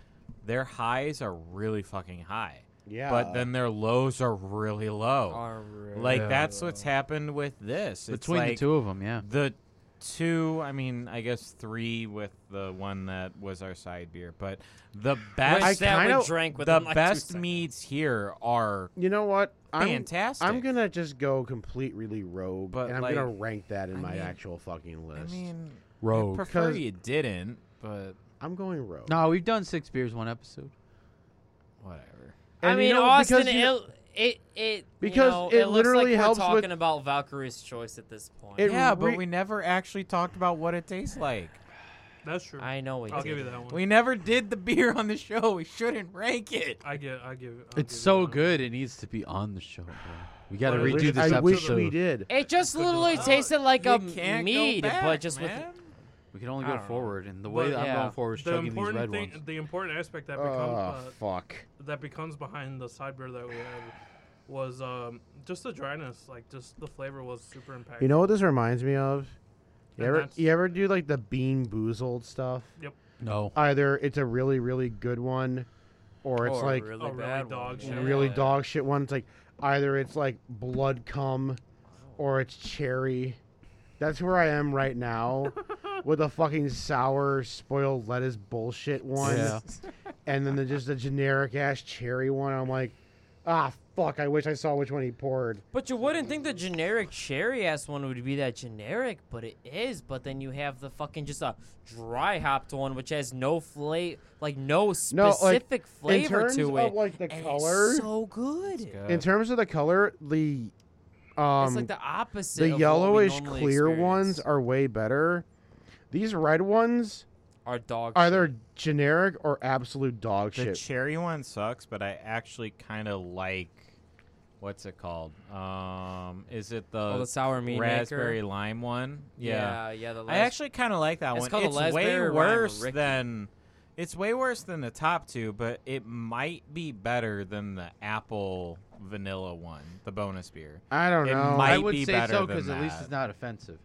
S3: their highs are really fucking high,
S5: Yeah.
S3: but then their lows are really low.
S1: Are really
S3: like
S4: Yeah.
S3: that's what's happened with this. It's
S4: Between
S3: like
S4: the two of them, yeah.
S3: the two, I mean, I guess three with the one that was our side beer, but the best
S1: Wish that
S5: kinda-
S1: we drank with
S3: the
S1: them like two
S3: best
S1: seconds.
S3: meads here are
S5: you know what? I'm,
S3: fantastic.
S5: I'm gonna just go completely rogue,
S3: But,
S5: and I'm
S3: like,
S5: gonna rank that in
S3: I
S5: my
S3: mean-
S5: actual fucking
S3: I
S5: list.
S3: mean, I
S4: Rogue.
S3: prefer
S5: 'Cause-
S3: you didn't, but
S5: I'm going rogue.
S4: No, we've done six beers one episode.
S3: whatever.
S5: And
S1: I
S5: you
S1: mean,
S5: know, because
S1: Austin,
S5: you-
S1: it, it, it,
S5: Because
S1: you know,
S5: it
S1: it, looks
S5: literally
S1: like
S5: helps
S1: we're
S5: with-
S1: talking about Valkyrie's choice at this point.
S5: It
S3: yeah,
S5: re-
S3: but we never actually talked about what it tastes like.
S2: That's true.
S1: I know we
S2: I'll
S1: did.
S2: give you that one.
S3: We never did the beer on the show. We shouldn't rank it.
S2: I get. I give. I'll give
S4: It's
S2: you
S4: so
S2: that one.
S4: good. It needs to be on the show. Bro. We got to
S2: I wish-
S4: redo this
S5: I
S4: episode.
S5: wish we did.
S1: It just
S2: Good
S1: literally
S2: luck.
S1: tasted like
S3: You
S1: a
S3: can't go
S1: mead, but
S3: back,
S1: just
S3: man.
S4: We can only
S1: I
S4: go
S1: don't know.
S4: forward, and the way
S2: But
S4: that I'm
S1: yeah.
S4: going forward is
S2: The
S4: chugging these red
S2: important thing,
S4: ones.
S2: the important aspect that
S5: Oh
S2: becomes uh,
S5: fuck!
S2: that becomes behind the side beer that we had was um, just the dryness. Like just the flavor was super impactful.
S5: You know what this reminds me of? You
S2: And
S5: ever,
S2: that's-
S5: you ever do like the Bean Boozled stuff?
S4: No.
S5: Either it's a really really good one, or it's
S1: Or
S5: like
S1: really
S2: Oh, really
S1: bad
S2: dog
S1: one.
S2: shit.
S5: a really
S1: Yeah.
S5: dog shit one. It's like either it's like blood cum, or it's cherry. That's where I am
S1: [laughs]
S5: right now, with a fucking sour spoiled lettuce bullshit one,
S4: Yeah.
S5: [laughs] and then the, just a generic ass cherry one. I'm like, ah fuck! I wish I saw which one he poured.
S1: But you wouldn't think the generic cherry ass one would be that generic, but it is. But then you have the fucking just a dry hopped one, which has no flavor, like no
S5: like,
S1: specific
S5: In
S1: flavor
S5: terms
S1: to
S5: of
S1: it.
S5: like the
S1: and
S5: color,
S1: it's so good.
S5: in terms of the color, the um
S1: it's like the opposite.
S5: the
S1: of what we
S5: yellowish
S1: normally
S5: clear ones
S1: experience.
S5: are way better. These red ones
S1: are dog.
S5: are
S1: shit.
S5: either generic or absolute dog
S3: The
S5: shit.
S3: cherry one sucks, but I actually kind of like what's it called? Um, is it the,
S1: Oh, the sour meat
S3: raspberry
S1: maker.
S3: lime one? Yeah,
S1: Yeah, yeah. The
S3: I
S1: last,
S3: actually kind of like that
S1: It's
S3: one.
S1: called a
S3: It's way
S1: raspberry lime
S3: worse
S1: Ricky.
S3: than it's way worse than the top two, but it might be better than the apple vanilla one, the bonus beer.
S5: I don't
S3: It
S5: know.
S3: might
S4: I would
S3: be
S4: say
S3: better
S4: so
S3: than
S4: because at least
S3: that.
S4: it's not offensive.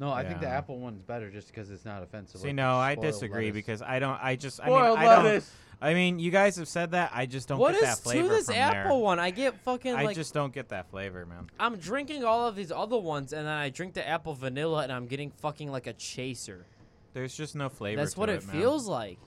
S4: No, I think the
S3: Yeah.
S4: apple one's better just because it's not offensive.
S3: See,
S4: like
S3: no, I
S4: spoiled
S3: disagree
S4: lettuce.
S3: because I don't. I just. I
S4: Spoiled
S3: mean, I don't-
S4: lettuce.
S3: I mean, you guys have said that. I just don't
S1: What
S3: get that
S1: is
S3: flavor
S1: to this
S3: from
S1: apple
S3: there.
S1: one? I get fucking
S3: I
S1: like
S3: just don't get that flavor, man.
S1: I'm drinking all of these other ones, and then I drink the apple vanilla, and I'm getting fucking like a chaser.
S3: There's just no flavor.
S1: That's
S3: to
S1: what
S3: it,
S1: it
S3: man.
S1: feels like.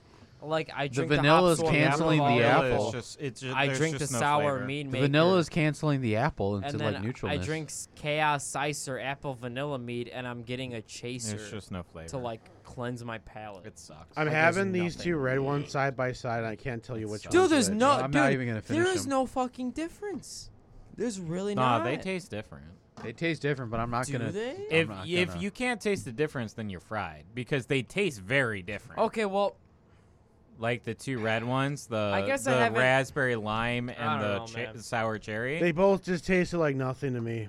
S1: Like I drink
S4: vanilla
S1: hops
S4: is
S1: one, I drink
S4: canceling
S1: all
S4: the
S1: of
S4: apple.
S1: it.
S3: It's just, it's just,
S1: I
S3: there's
S1: drink the
S3: just no
S1: sour
S3: flavor.
S1: mead
S4: The
S1: maker.
S4: vanilla is canceling the apple into
S1: and then
S4: like
S1: I
S4: neutralness.
S1: drink s- chaos sicer apple vanilla mead, and I'm getting a chaser
S3: There's just no flavor.
S1: to like cleanse my palate.
S3: it sucks.
S5: I'm
S3: Like, there's
S5: having these
S3: nothing.
S5: two red ones side by side, and I can't tell you which.
S1: Dude,
S5: one's
S1: there's
S5: which.
S1: no,
S4: I'm
S1: dude,
S4: not even gonna
S1: there
S4: finish
S1: is
S4: them.
S1: no fucking difference. There's really
S3: Nah,
S1: not.
S3: they taste different.
S4: They taste different, but I'm not
S1: Do
S4: gonna.
S1: they?
S4: I'm
S3: If
S4: not
S3: if
S4: gonna-
S3: you can't taste the difference, then you're fried because they taste very different.
S1: Okay,
S3: [laughs]
S1: well,
S3: Like the two red ones, the
S1: I guess I
S3: the
S1: haven't-
S3: raspberry lime
S1: I don't
S3: and the
S1: know,
S3: che-
S1: man.
S3: sour cherry.
S5: They both just tasted like nothing to me.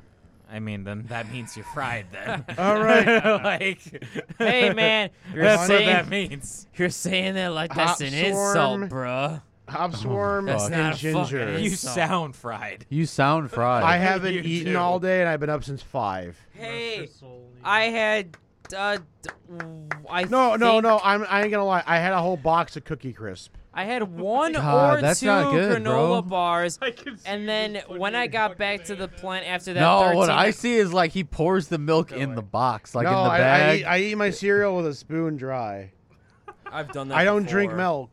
S3: I mean, then that means you're fried then. [laughs]
S5: All right.
S3: like
S1: hey man, you're
S3: That's what
S1: saying
S3: that means.
S1: you're saying that like that's an
S5: Hop
S1: insult,
S5: swarm.
S1: bruh.
S5: Hop swarm
S1: That's
S5: and
S1: not a fucking
S5: ginger.
S3: You
S1: Insult.
S3: sound fried.
S4: You sound fried.
S5: I haven't
S3: You
S5: eaten
S3: do.
S5: all day, and I've been up since five.
S2: Rest your
S1: Hey,
S2: soul, Lee.
S1: I had uh, d- w- I
S5: No, no,
S1: think
S5: no. I'm I ain't gonna lie. I had a whole box of Cookie Crisp.
S1: I
S4: [laughs]
S1: had one
S4: God,
S1: or
S4: that's
S1: two
S4: not good, bro.
S1: granola bars,
S2: [laughs] I can see
S1: and
S2: you
S1: then
S2: putting
S1: when
S2: your
S1: I got
S2: fucking
S1: back to
S2: hand
S1: the
S2: in.
S1: plant after that,
S4: no,
S1: 13,
S4: what I see is like he pours the milk in the box, like
S5: no,
S4: in the
S5: I, I,
S4: bag.
S5: eat, I eat my cereal with a spoon dry.
S1: [laughs] I've done that.
S5: I don't drink
S1: before.
S5: milk.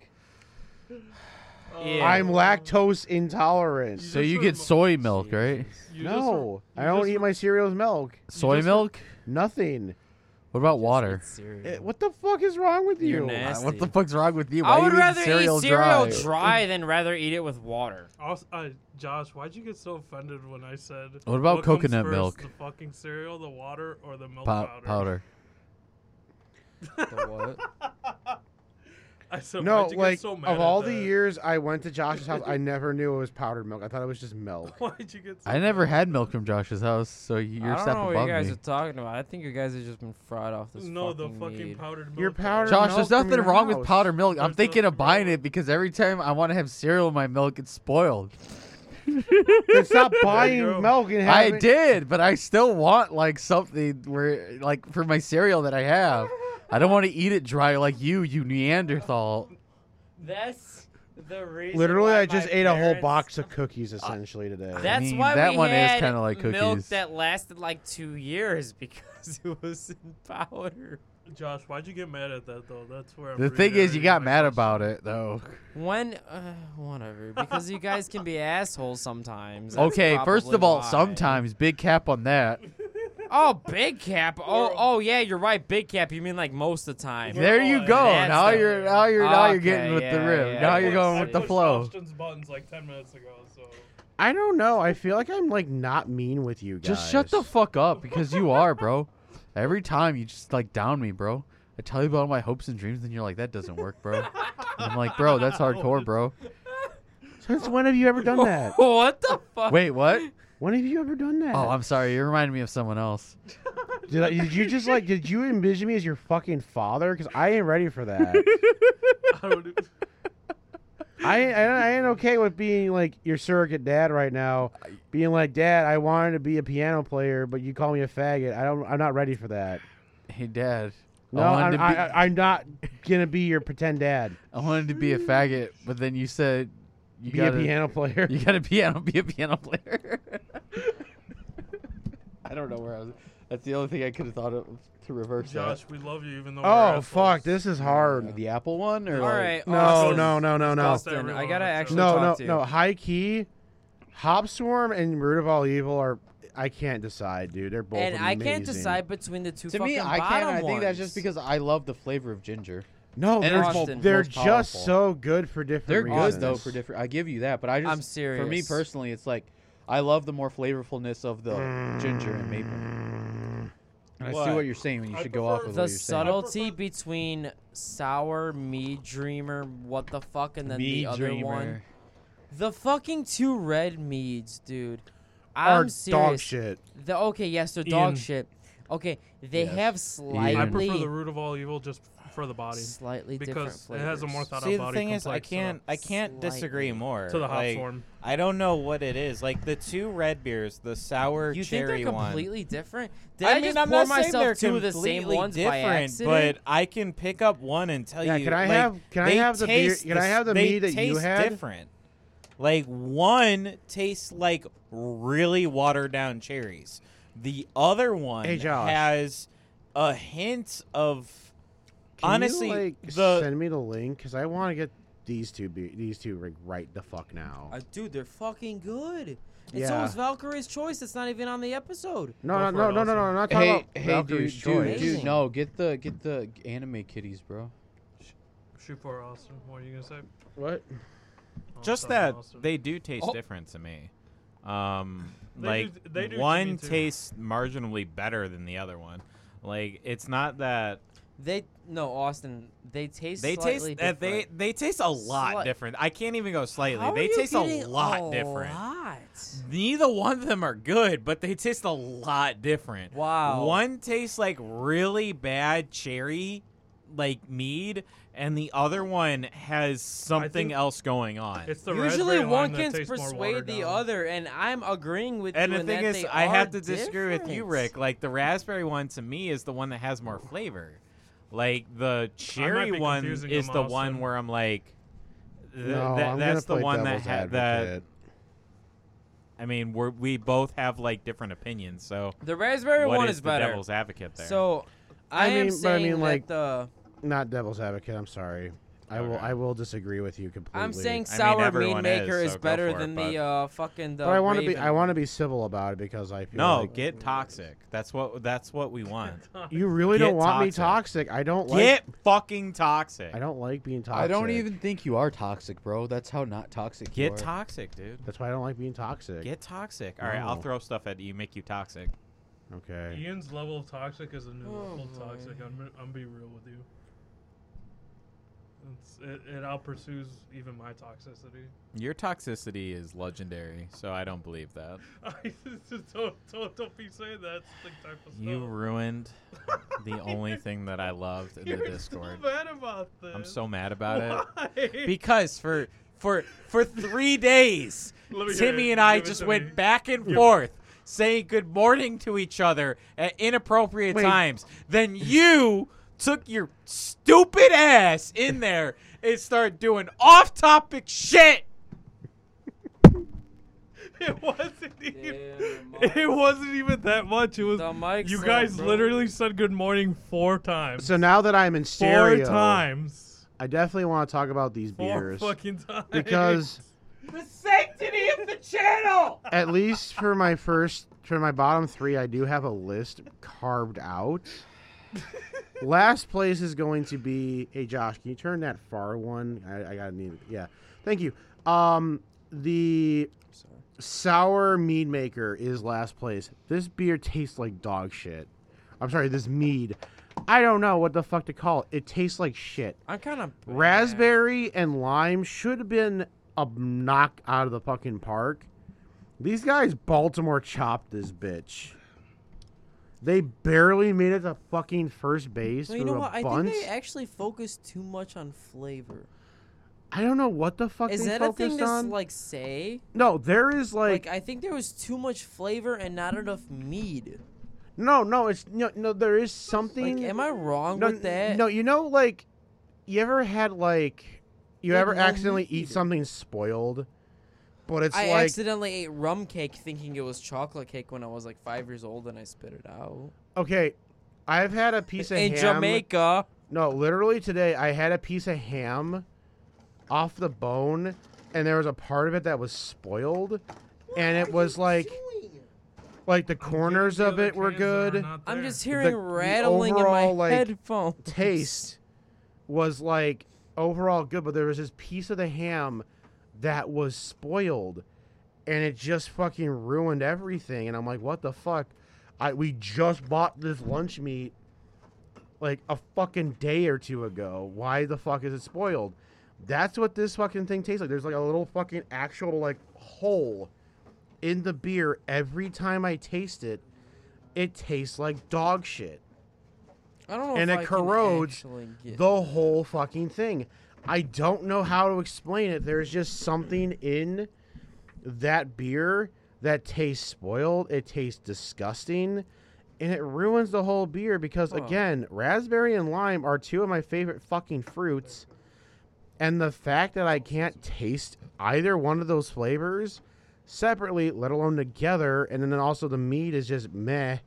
S3: Ew.
S5: I'm
S2: uh,
S5: lactose intolerant.
S4: So you get soy milk, right?
S2: You just re-
S5: No,
S2: you
S5: I don't
S2: just-
S5: eat my cereal with milk.
S4: Soy
S2: just-
S4: milk?
S5: Nothing.
S4: What about water?
S5: Eh, what the fuck is wrong with
S1: You're
S5: you?
S4: Uh,
S1: nasty.
S4: [laughs] What the fuck's wrong with you? Why
S1: I
S4: you
S1: would
S4: eating
S1: rather
S4: cereal
S1: eat cereal
S4: dry?
S1: dry. than rather eat it with water.
S2: Also, uh, Josh, why'd you get so offended when I said?
S4: What about
S2: comes
S4: coconut
S2: first,
S4: milk?
S2: The fucking cereal, the water, or the milk
S4: Pow-
S2: powder?
S4: powder.
S2: [laughs] I said,
S5: No,
S2: why'd you
S5: like
S2: get so mad
S5: of all
S2: at
S5: the
S2: that?
S5: years I went to Josh's house, I never knew it was powdered milk. I thought it was just milk.
S2: [laughs] Why'd you get? So
S4: I never
S2: mad?
S4: had milk from Josh's house, so you're
S1: I don't
S4: step
S1: know
S4: above
S1: what you guys
S4: me.
S1: are talking about. I think you guys have just been fried off this
S2: No,
S1: fucking
S2: the fucking
S1: mead.
S2: powdered milk.
S5: Your powdered-
S2: powder.
S4: Josh,
S5: milk
S4: there's
S5: from
S4: nothing
S5: your
S4: wrong with
S5: house.
S4: powder milk. I'm
S2: There's
S4: thinking of
S2: nothing wrong
S4: buying
S2: with
S4: it because every time I want to have cereal in my milk, it's spoiled.
S5: It's
S2: [laughs]
S5: not
S2: go.
S5: buying milk and
S4: I
S5: having.
S4: did, but I still want like something where like for my cereal that I have. I don't want to eat it dry like you, you Neanderthal.
S1: That's the reason.
S5: Literally,
S1: why
S5: I just
S1: my
S5: ate a whole
S1: parents-
S5: box
S2: [laughs]
S5: of cookies essentially today.
S1: That's
S4: mean,
S1: why
S4: that
S1: we
S4: one is
S1: had
S4: kinda like
S1: milk
S4: cookies.
S1: that lasted like two years [laughs] because it was in powder.
S2: Josh, why'd you get mad at that though? That's where. I'm
S4: The thing is, you
S2: reiterating
S4: got
S2: my
S4: mad
S2: question.
S4: about it though.
S1: When, uh, whatever, because you guys can be assholes sometimes. That's
S4: Okay, first
S1: probably
S4: of all,
S1: why.
S4: sometimes big cap
S1: [laughs]
S4: on that.
S1: Oh, big cap. Oh, oh yeah, you're right. Big cap. You mean like most of the time.
S4: There you
S2: on.
S4: go.
S1: That's
S4: Now
S1: the-
S4: you're now you're now you're
S1: Okay,
S4: getting with the
S1: yeah,
S4: rim.
S1: yeah,
S4: Now
S2: I
S4: you're
S2: pushed-
S4: going
S2: I
S4: with the
S2: pushed
S4: flow.
S2: Austin's buttons like ten minutes ago, so
S4: [laughs]
S5: I don't know. I feel like I'm like not mean with you guys.
S4: Just shut the fuck up because you are, bro. Every time you just like down me, bro. I tell you about all my hopes and dreams, and you're like, that doesn't work, bro. And I'm like, bro, that's hardcore, bro.
S5: Since when have you ever done
S2: [laughs]
S5: that?
S1: [laughs] what the fuck?
S4: Wait, what?
S5: when have you ever done that?
S4: Oh, I'm sorry. You reminded me of someone else.
S5: Did, I, did you just like? Did you envision me as your fucking father? Because I ain't ready for that.
S2: [laughs] I don't.
S5: I, I I ain't okay with being like your surrogate dad right now. Being like, Dad, I wanted to be a piano player, but you call me a faggot. I don't. I'm not ready for that.
S4: Hey, Dad.
S5: No,
S4: I
S5: I'm,
S4: wanted, to be,
S5: I, I, am not gonna be your pretend dad.
S4: I wanted to be a faggot, but then you said you
S5: Be
S4: gotta,
S5: a piano player.
S4: [laughs] You gotta piano. Be a piano player. [laughs] I don't know where I was. That's the only thing I could have thought of to reverse
S2: Josh, we love you, even though. we're
S5: [laughs] Oh fuck,
S2: assholes.
S5: this is
S4: that.
S5: hard.
S4: The apple one, or
S1: All right.
S5: No,
S1: Austin,
S5: no, no, no, no.
S1: Austin, I gotta actually
S5: No,
S1: talk
S5: no,
S1: to you.
S5: no. High key, Hop Swarm and Root of All Evil are. I can't decide, dude. They're both.
S1: And I can't
S5: amazing.
S1: decide between the two.
S4: to me,
S1: fucking
S4: I can't.
S1: bottom
S4: I think that's just
S1: ones.
S4: because I love the flavor of ginger.
S5: No,
S4: And
S5: they're,
S1: it's mo-
S5: they're
S4: most
S5: just
S4: powerful.
S5: so good for different.
S4: They're
S5: reasons.
S4: good though for different. I give you that, but I just
S1: I'm serious.
S4: For me personally, it's like I love the more flavorfulness of the ginger and maple. And I see
S3: What?
S4: what you're saying. and You
S2: I
S4: should go off
S2: prefer
S4: of
S1: the
S4: what you're saying.
S1: subtlety between sour me dreamer what the fuck and then the other one the fucking two red meads dude i'm
S5: Are
S1: serious
S5: dog shit.
S1: The, okay yes they're dog
S2: Ian.
S1: shit okay they
S4: Yes.
S1: have
S2: I
S1: slightly
S2: prefer the root of all evil just for the body.
S1: slightly different
S2: because
S1: flavors
S2: it has a more thought
S3: See,
S2: out
S3: the
S2: body
S3: thing is, I
S2: complex to the-
S3: can't, I can't disagree
S1: Slightly.
S3: more.
S2: to the hop
S3: Like,
S2: form.
S3: I don't know what it is. Like the two red beers, the sour
S1: you think
S3: cherry
S1: they're
S3: one.
S1: completely different did
S3: I
S1: i,
S3: mean,
S1: just
S3: I'm
S1: pour
S3: not saying they're
S1: myself two of the same
S3: completely
S1: ones by
S3: different,
S1: accident
S3: but I can pick up one and tell
S5: Yeah,
S3: you.
S5: can I
S3: like,
S5: have- can I
S3: they
S5: have the beer-
S3: taste
S5: can I have the
S3: they
S5: mead that you
S3: taste
S5: had?
S3: Different. Like one tastes like really watered down cherries. The other one
S5: Hey, Josh.
S3: has a hint of.
S5: Can
S3: honestly,
S5: you, like,
S3: the
S5: send me the link because I want to get these two be- these two like, right the fuck now.
S1: Uh, dude they're fucking good and so
S5: Yeah.
S1: is valkyrie's choice that's not even on the episode
S5: No,
S2: Go
S5: no,
S2: for
S5: no, no,
S2: it,
S5: no,
S2: Austin.
S5: no, I'm not talking
S4: Hey,
S5: about
S4: hey, dude,
S5: Valkyrie's
S4: dude,
S5: choice.
S4: dude,
S1: Amazing.
S4: no, get the get the anime kitties, bro.
S2: Shoot for Austin. What are you gonna say?
S5: What?
S2: Oh,
S3: just
S2: sorry,
S3: that
S2: Austin.
S3: they do taste
S4: Oh.
S3: different to me. Um,
S2: They
S3: like
S2: do- they do to me,
S3: one
S2: too.
S3: tastes marginally better than the other one. Like it's not that
S1: They no, Austin. They taste.
S3: they taste
S1: slightly
S3: that they
S1: different.
S3: they taste a lot
S1: Slight-
S3: different. I can't even go slightly.
S1: How
S3: they
S1: are you
S3: taste
S1: getting
S3: a lot different.
S1: lot?
S3: Neither one of them are good, but they taste a lot different.
S1: Wow.
S3: One tastes like really bad cherry, like mead, and the other one has something
S2: think
S3: else going on.
S2: It's the
S1: Usually
S2: raspberry
S1: one
S2: lime that
S1: can
S2: tastes more
S1: persuade
S2: watered
S1: the
S2: down.
S1: other, and I'm agreeing with
S3: and
S1: you.
S3: the
S1: in
S3: thing
S1: that
S3: is,
S1: they
S3: I
S1: are
S3: have to disagree with you,
S1: different.
S3: Rick. Like the raspberry one to me is the one that has more flavor. Like the cherry
S2: be
S3: one is
S2: confusing them,
S3: the one
S2: Austin.
S3: where I'm like, th-
S5: no,
S3: that-
S5: I'm
S3: that's the
S5: gonna play
S3: one that
S5: devil's
S3: ha- that.
S5: advocate.
S3: I mean, we're, we both have like different opinions, so
S1: The raspberry
S3: what
S1: one
S3: is
S1: is
S3: the
S1: better.
S3: devil's advocate there?
S1: So I,
S5: I
S1: am
S5: mean, but I
S1: saying
S5: mean,
S1: that
S5: like-
S1: the
S5: not devil's advocate. I'm sorry. I will.
S3: Okay.
S5: I will disagree with you completely.
S1: I'm saying
S3: I mean,
S1: sour mean
S3: everyone is,
S1: maker is,
S3: so go
S1: better
S3: for it,
S1: than
S3: bud.
S1: the uh, fucking. The
S5: but I want to be.
S1: Raven.
S5: I want to be civil about it because I feel
S3: No,
S5: like
S3: get toxic. That's what that's what we want.
S5: you really
S3: get
S5: don't want me
S3: toxic.
S5: toxic. I don't [laughs] like.
S3: get fucking toxic.
S5: I don't like being toxic.
S4: I don't even think you are toxic, bro. That's how not toxic you
S3: get
S4: are.
S3: toxic, dude.
S5: That's why I don't like being toxic.
S3: Get toxic. All right, I'll
S5: No.
S3: throw stuff at you, make you toxic. [laughs]
S5: okay.
S2: Ian's level of toxic is a new
S1: Oh
S2: level of
S1: my.
S2: toxic. I'm, gonna- I'm gonna be real with you. It's, it, it outpursues even my toxicity. [laughs]
S3: Your toxicity is legendary, so I don't believe that.
S2: I just don't, don't, don't be saying that. It's the type of
S3: You
S2: stuff.
S3: ruined the
S2: [laughs]
S3: only thing that I loved in the
S2: You're
S3: Discord.
S2: so mad about this.
S3: I'm so mad about it. [laughs]
S2: it.
S3: Because for for for three days,
S2: Let me hear
S3: Timmy
S2: it.
S3: and I
S2: Give it
S3: just
S2: to
S3: went
S2: me.
S3: back and
S2: Give it.
S3: forth saying good morning to each other at inappropriate times. Then you took your stupid ass in there and started doing off topic shit.
S2: it wasn't
S3: [laughs]
S2: even.
S1: Damn,
S2: It wasn't even that much. It was.
S1: The mic's
S2: you
S1: up,
S2: guys
S1: bro.
S2: literally said good morning four times.
S5: So now that I'm in
S2: four
S5: stereo,
S2: times.
S5: I definitely want to talk about these
S2: Four
S5: beers
S2: fucking times. [laughs]
S5: because
S3: The sanctity of the channel.
S5: at least for my first, for my bottom three, I do have a list carved out. Last place is going to be. Hey, Josh, can you turn that far one? I, I gotta need. Yeah, thank you. Um, the sour mead maker is last place. This beer tastes like dog shit. I'm sorry, this mead. I don't know what the fuck to call it. It tastes like shit.
S1: I'm kind of
S5: [laughs] Raspberry and lime should have been a knock out of the fucking park. These guys Baltimore chopped this bitch. They barely made it to fucking first base
S1: Well, you
S5: through
S1: know
S5: a
S1: what? I
S5: bunch.
S1: think they actually focus too much on flavor.
S5: I don't know what the fuck
S1: Is
S5: they
S1: that a
S5: focused
S1: thing to
S5: on.
S1: like say?
S5: no, there is like,
S1: Like, I think there was too much flavor and not enough mead.
S5: no, no, it's no, no. There is something.
S1: Like, am I wrong
S5: no,
S1: with that?
S5: no, you know, like, you ever had like, you
S1: They had
S5: ever
S1: no
S5: accidentally
S1: meat.
S5: eat something spoiled, but it's
S1: I
S5: like
S1: accidentally ate rum cake thinking it was chocolate cake when I was like five years old, and I spit it out.
S5: okay. I've had a piece of
S1: In
S5: ham.
S1: Jamaica,
S5: No, literally today I had a piece of ham off the bone and there was a part of it that was spoiled and it was like like the corners
S2: The
S5: of
S2: other
S5: it were
S2: cans that are
S5: good.
S2: not
S1: I'm
S2: there.
S1: just hearing
S5: the
S1: rattling in
S5: overall,
S1: my
S5: like,
S1: headphones. [laughs]
S5: Taste was like overall good, but there was this piece of the ham that was spoiled and it just fucking ruined everything and I'm like, "What the fuck? I we just bought this lunch meat like a fucking day or two ago. Why the fuck is it spoiled? That's what this fucking thing tastes like. There's like a little fucking actual like hole in the beer every time I taste it. It tastes like dog shit.
S1: I don't know.
S5: and
S1: if
S5: it
S1: I can
S5: corrodes
S1: actually get-
S5: The whole fucking thing. I don't know how to explain it. There's just something in that beer that tastes spoiled. It tastes disgusting. And it ruins the whole beer because,
S1: Huh.
S5: again, raspberry and lime are two of my favorite fucking fruits. And the fact that I
S1: Oh,
S5: can't taste either one of those flavors separately, let alone together, and then also the meat is just meh.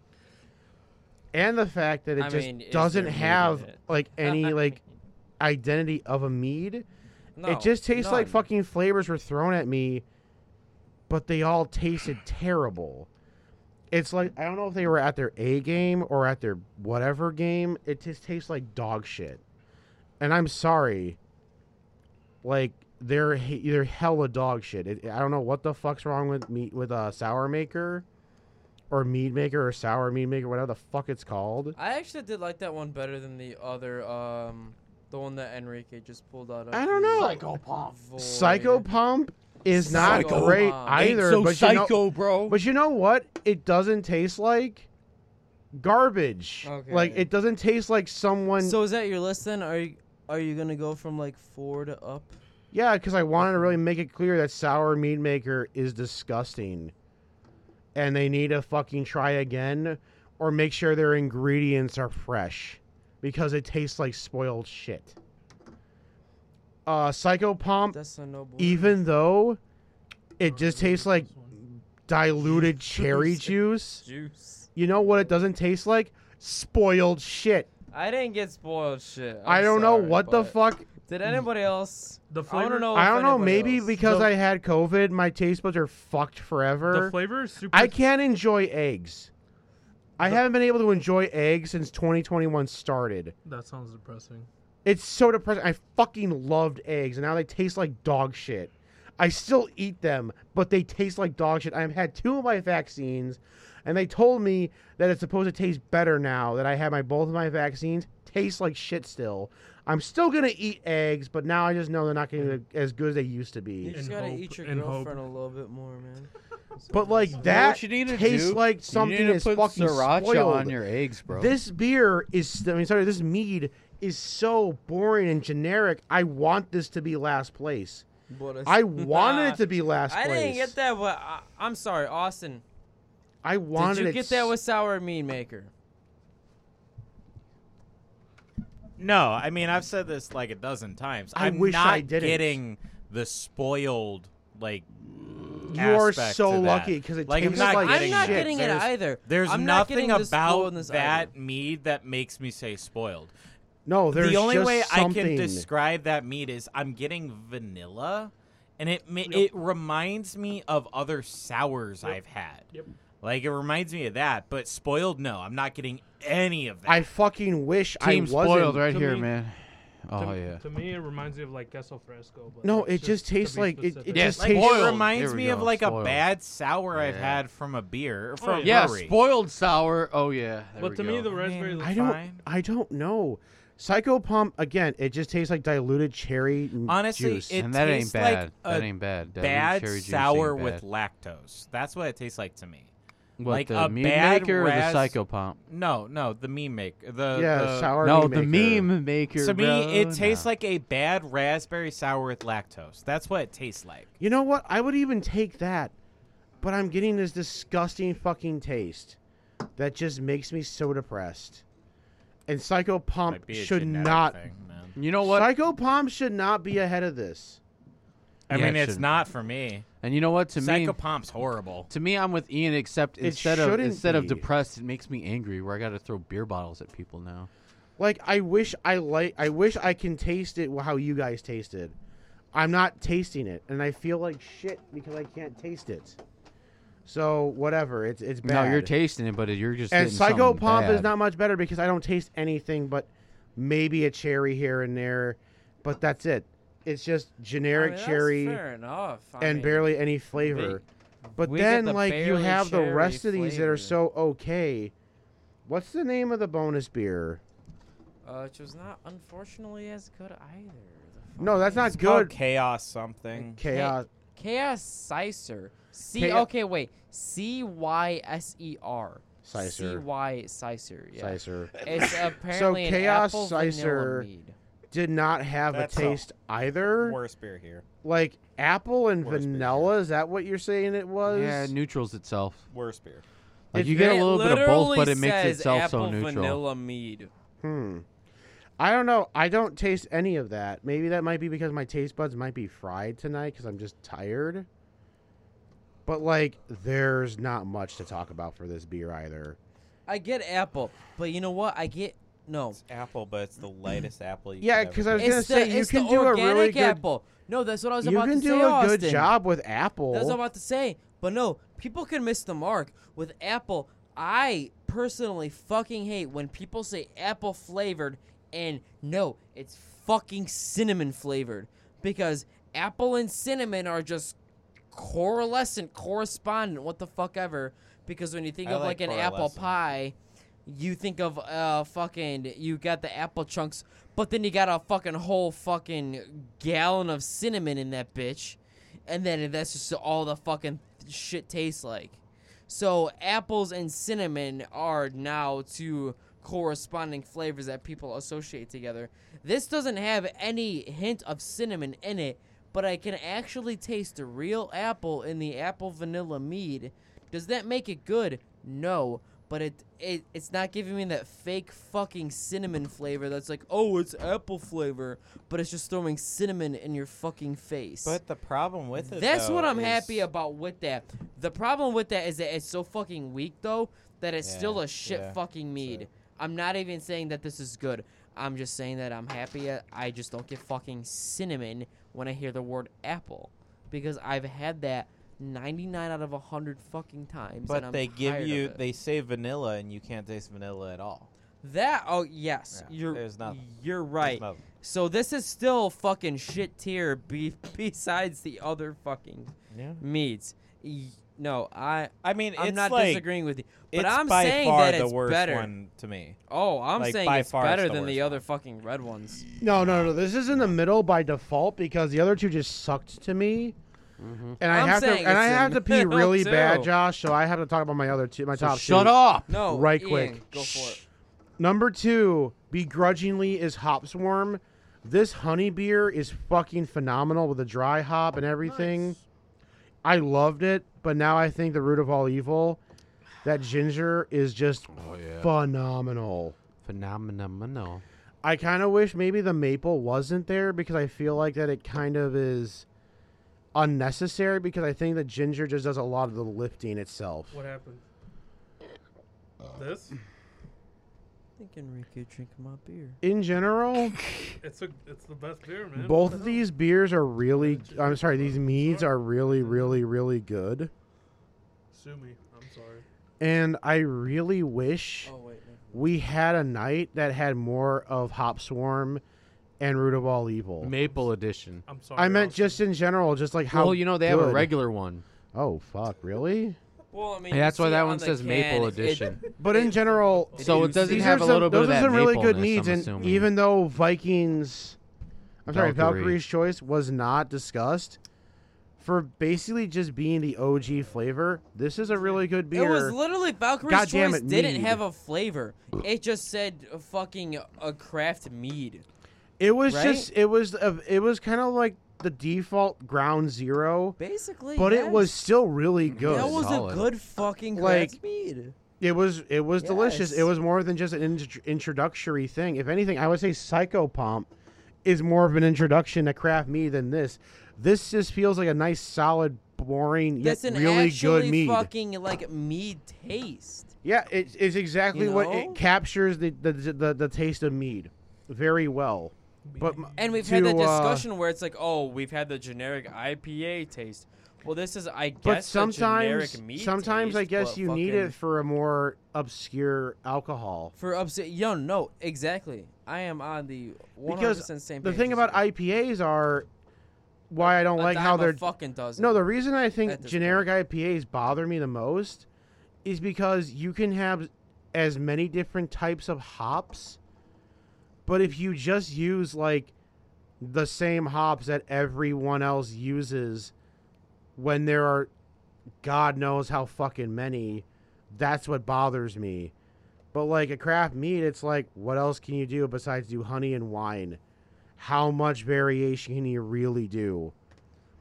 S5: And the fact that it
S1: I
S5: just
S1: mean, is
S5: doesn't
S1: there meat in
S5: have
S1: it?
S5: like [laughs]
S1: [laughs]
S5: any like identity of a mead.
S1: No,
S5: it just tastes like
S1: none.
S5: fucking flavors were thrown at me, but they
S1: [sighs]
S5: all tasted terrible. It's like I don't know if they were at their A game or at their whatever game. It just tastes like dog shit. And I'm sorry. Like they're he- they're hella dog shit. It, I don't know what the fuck's wrong with me with a uh, sour maker, or mead maker or sour mead maker, whatever the fuck it's called.
S1: I actually did like that one better than the other, um, the one that Enrique just pulled out. Of
S5: I don't know. Psycho Pump is not
S1: Psycho
S5: great
S1: Pump.
S4: Ain't
S5: either.
S4: so
S5: but you know,
S4: psycho, bro.
S5: but you know what? It doesn't taste like garbage.
S1: Okay.
S5: Like it doesn't taste like someone.
S1: So is that your list then? Are you are you gonna go from like four to up?
S5: yeah, because I wanted to really make it clear that sour meat maker is disgusting, and they need to fucking try again or make sure their ingredients are fresh because it tastes like spoiled shit. Uh, Psycho Pump
S1: That's a no. Bueno.
S5: even though it just tastes like diluted cherry juice.
S1: juice.
S5: You know what it doesn't taste like? Spoiled shit.
S1: I didn't get spoiled shit. I'm
S5: I do not know
S1: sorry,
S5: what the
S1: but
S5: fuck
S1: Did anybody else?
S2: The
S1: I
S2: flavor.
S1: don't know.
S5: I
S1: if
S5: don't know.
S1: anybody
S5: Maybe
S1: else-
S5: because
S2: The-
S5: I had COVID, my taste buds are fucked
S2: The
S5: forever.
S2: flavor is super.
S5: I can't enjoy eggs. I
S2: The-
S5: haven't been able to enjoy eggs since 2021 started.
S2: that sounds depressing.
S5: It's so depressing. I fucking loved eggs, and now they taste like dog shit. I still eat them, but they taste like dog shit. I've had two of my vaccines, and they told me that it's supposed to taste better now that I had my both of my vaccines. Tastes like shit still. I'm still gonna eat eggs, but now I just know they're not gonna be as good as they used to
S12: You
S5: be.
S2: Yeah.
S12: just
S2: In
S12: gotta
S2: hope-
S12: eat your
S2: in hope.
S12: girlfriend a little bit more, man.
S5: But like
S4: You know
S5: that
S4: what you need to
S5: tastes
S4: do?
S5: like something
S4: you need to
S5: is
S4: put
S5: fucking
S4: sriracha
S5: spoiled.
S4: on your eggs, bro.
S5: This beer is, I mean, sorry, this mead is so boring and generic. I want this to be last place.
S12: But it's-
S5: I wanted it to be last
S1: I
S5: place.
S1: didn't get that. But I, I'm sorry, Austin.
S5: I wanted
S1: Did you
S5: it
S1: get that
S5: s-
S1: with sour mean maker?
S3: No, I mean I've said this like a dozen times.
S5: I
S3: am
S5: wish
S3: not
S5: I didn't.
S3: getting the spoiled like.
S5: You are
S3: aspect
S5: so
S3: to that.
S5: lucky 'cause it
S3: like,
S5: tastes
S3: I'm not
S5: like
S3: getting
S1: I'm not
S3: that.
S1: getting it
S3: There's-
S1: either.
S3: There's
S1: I'm not
S3: nothing
S1: getting this
S3: about
S1: boldness
S3: that
S1: either.
S3: mead that makes me say spoiled.
S5: No, there's
S3: the only
S5: just
S3: way I can
S5: something.
S3: describe that mead is I'm getting vanilla, and it ma- it reminds me of other sours I've had.
S2: Yep.
S3: Like it reminds me of that, but spoiled. No, I'm not getting any of that.
S5: I fucking wish I
S4: Team
S5: wasn't.
S4: spoiled right
S2: to
S4: here,
S2: me-
S4: man.
S2: To,
S4: Oh
S2: m-
S4: yeah.
S2: To me, it reminds me of like queso fresco. But
S5: No,
S2: it's
S5: it just
S2: to
S5: tastes
S2: be
S5: like- it- it
S2: specific.
S5: just-
S3: like,
S4: spoiled.
S3: it reminds
S4: There we
S3: me of
S4: go,
S3: like a
S4: spoiled.
S3: bad sour I've
S4: Yeah.
S3: had from a beer or from
S2: Oh,
S3: a
S4: Yeah,
S3: brewery.
S4: spoiled sour. Oh yeah. there
S2: But
S4: we
S2: to me,
S4: go.
S2: the raspberry.
S3: mean,
S2: is
S5: I don't.
S3: Fine.
S5: I don't know. Psycho Pump again. It just tastes like diluted cherry. n-
S3: Honestly,
S5: juice.
S3: it
S4: and that ain't
S3: tastes like
S4: bad.
S3: a
S4: that ain't bad. Diluted
S3: bad
S4: cherry juice
S3: sour
S4: ain't
S3: with
S4: bad.
S3: lactose. That's what it tastes like to me.
S4: what,
S3: like
S4: the
S3: a
S4: meme
S3: bad
S4: maker or the
S3: ras-
S4: psycho pump?
S3: No, no, the meme maker. The
S5: yeah,
S3: uh, the-
S5: sour.
S4: No,
S5: meat
S4: the
S5: maker.
S4: meme maker.
S3: To me,
S4: bro,
S3: it tastes
S4: no.
S3: like a bad raspberry sour with lactose. That's what it tastes like.
S5: You know what? I would even take that, but I'm getting this disgusting fucking taste that just makes me so depressed. And Psycho Pump
S3: Might be a
S5: should
S3: genetic
S5: not.
S3: thing, man.
S4: You know what?
S5: Psycho Pump should not be ahead of this.
S3: I
S4: Yeah,
S3: mean,
S4: it
S3: it's
S4: shouldn't.
S3: not for me.
S4: and you know what? To
S3: To
S4: me,
S3: Psychopomp's horrible.
S4: to me, I'm with Ian. Except instead of
S5: shouldn't
S4: instead of
S5: be.
S4: depressed, it makes me angry. Where I got to throw beer bottles at people now.
S5: Like I wish I like. I wish I can taste it how you guys tasted. I'm not tasting it, and I feel like shit because I can't taste it. So whatever. It's it's bad.
S4: No, you're tasting it, but you're just
S5: and
S4: getting
S5: Psycho
S4: something
S5: Pomp is
S4: bad.
S5: not much better because I don't taste anything but maybe a cherry here and there, but that's it. It's just
S1: I mean,
S5: generic
S1: that's
S5: cherry
S1: Fair enough. I
S5: and
S1: mean,
S5: barely any flavor. But
S1: we get
S5: then,
S1: the
S5: like you
S1: barely
S5: have the
S1: cherry
S5: rest of these that
S1: flavor.
S5: are so okay. What's the name of the bonus beer?
S1: uh, which was not unfortunately as good either. The
S5: No, that's
S1: fucking-
S5: not
S3: It's
S5: good.
S3: called chaos something.
S5: Chaos.
S1: Chaos Sicer. C.
S5: Chaos-
S1: okay, wait. C Y S E R.
S5: Sicer.
S1: C Y Sicer. Yeah.
S5: Sicer
S1: It's apparently
S5: Chaos
S1: an apple vanilla
S5: Sicer-
S1: mead.
S5: did not have
S3: That's
S5: a
S3: a-
S5: taste either.
S3: Worst beer here.
S5: Like apple and
S3: Worst beer.
S5: vanilla. Is that what you're saying? It was.
S4: Yeah, it neutrals itself.
S3: Worst beer.
S4: Like
S5: If
S4: you get a
S1: It
S4: little bit of both,
S1: literally
S4: but it makes
S1: says
S4: itself
S1: apple
S4: so neutral.
S1: vanilla mead.
S5: Hmm. I don't know. I don't taste any of that. Maybe that might be because my taste buds might be fried tonight because I'm just tired. But like, there's not much to talk about for this beer either.
S1: I get apple, but you know what? I get no.
S3: It's apple, but it's the lightest apple you
S5: Yeah,
S3: could ever
S5: because I was
S1: it's
S5: gonna
S1: the,
S5: say you
S1: it's
S5: can
S1: the
S5: do a
S1: organic
S5: really good.
S1: apple. No, that's what I was
S5: You
S1: about to
S5: can do
S1: say,
S5: a good
S1: Austin.
S5: job with
S1: That's what I'm
S5: apple.
S1: about to say. But no, people can miss the mark with apple. I personally fucking hate when people say apple flavored and no, it's fucking cinnamon flavored because apple and cinnamon are just correlescent, correspondent, what the fuck ever. Because when you think
S3: I
S1: of
S3: like
S1: like, an apple
S3: correlescent.
S1: pie, you think of uh fucking you got the apple chunks, but then you got a fucking whole fucking gallon of cinnamon in that bitch, and then that's just all the fucking shit tastes like. So apples and cinnamon are now two corresponding flavors that people associate together. This doesn't have any hint of cinnamon in it, but I can actually taste the real apple in the apple vanilla mead. Does that make it good? No, but it, it it's not giving me that fake fucking cinnamon flavor that's like, "Oh, it's apple flavor," but it's just throwing cinnamon in your fucking face.
S3: But the problem with it,
S1: That's
S3: though,
S1: what I'm
S3: is-
S1: happy about with that. The problem with that is that it's so fucking weak though that it's still
S3: Yeah,
S1: a shit
S3: yeah,
S1: fucking mead. I'm not even saying that this is good. I'm just saying that I'm happy. I- I just don't get fucking cinnamon when I hear the word apple because I've had that 99 out of 100 fucking times. and
S4: But
S1: I'm
S4: they
S1: tired
S4: give
S1: of
S4: you,
S1: it.
S4: they say vanilla, and you can't taste vanilla at all.
S1: that. Oh yes,
S4: Yeah,
S1: you're
S4: there's nothing.
S1: you're
S4: There's
S1: right.
S4: nothing.
S1: So this is still fucking shit tier be- [laughs] besides the other fucking
S4: Yeah.
S1: meats. Y- No, I
S4: I mean,
S1: I'm
S4: it's
S1: not
S4: like,
S1: disagreeing with you, but
S4: it's
S1: I'm
S4: by
S1: saying
S4: far
S1: that
S4: the
S1: it's
S4: worst
S1: better.
S4: one to me.
S1: Oh, I'm
S4: Like,
S1: saying
S4: by
S1: it's
S4: far it's
S1: better
S4: the
S1: than the
S4: worst
S1: other
S4: one.
S1: fucking red ones.
S5: No, no, no. This is in the middle by default because the other two just sucked to me. And I
S1: Mm-hmm. I'm
S5: have to
S1: saying
S5: and I
S1: it's in
S5: have to
S1: the
S5: pee
S1: middle,
S5: really bad,
S1: too.
S5: Josh. So I have to talk about my other two, my top two.
S13: Shut up.
S1: No,
S5: [laughs] Right
S1: Ian,
S5: quick.
S1: go for it.
S5: Number two, begrudgingly is Hop Swarm. This honey beer is fucking phenomenal with the dry hop and everything. I loved it, but now I think the root of all evil, that ginger is just
S4: Oh,
S5: phenomenal.
S14: Phenomenal.
S5: I kind of wish maybe the maple wasn't there because I feel like that it kind of is unnecessary because I think the ginger just does a lot of the lifting itself.
S2: What happened?
S3: Uh.
S2: This?
S1: I think Enrique drinking my beer.
S5: In general,
S2: It's a, it's the best beer, man.
S5: both
S2: What
S5: of
S2: the hell?
S5: these beers are really I'm sorry, these meads
S2: Sorry.
S5: are really really really good.
S2: Sue me. I'm sorry.
S5: And I really wish
S1: Oh wait, no.
S5: we had a night that had more of Hop Swarm and Root of All Evil.
S13: Maple edition.
S2: I'm sorry.
S5: I meant
S2: Austin.
S5: just in general, just like how
S13: well, you know they have a
S5: good-
S13: regular one.
S5: Oh fuck, really?
S1: Well, I mean,
S13: And
S1: you
S13: that's why
S1: see
S13: that
S1: on
S13: one
S1: the
S13: says maple
S1: can, [laughs] it-
S13: edition.
S5: But in general,
S13: so
S1: you
S13: it doesn't
S5: These
S13: have
S5: are
S13: a
S5: some-
S13: little bit
S5: those
S13: of
S5: are
S13: that
S5: some really good
S13: mapleness,
S5: meats,
S13: I'm
S5: and
S13: assuming.
S5: even though Vikings, I'm sorry,
S13: Valkyrie.
S5: Valkyrie's choice was not discussed for basically just being the OG flavor. This is a really good
S1: It
S5: beer.
S1: was literally Valkyrie's
S5: God damn
S1: choice
S5: it,
S1: didn't
S5: mead.
S1: have a flavor. It just said uh, fucking a craft mead.
S5: it was
S1: right?
S5: just it was a, it was kind of like the default ground zero,
S1: Basically,
S5: but it
S1: yes.
S5: was still really good.
S1: that was
S13: Solid.
S1: a good fucking
S5: Like-
S1: craft mead.
S5: It was it was delicious.
S1: Yes.
S5: It was more than just an int- introductory thing. If anything, I would say Psycho Pomp is more of an introduction to craft mead than this. This just feels like a nice, solid, boring yet
S1: That's an
S5: really
S1: actually
S5: good mead.
S1: fucking like mead taste.
S5: yeah, it is exactly
S1: You
S5: what
S1: know?
S5: it captures the the, the the taste of mead very well. But m-
S1: And we've had
S5: to,
S1: that
S5: uh,
S1: discussion where it's like, oh, we've had the generic IPA taste. Well, this is, I guess,
S5: but
S1: the
S5: sometimes
S1: generic mead
S5: sometimes I
S1: taste,
S5: guess
S1: but
S5: you need
S1: fucking-
S5: it for a more obscure alcohol.
S1: for upset. Yo, no, exactly. I am on the 100%
S5: Because
S1: same
S5: The
S1: page
S5: thing
S1: as
S5: about
S1: you.
S5: IPAs are why I don't
S1: A
S5: like
S1: dime
S5: how
S1: a
S5: they're
S1: fucking dozen.
S5: No, the reason I
S1: at
S5: think
S1: this
S5: generic IPAs bother me the most is because you can have as many different types of hops, but if you just use like the same hops that everyone else uses when there are God knows how fucking many, that's what bothers me. But like a craft mead, it's like, what else can you do besides do honey and wine? How much variation can you really do?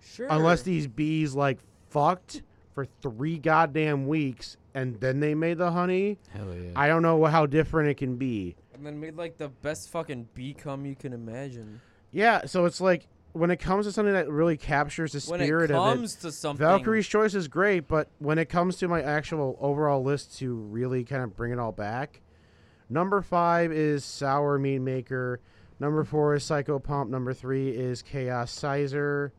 S1: sure.
S5: unless these bees like fucked for three goddamn weeks and then they made the honey.
S13: Hell yeah.
S5: I don't know how different it can be.
S1: And then made like the best fucking bee cum you can imagine.
S5: Yeah, so it's like when it comes to something that really captures the
S1: When
S5: spirit
S1: it
S5: of it.
S1: comes to something, [laughs]
S5: Valkyrie's choice is great, but when it comes to my actual overall list to really kind of bring it all back, number five is Sour Meat Maker. Number four is Psycho Pump. Number three is Chaos Sizer.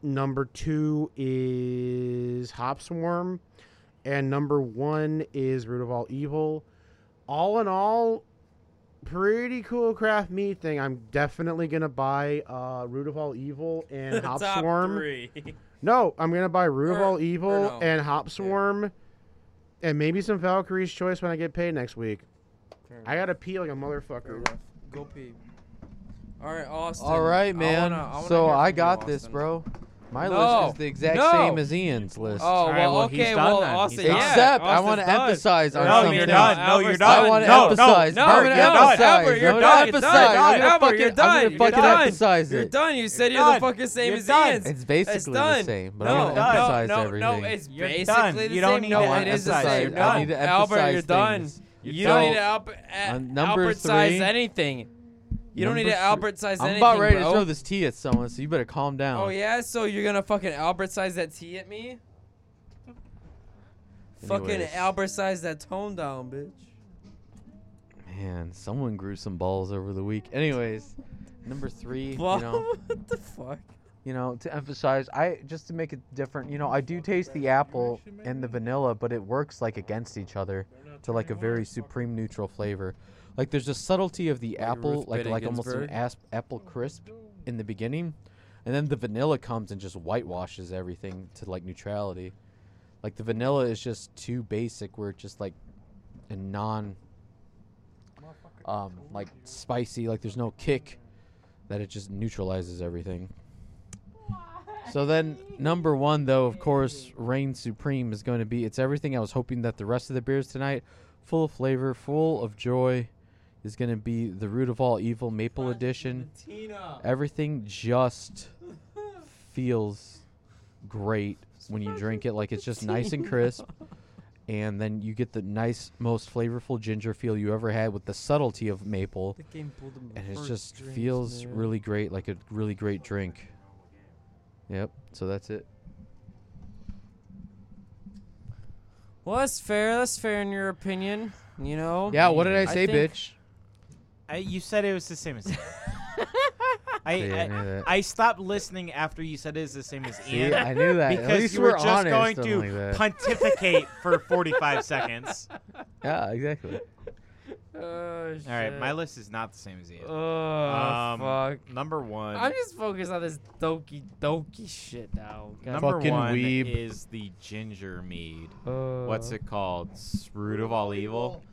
S5: Number two is Hop Swarm. And number one is Root of All Evil. All in all, pretty cool craft meat thing. I'm definitely going to buy uh, Root of All Evil and
S1: [laughs]
S5: Hop
S1: top
S5: Swarm.
S1: three.
S5: No, I'm gonna buy Root of
S1: Or-
S5: All
S1: or
S5: Evil
S1: no.
S5: and Hop Swarm, and maybe some Valkyrie's Choice when I get paid next week.
S1: Fair
S5: I gotta pee like a motherfucker.
S1: Go pee. All right, Austin.
S4: All right, man.
S1: I wanna- wanna
S4: so
S1: hear
S4: I
S1: from you,
S4: got this,
S1: Austin.
S4: bro. My
S1: No.
S4: list is the exact
S1: No.
S4: same as Ian's list.
S1: Oh
S3: right,
S1: well,
S3: well, he's
S1: okay,
S3: done
S1: well,
S3: then.
S1: Austin.
S3: He's done.
S1: yeah,
S4: Except I
S1: Austin's
S4: want to
S1: done.
S4: emphasize on
S3: No,
S4: something.
S3: you're done. No, you're
S1: Albert's
S3: done.
S4: I want to
S3: No, no,
S4: emphasize.
S1: No,
S4: I'm gonna
S1: no,
S4: emphasize.
S1: Albert, you're
S4: I'm gonna
S1: done. You're
S4: emphasize.
S1: done.
S4: I'm gonna
S1: Albert,
S4: fucking,
S1: you're
S4: I'm
S1: done.
S4: gonna
S1: You're
S4: fucking
S1: done.
S4: emphasize
S1: You're
S4: it.
S1: done. You said
S3: You're
S1: you're, the
S3: done.
S1: fucking same
S3: You're
S1: as
S3: done.
S1: Ian's.
S4: It's basically the
S1: done.
S4: same, but I
S1: no,
S4: wanna
S1: no,
S4: emphasize
S1: no, No,
S4: everything.
S1: it's
S3: You're
S1: basically
S3: done.
S1: the
S3: You don't
S1: same.
S3: need
S1: no,
S3: to
S1: it is the
S3: emphasize.
S1: same.
S3: I
S1: No,
S4: need to
S1: Albert, you're
S4: emphasize
S1: done.
S4: things.
S1: You don't
S4: So,
S1: need to Alp- uh,
S4: on number
S1: Albert size
S4: three-
S1: anything. You don't need
S4: Number
S1: to
S4: three-
S1: Albert size
S4: I'm
S1: anything,
S4: about ready
S1: bro.
S4: to throw this tea at someone, so you better calm down.
S1: Oh yeah, so you're gonna fucking Albert size that T at me? Fucking
S4: Anyways.
S1: Albert size that tone down, bitch.
S4: Man, someone grew some balls over the week. Anyways, number three, you know,
S1: [laughs] what the fuck?
S4: you know, to emphasize, I just to make it different, you know, I do taste the apple and the vanilla, but it works like against each other to like a very supreme neutral flavor. Like there's a subtlety of the
S1: Like
S4: apple,
S1: Ruth
S4: like
S1: Bader
S4: like almost an
S1: Ginsburg?
S4: asp- apple crisp in the beginning, and then the vanilla comes and just whitewashes everything to like neutrality. Like the vanilla is just too basic, where it's just like a non, um, like spicy. Like there's no kick, that it just neutralizes everything. So then, number one, though, of course, reign supreme is going to be. It's everything I was hoping that the rest of the beers tonight, full of flavor, full of joy, is going to be the root of all evil maple edition. Everything just feels great when you drink it. Like it's just nice and crisp, and then you get the nice, most flavorful ginger feel you ever had with the subtlety of maple,
S1: The game pulled him.
S4: and it just feels really great, like a really great drink. Yep. So that's it.
S1: Well, that's fair. That's fair in your opinion. You
S3: Oh,
S1: know.
S4: Yeah, what did I
S1: I
S4: say,
S1: think-
S3: [laughs]
S4: bitch?
S3: I, you said it was the [laughs] same as. I,
S4: See, I
S3: I,
S4: knew that.
S3: I stopped listening after you said it was the same as
S4: See,
S3: Ian
S4: I knew that. At
S3: because
S4: least
S3: you
S4: we're
S3: were just
S4: honest
S3: going
S4: and
S3: to
S4: like that.
S3: pontificate for 45 seconds.
S4: yeah, exactly.
S1: Oh, shit.
S3: All right, my list is not the same as Ian.
S1: Oh
S3: Um,
S1: fuck.
S3: Number one.
S1: I'm just focused on this doki doki shit now. God.
S3: Number
S5: Fucking
S3: one
S5: weeb.
S3: is the ginger mead.
S1: Uh,
S3: What's it called? S- Root of all evil.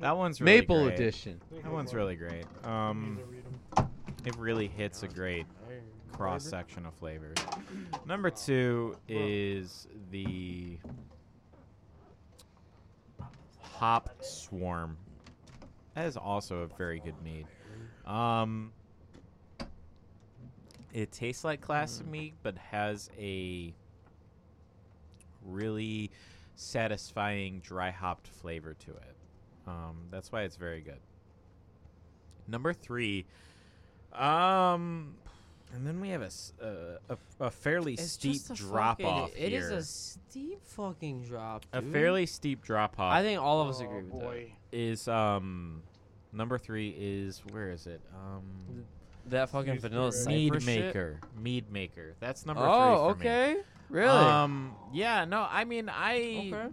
S3: That one's really
S4: Maple
S3: great.
S4: edition.
S3: That one's really great. Um, it really hits a great cross section of flavors. Number two is the hop swarm. That is also a very good mead. Um, it tastes like classic meat, but has a really satisfying dry hopped flavor to it. Um, that's why it's very good. Number three, um, and then we have a s- a, a- a fairly
S1: It's
S3: steep
S1: just a
S3: drop
S1: fucking-
S3: off.
S1: It is
S3: here.
S1: a steep fucking drop.
S3: a
S1: dude.
S3: fairly Oh, steep drop off.
S1: I think all of us
S5: Oh,
S1: agree with
S3: is um number three is where is it um
S1: that. That fucking
S2: Excuse me,
S1: vanilla
S2: right?
S1: cypress
S3: mead
S1: shit.
S3: maker mead maker that's number
S1: Oh,
S3: three for me.
S1: okay. Really?
S3: Um, yeah, no, I mean, I
S1: okay.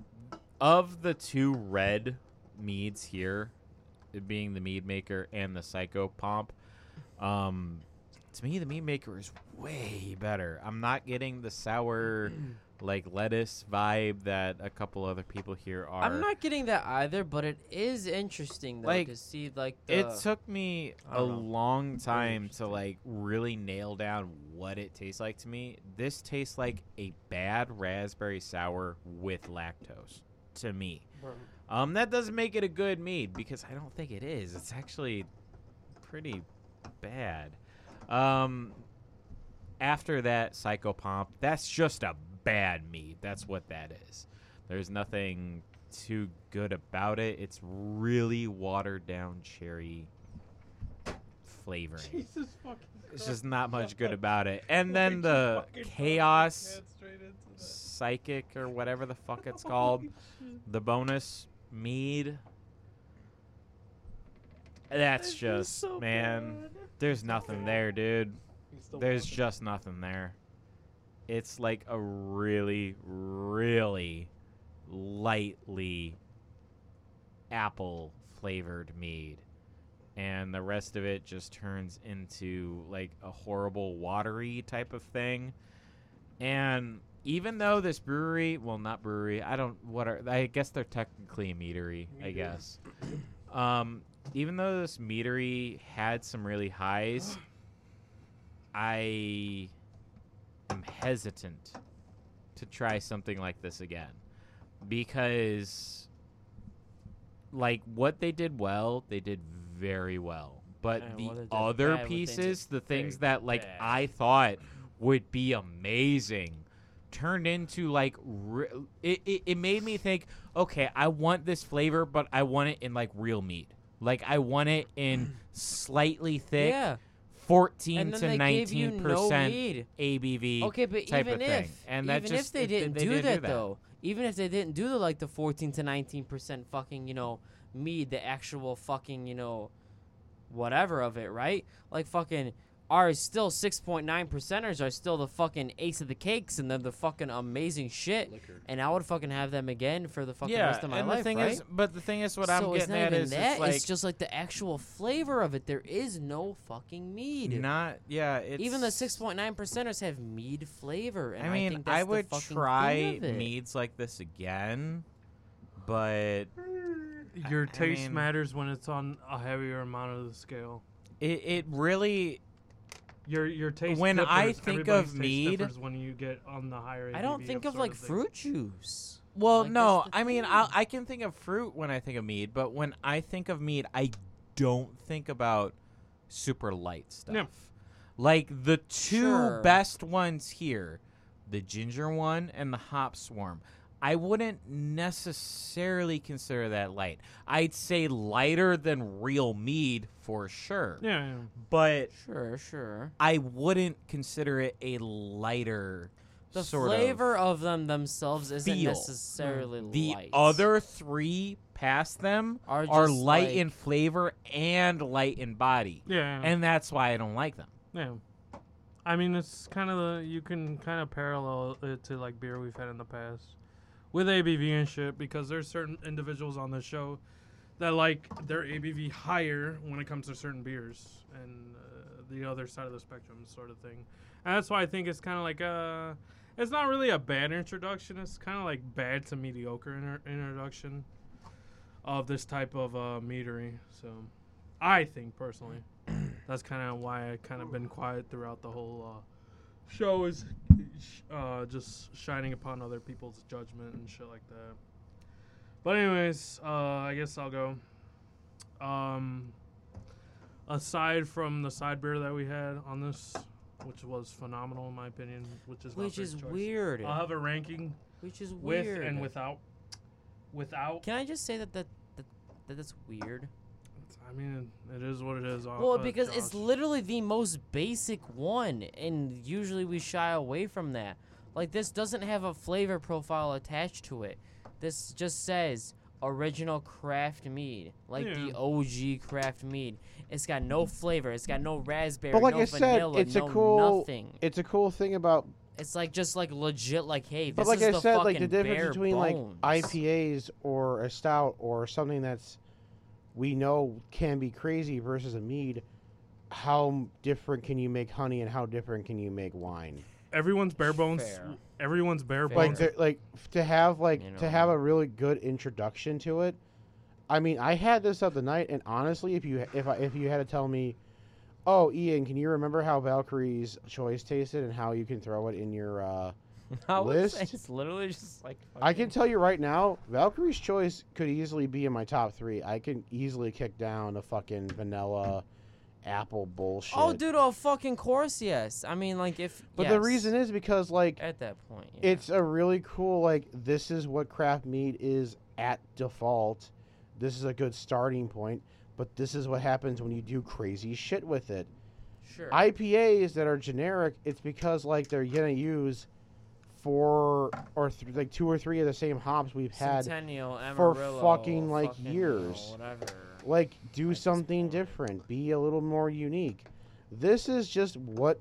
S3: of the two red meads here, it being the mead maker and the psycho pomp, um, to me the mead maker is way better. I'm not getting the sour, like lettuce vibe that a couple other people here are.
S1: I'm not getting that either, but it is interesting though
S3: Like,
S1: to see like the
S3: It took me
S1: I
S3: a
S1: don't know.
S3: long time to
S1: interesting.
S3: like really nail down what it tastes like to me. This tastes like a bad raspberry sour with lactose to me. Um, that doesn't make it a good mead because I don't think it is. It's actually pretty bad. Um, after that, Psychopomp, that's just a bad mead. That's what that is. There's nothing too good about it. It's really watered down cherry flavoring.
S2: Jesus fucking.
S3: It's just not
S2: [laughs]
S3: much good about it. And then the chaos psychic or whatever the fuck
S2: [laughs]
S3: it's called, the bonus mead. That's just man. There's nothing there, dude. There's just nothing there. It's like a really, really lightly apple flavored mead. And the rest of it just turns into like a horrible watery type of thing. And even though this brewery, well, not brewery, I don't, what are, I guess they're technically a meadery, I guess. Um, even though this meadery had some really highs, I am hesitant to try something like this again because like what they did well, they did very well. But
S1: And what they
S3: the
S1: did
S3: other
S1: bad was they did
S3: pieces, the things
S1: very
S3: that like
S1: bad.
S3: I thought would be amazing turned into like re- it, it, it made me think okay i want this flavor but i want it in like real meat like i want it
S1: [clears throat]
S3: in slightly thick
S1: yeah.
S3: 14
S1: And then
S3: to
S1: they gave you
S3: 19
S1: no
S3: percent
S1: mead.
S3: ABV.
S1: Okay, but
S3: type
S1: even
S3: of
S1: if
S3: thing. And that
S1: even
S3: just-
S1: if they
S3: it-
S1: didn't,
S3: they
S1: do,
S3: didn't
S1: that,
S3: do that.
S1: though, even if they didn't do the like the fourteen to nineteen percent fucking you know mead, the actual fucking, you know, whatever of it, right? Like fucking are still 6.9 percenters are still the fucking ace of the cakes and they're the fucking amazing shit. And I would fucking have them again for the fucking
S3: yeah,
S1: rest of my
S3: and
S1: life,
S3: the thing
S1: right?
S3: is, but the thing is, what I'm
S1: so it's
S3: getting
S1: not
S3: at
S1: even
S3: is
S1: that.
S3: it's like
S1: just like the actual flavor of it. There is no fucking mead.
S3: not. Yeah, it's
S1: Even the 6.9 percenters have mead flavor. And
S3: I mean, I,
S1: think that's the
S3: would
S1: fucking thing
S3: try
S1: of it.
S3: meads like this again, but
S2: Your
S3: I
S2: taste
S3: mean-
S2: matters when it's on a heavier amount of the scale.
S3: it it really
S2: Your your taste.
S3: When I
S2: differs.
S3: think
S2: Everybody's
S3: of
S2: taste
S3: mead-
S2: differs when you get on the higher.
S1: I don't
S2: ABV
S1: think of
S2: sort
S1: like
S2: thing.
S1: fruit juice.
S3: Well,
S1: Like,
S3: no,
S1: that's the
S3: I mean,
S1: thing.
S3: I, I can think of fruit when I think of mead, but when I think of mead, I don't think about super light stuff.
S2: No.
S3: Like the two
S1: Sure.
S3: best ones here, the ginger one and the hop swarm. I wouldn't necessarily consider that light. I'd say lighter than real mead for sure.
S2: Yeah, yeah.
S3: But
S1: Sure, sure.
S3: I wouldn't consider it a lighter
S1: The
S3: sort
S1: flavor
S3: of
S1: of, them themselves isn't
S3: feel. Mm.
S1: necessarily
S3: the
S1: light.
S3: other three past them
S1: Are
S3: are,
S1: just
S3: light
S1: like-
S3: in flavor and light in body.
S2: Yeah.
S3: And that's why I don't like them.
S2: yeah. I mean, it's kind of the you can kind of parallel it to like beer we've had in the past with ABV and shit because there's certain individuals on the show that like their ABV higher when it comes to certain beers and uh, the other side of the spectrum sort of thing. And that's why I think it's kind of like uh it's not really a bad introduction. It's kind of like bad to mediocre inter- introduction of this type of uh, meadery. So I think personally that's kind of why I kind of been quiet throughout the whole uh, show is sh- uh, just shining upon other people's judgment and shit like that. But anyways, uh, I guess I'll go. Um, aside from the side beer that we had on this, which was phenomenal in my opinion, which is my
S1: which
S2: first
S1: is
S2: choice.
S1: weird.
S2: I'll have a ranking
S1: which is
S2: Uh, with
S1: weird.
S2: and without. Without,
S1: Can I just say that that, that, that that's weird?
S2: I mean, it is what it is. uh,
S1: Well,
S2: uh,
S1: because
S2: Josh.
S1: it's literally the most basic one, and usually we shy away from that. Like, this doesn't have a flavor profile attached to it. This just says original craft mead, like
S2: Yeah.
S1: the OG craft mead. It's got no flavor. It's got no raspberry.
S5: But like
S1: no
S5: I said,
S1: vanilla,
S5: it's a
S1: no
S5: cool-
S1: nothing.
S5: It's a cool thing about,
S1: It's like just like legit. Like, hey, this
S5: but like
S1: is
S5: I
S1: the
S5: said,
S1: fucking
S5: like the difference
S1: bare
S5: between
S1: bones.
S5: like
S1: [laughs]
S5: IPAs or a stout or something that's we know can be crazy versus a mead. How m- different can you make honey, and how different can you make wine?
S2: everyone's bare bones.
S1: Fair.
S2: Everyone's bare
S1: Fair.
S5: Like,
S2: bones.
S1: Fair.
S5: they're- like f- to have like
S1: You know.
S5: to have a really good introduction to it. I mean, I had this up the night, and honestly, if you if I, if you had to tell me, oh, Ian, can you remember how Valkyrie's choice tasted and how you can throw it in your uh,
S15: I would say
S5: list?
S15: it's literally just like.
S5: I can tell you right now, Valkyrie's Choice could easily be in my top three. I can easily kick down a fucking vanilla apple bullshit.
S1: Oh, dude, oh fucking course, yes. I mean, like if.
S5: But the
S1: yes,
S5: reason is because like
S1: at that point, yeah.
S5: it's a really cool like this is what craft meat is at default. This is a good starting point, but this is what happens when you do crazy shit with it.
S1: sure.
S5: IPAs that are generic, it's because like they're gonna use four or th- like two or three of the same hops we've had.
S1: Centennial,
S5: for
S1: Amarillo,
S5: fucking, like,
S1: fucking,
S5: years.
S1: You know, whatever.
S5: like do
S1: Like, it's
S5: something
S1: more-
S5: different be a little more unique this is just what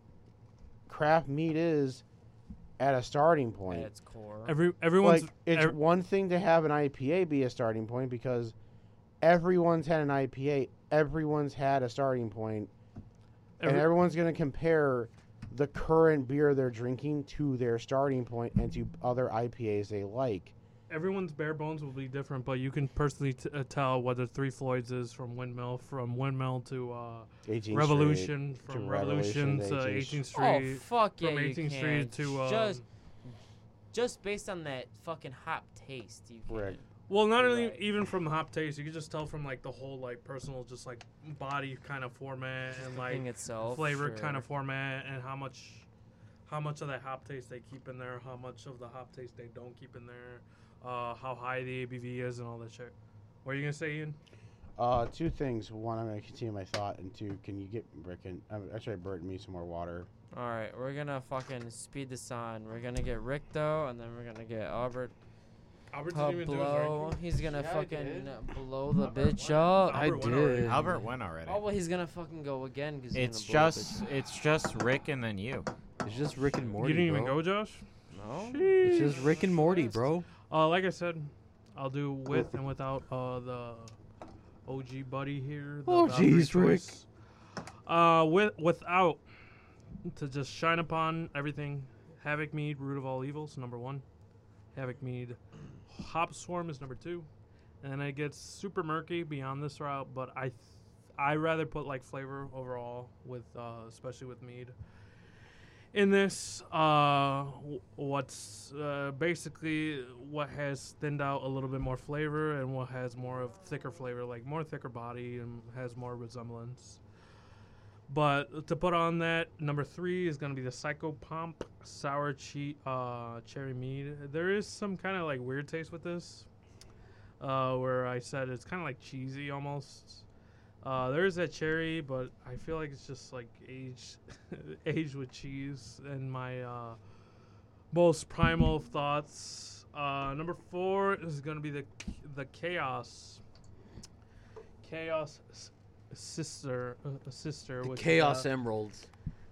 S5: craft meat is at a starting
S1: At
S5: point
S1: its core.
S2: Every everyone's
S5: like it's
S2: ev-
S5: one thing to have an ipa be a starting point because everyone's had an ipa everyone's had a starting point and
S2: Every-
S5: everyone's going to compare the current beer they're drinking to their starting point and to other ipas they like
S2: everyone's bare bones will be different, but you can personally t- uh, tell whether Three Floyds is from Windmill, from Windmill to uh,
S5: 18th Street
S2: Revolution,
S5: to
S2: from
S5: Revolution
S2: Revolution,
S5: to
S2: to
S5: 18th
S2: 18th
S1: oh
S2: Street,
S1: fuck yeah,
S2: from
S1: you
S2: 18th
S1: can.
S2: Street to um,
S1: just just based on that fucking hop taste, you can.
S5: Right.
S2: well, not
S1: you're
S2: only
S1: right.
S2: even from the hop taste, you can just tell from like the whole like personal, just like body kind of format and like
S1: thing itself
S2: flavor
S1: sure.
S2: kind of format and how much how much of that hop taste they keep in there, how much of the hop taste they don't keep in there, uh, how high the ABV is, and all that shit. What are you gonna say, Ian?
S5: Uh, two things. One, I'm going to continue my thought, and two, can you get Rick and uh, actually Bert and me some more water?
S1: All right, we're gonna fucking speed this on. We're gonna get Rick though, and then we're gonna get Albert.
S2: Albert didn't
S1: Uh,
S2: even
S1: blow.
S2: do
S1: He's gonna
S16: Yeah, I
S1: fucking
S16: did.
S1: uh, blow the bitch up.
S17: I Albert
S1: I
S17: went already.
S1: did.
S3: Albert went already.
S1: Oh well, he's gonna fucking go again because
S3: It's just it's just Rick and then you.
S4: It's just Rick and
S2: his right.
S4: Morty.
S2: You didn't even
S4: bro.
S2: go, Josh.
S1: no.
S4: It's just Rick and Morty, bro.
S2: Uh, like I said, I'll do with and without uh, the OG buddy here. the
S18: Oh,
S2: boundary
S18: jeez, Rick.
S2: choice. Uh, with without to just shine upon everything. Havoc Mead, root of all evils, number one. Havoc Mead, Hop Swarm is number two, and then it gets super murky beyond this route. But I, th- I rather put like flavor overall with, uh, especially with Mead. In this, uh, w- what's uh, basically what has thinned out a little bit more flavor and what has more of thicker flavor, like more thicker body and has more resemblance. But to put on that, number three is going to be the Psycho Pomp Sour che- uh, Cherry Mead. There is some kind of like weird taste with this, uh, where I said it's kind of like cheesy almost. Uh, there is that cherry, but I feel like it's just like aged, [laughs] aged with cheese. And my uh, most primal thoughts. Uh, number four is gonna be the the chaos, chaos s- sister uh, sister with uh,
S4: Emeralds.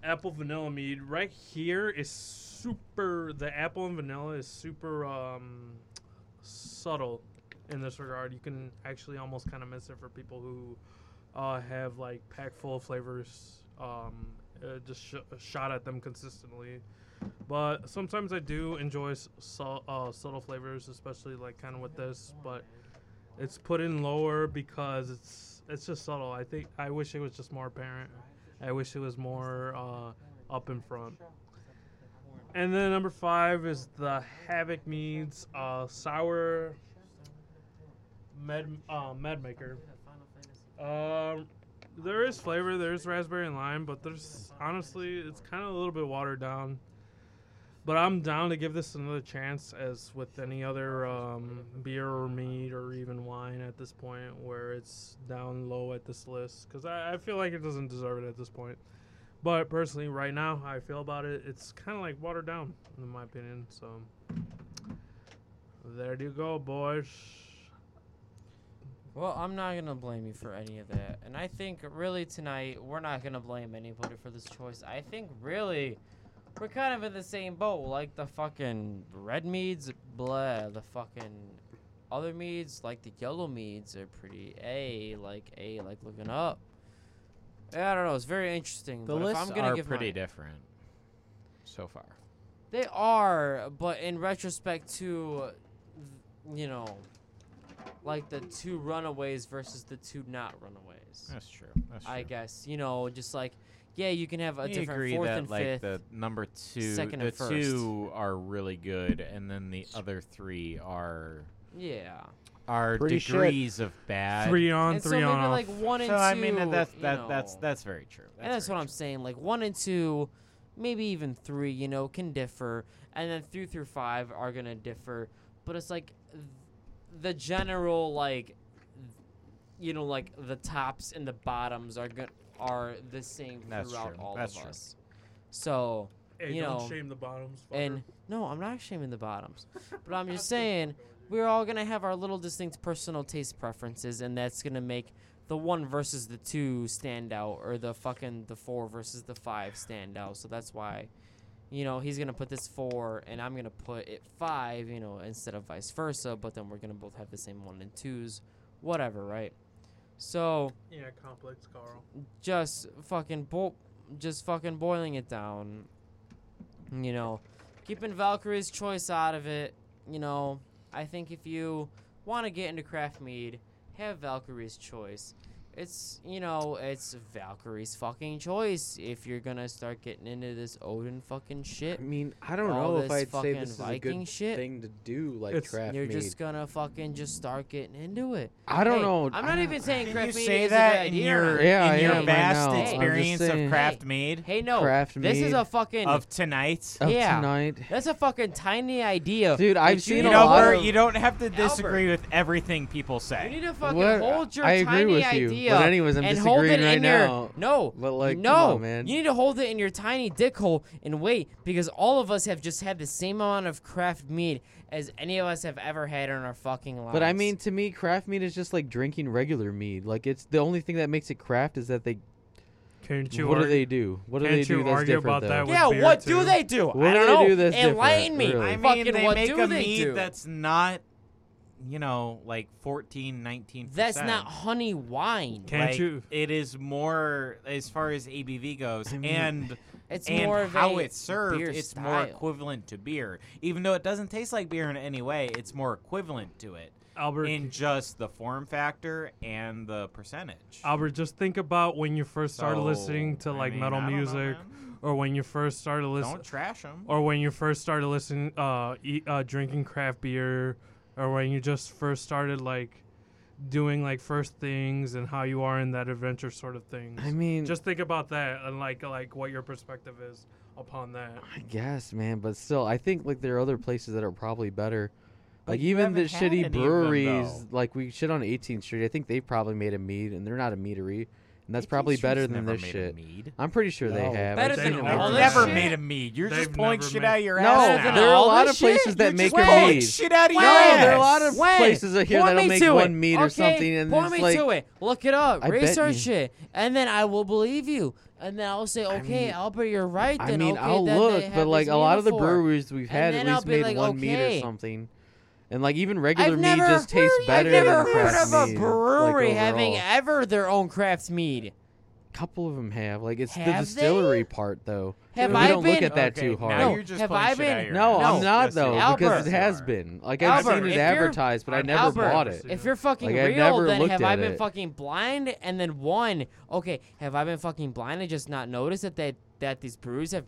S2: apple vanilla mead right here is super the apple and vanilla is super um subtle in this regard you can actually almost kind of miss it for people who uh, have like pack full of flavors um uh, just sh- shot at them consistently but sometimes i do enjoy s- su- uh, subtle flavors especially like kind of with this but it's put in lower because it's it's just subtle i think i wish it was just more apparent I wish it was more uh, up in front. And then number five is the Havoc Meads uh, Sour Med uh, Med Maker. Um, there is flavor, there's raspberry and lime, but there's honestly it's kind of a little bit watered down. But I'm down to give this another chance, as with any other um, beer or mead or even wine at this point, where it's down low at this list, because I, I feel like it doesn't deserve it at this point. But personally, right now, how I feel about it, it's kind of like watered down, in my opinion. So there you go, boys.
S1: Well, I'm not gonna blame you for any of that, and I think really tonight we're not gonna blame anybody for this choice. I think really we're kind of in the same boat, like the fucking red meads, blah. The fucking other meads, like the yellow meads, are pretty a like a like looking up. Yeah, I don't know. It's very interesting.
S3: The
S1: but if
S3: lists
S1: I'm gonna
S3: are
S1: give
S3: pretty
S1: mine-
S3: different so far.
S1: They are, but in retrospect to, th- you know, like the two runaways versus the two not runaways.
S3: That's true. That's true.
S1: I guess you know, just like yeah, you can have a
S3: We
S1: different
S3: agree
S1: fourth
S3: that
S1: and
S3: like
S1: fifth.
S3: the number two,
S1: second
S3: the
S1: and first.
S3: two are really good, and then the other three are
S1: yeah,
S3: are
S5: Pretty shit.
S3: degrees of bad.
S2: Three on,
S1: and
S2: three
S1: so
S2: on.
S1: maybe
S2: off.
S1: like one and
S3: so
S1: two.
S3: I mean that- that's
S1: you
S3: that that's
S1: know.
S3: that's very true.
S1: and that's what
S3: very
S1: I'm saying. Like one and two, maybe even three, you know, can differ, and then three through five are gonna differ. But it's like th- the general like, th- you know, like the tops and the bottoms are going are the same
S3: That's
S1: throughout
S3: true.
S1: all
S3: That's
S1: of
S3: true.
S1: us. So
S2: Hey,
S1: you
S2: don't
S1: know,
S2: shame the bottoms.
S1: and no, I'm not shaming the bottoms, but
S3: [laughs]
S1: I'm just saying we're all gonna have our little distinct personal taste preferences, and that's gonna make the one versus the two stand out, or the fucking the four versus the five stand out. So that's why, you know, he's gonna put this four, and I'm gonna put it five, you know, instead of vice versa. But then we're gonna both have the same one and twos, whatever, right? So
S2: yeah, complex Carl.
S1: just fucking bo- just fucking boiling it down. You know, keeping Valkyrie's choice out of it. You know, I think if you want to get into craft mead, have Valkyrie's choice. It's you know, it's Valkyrie's fucking choice if you're gonna start getting into this Odin fucking shit.
S4: I mean, I don't
S1: All
S4: know
S1: this
S4: if I'd say
S1: fucking
S4: this is a
S1: Viking
S4: good
S1: shit.
S4: thing to do, like
S2: It's-
S4: craft
S1: You're
S4: mead.
S1: just gonna fucking just start getting into it.
S4: I don't
S1: Hey,
S4: know.
S1: I'm not
S4: I-
S1: even saying
S17: Can you
S1: craft mead
S17: say
S1: is a
S17: that
S1: good
S17: in
S1: idea or
S17: your
S1: not.
S4: Yeah, I
S17: in your
S4: am right
S17: vast
S4: now. I'm just
S17: experience of
S4: saying.
S17: craft made
S1: Hey, no,
S4: Craft
S1: this is
S4: mead
S1: a fucking
S17: of tonight?
S4: of
S1: yeah.
S4: tonight.
S1: That's a fucking tiny idea.
S4: Dude, I've
S1: you
S4: seen
S17: You
S4: a
S17: know,
S4: lot
S17: Bert,
S4: of-
S17: you don't have to disagree with everything people
S1: You
S17: say.
S1: need to fucking
S4: What?
S1: hold your
S4: I agree
S1: tiny
S4: with you.
S1: idea idea.
S4: But anyways, I'm
S1: and
S4: disagreeing
S1: hold it
S4: right
S1: in
S4: now.
S1: Your, no,
S4: But, like, come
S1: no,
S4: on, man.
S1: You need to hold it in your tiny dick hole and wait because all of us have just had the same amount of craft meat as any of us have ever had in our fucking lives.
S4: But I mean, to me, craft meat is just like drinking regular mead. Like it's the only thing that makes it craft is that they.
S2: Can't you
S4: what do
S2: argue?
S4: they do? What do
S2: can't
S4: they do
S2: you
S4: that's
S2: argue
S4: different
S2: about
S4: though?
S2: that with
S1: yeah,
S2: beer,
S1: what
S2: too?
S1: do they do?
S4: What
S1: I
S4: do
S1: don't
S4: they
S1: know.
S4: do that's
S1: Enlighten
S4: different,
S1: me.
S4: really?
S3: I mean,
S1: Fucking
S3: they
S1: what
S3: make
S1: do
S3: a
S1: they
S3: mead
S1: do?
S3: that's not, you know, like 14, 19
S1: That's not honey wine.
S2: Can't
S3: Like,
S2: you?
S3: It is more as far as ABV goes, and
S1: It's
S3: and
S1: more of
S3: how
S1: a
S3: it's served.
S1: beer
S3: It's more
S1: style.
S3: equivalent to beer, even though it doesn't taste like beer in any way. It's more equivalent to it
S2: Albert,
S3: in just the form factor and the percentage.
S2: Albert, just think about when you first started listening
S3: So,
S2: to
S3: I
S2: like
S3: mean,
S2: metal
S3: I don't know,
S2: music,
S3: man.
S2: or when you first started listening,
S3: Don't trash them.
S2: or when you first started listening, uh, eat, uh, drinking craft beer, or when you just first started like doing like first things and how you are in that adventure sort of thing.
S4: I mean,
S2: just think about that and like like what your perspective is upon that.
S4: I guess, man. But still, I think like there are other places that are probably better.
S3: But
S4: Like
S3: you
S4: even the
S3: haven't had any
S4: shitty
S3: of them,
S4: breweries,
S3: though.
S4: like we shit on 18th Street. I think they probably made a mead, and they're not a meadery, and that's
S3: 18th
S4: probably better
S3: Street's
S4: than
S3: never
S4: this
S3: made a
S4: shit.
S3: mead.
S4: I'm pretty sure they
S5: No.
S4: have.
S1: Better
S4: I've
S1: than
S4: seen
S2: all
S4: them
S2: that
S4: all
S3: They've
S4: the
S2: shit.
S3: never
S2: shit.
S4: time.
S3: made a mead. You're
S2: They've
S3: just pulling
S2: never
S3: shit
S2: made-
S3: out of your
S4: No,
S3: ass. now.
S4: there are a
S1: all
S4: lot
S1: this
S4: of places
S1: shit?
S4: that
S1: You're
S4: make
S1: just
S4: a mead.
S1: pulling
S3: Pulling shit out of
S4: No,
S3: your ass.
S4: there are a lot of
S1: When?
S4: places out here
S1: Point
S4: that'll
S1: me
S4: make
S1: to
S4: one
S1: it.
S4: meat or
S1: okay,
S4: something, and
S1: point
S4: it's
S1: me
S4: like-
S1: to it. Look it up,
S4: I bet
S1: research
S4: you-
S1: it, and then I will believe you. And then I'll say, okay,
S4: mean-
S1: Albert, you're right.
S4: I
S1: Then
S4: mean,
S1: okay,
S4: I'll
S1: then
S4: look,
S1: they
S4: but
S1: have
S4: like
S1: this
S4: a lot
S1: meat
S4: of the
S1: before.
S4: breweries we've had at
S1: then I'll
S4: least
S1: be
S4: made
S1: like,
S4: one meat
S1: okay.
S4: or something. And like even regular
S1: I've
S4: meat
S1: never
S4: just tastes
S1: I've
S4: better
S1: never
S4: than
S1: heard
S4: craft
S1: of a
S4: mead, like,
S1: brewery having
S4: overall.
S1: ever their own craft mead.
S4: couple of them have. Like it's the
S1: Have
S4: distillery part though.
S1: Have
S4: we
S1: I
S4: don't look
S1: been-
S4: at that
S3: Okay,
S4: too hard.
S3: Now
S1: No,
S3: you're just
S1: have
S3: pulling
S1: I
S3: shit out
S1: been-
S3: of your
S4: No,
S3: ass.
S4: I'm not
S3: Yes, you
S4: though
S3: are.
S4: because
S1: Albert.
S4: it has been. Like I've
S1: Albert,
S4: seen
S1: if
S4: it
S1: you're-
S4: advertised, but I
S2: I've
S4: never
S1: Albert,
S4: bought
S2: never
S4: it.
S2: seen
S1: If you're fucking
S4: Like, I've
S1: real,
S4: never
S1: then
S4: looked
S1: have
S4: at
S1: I been
S4: it.
S1: fucking blind? And then one, okay, have I been fucking blind and just not noticed that they, that these brews have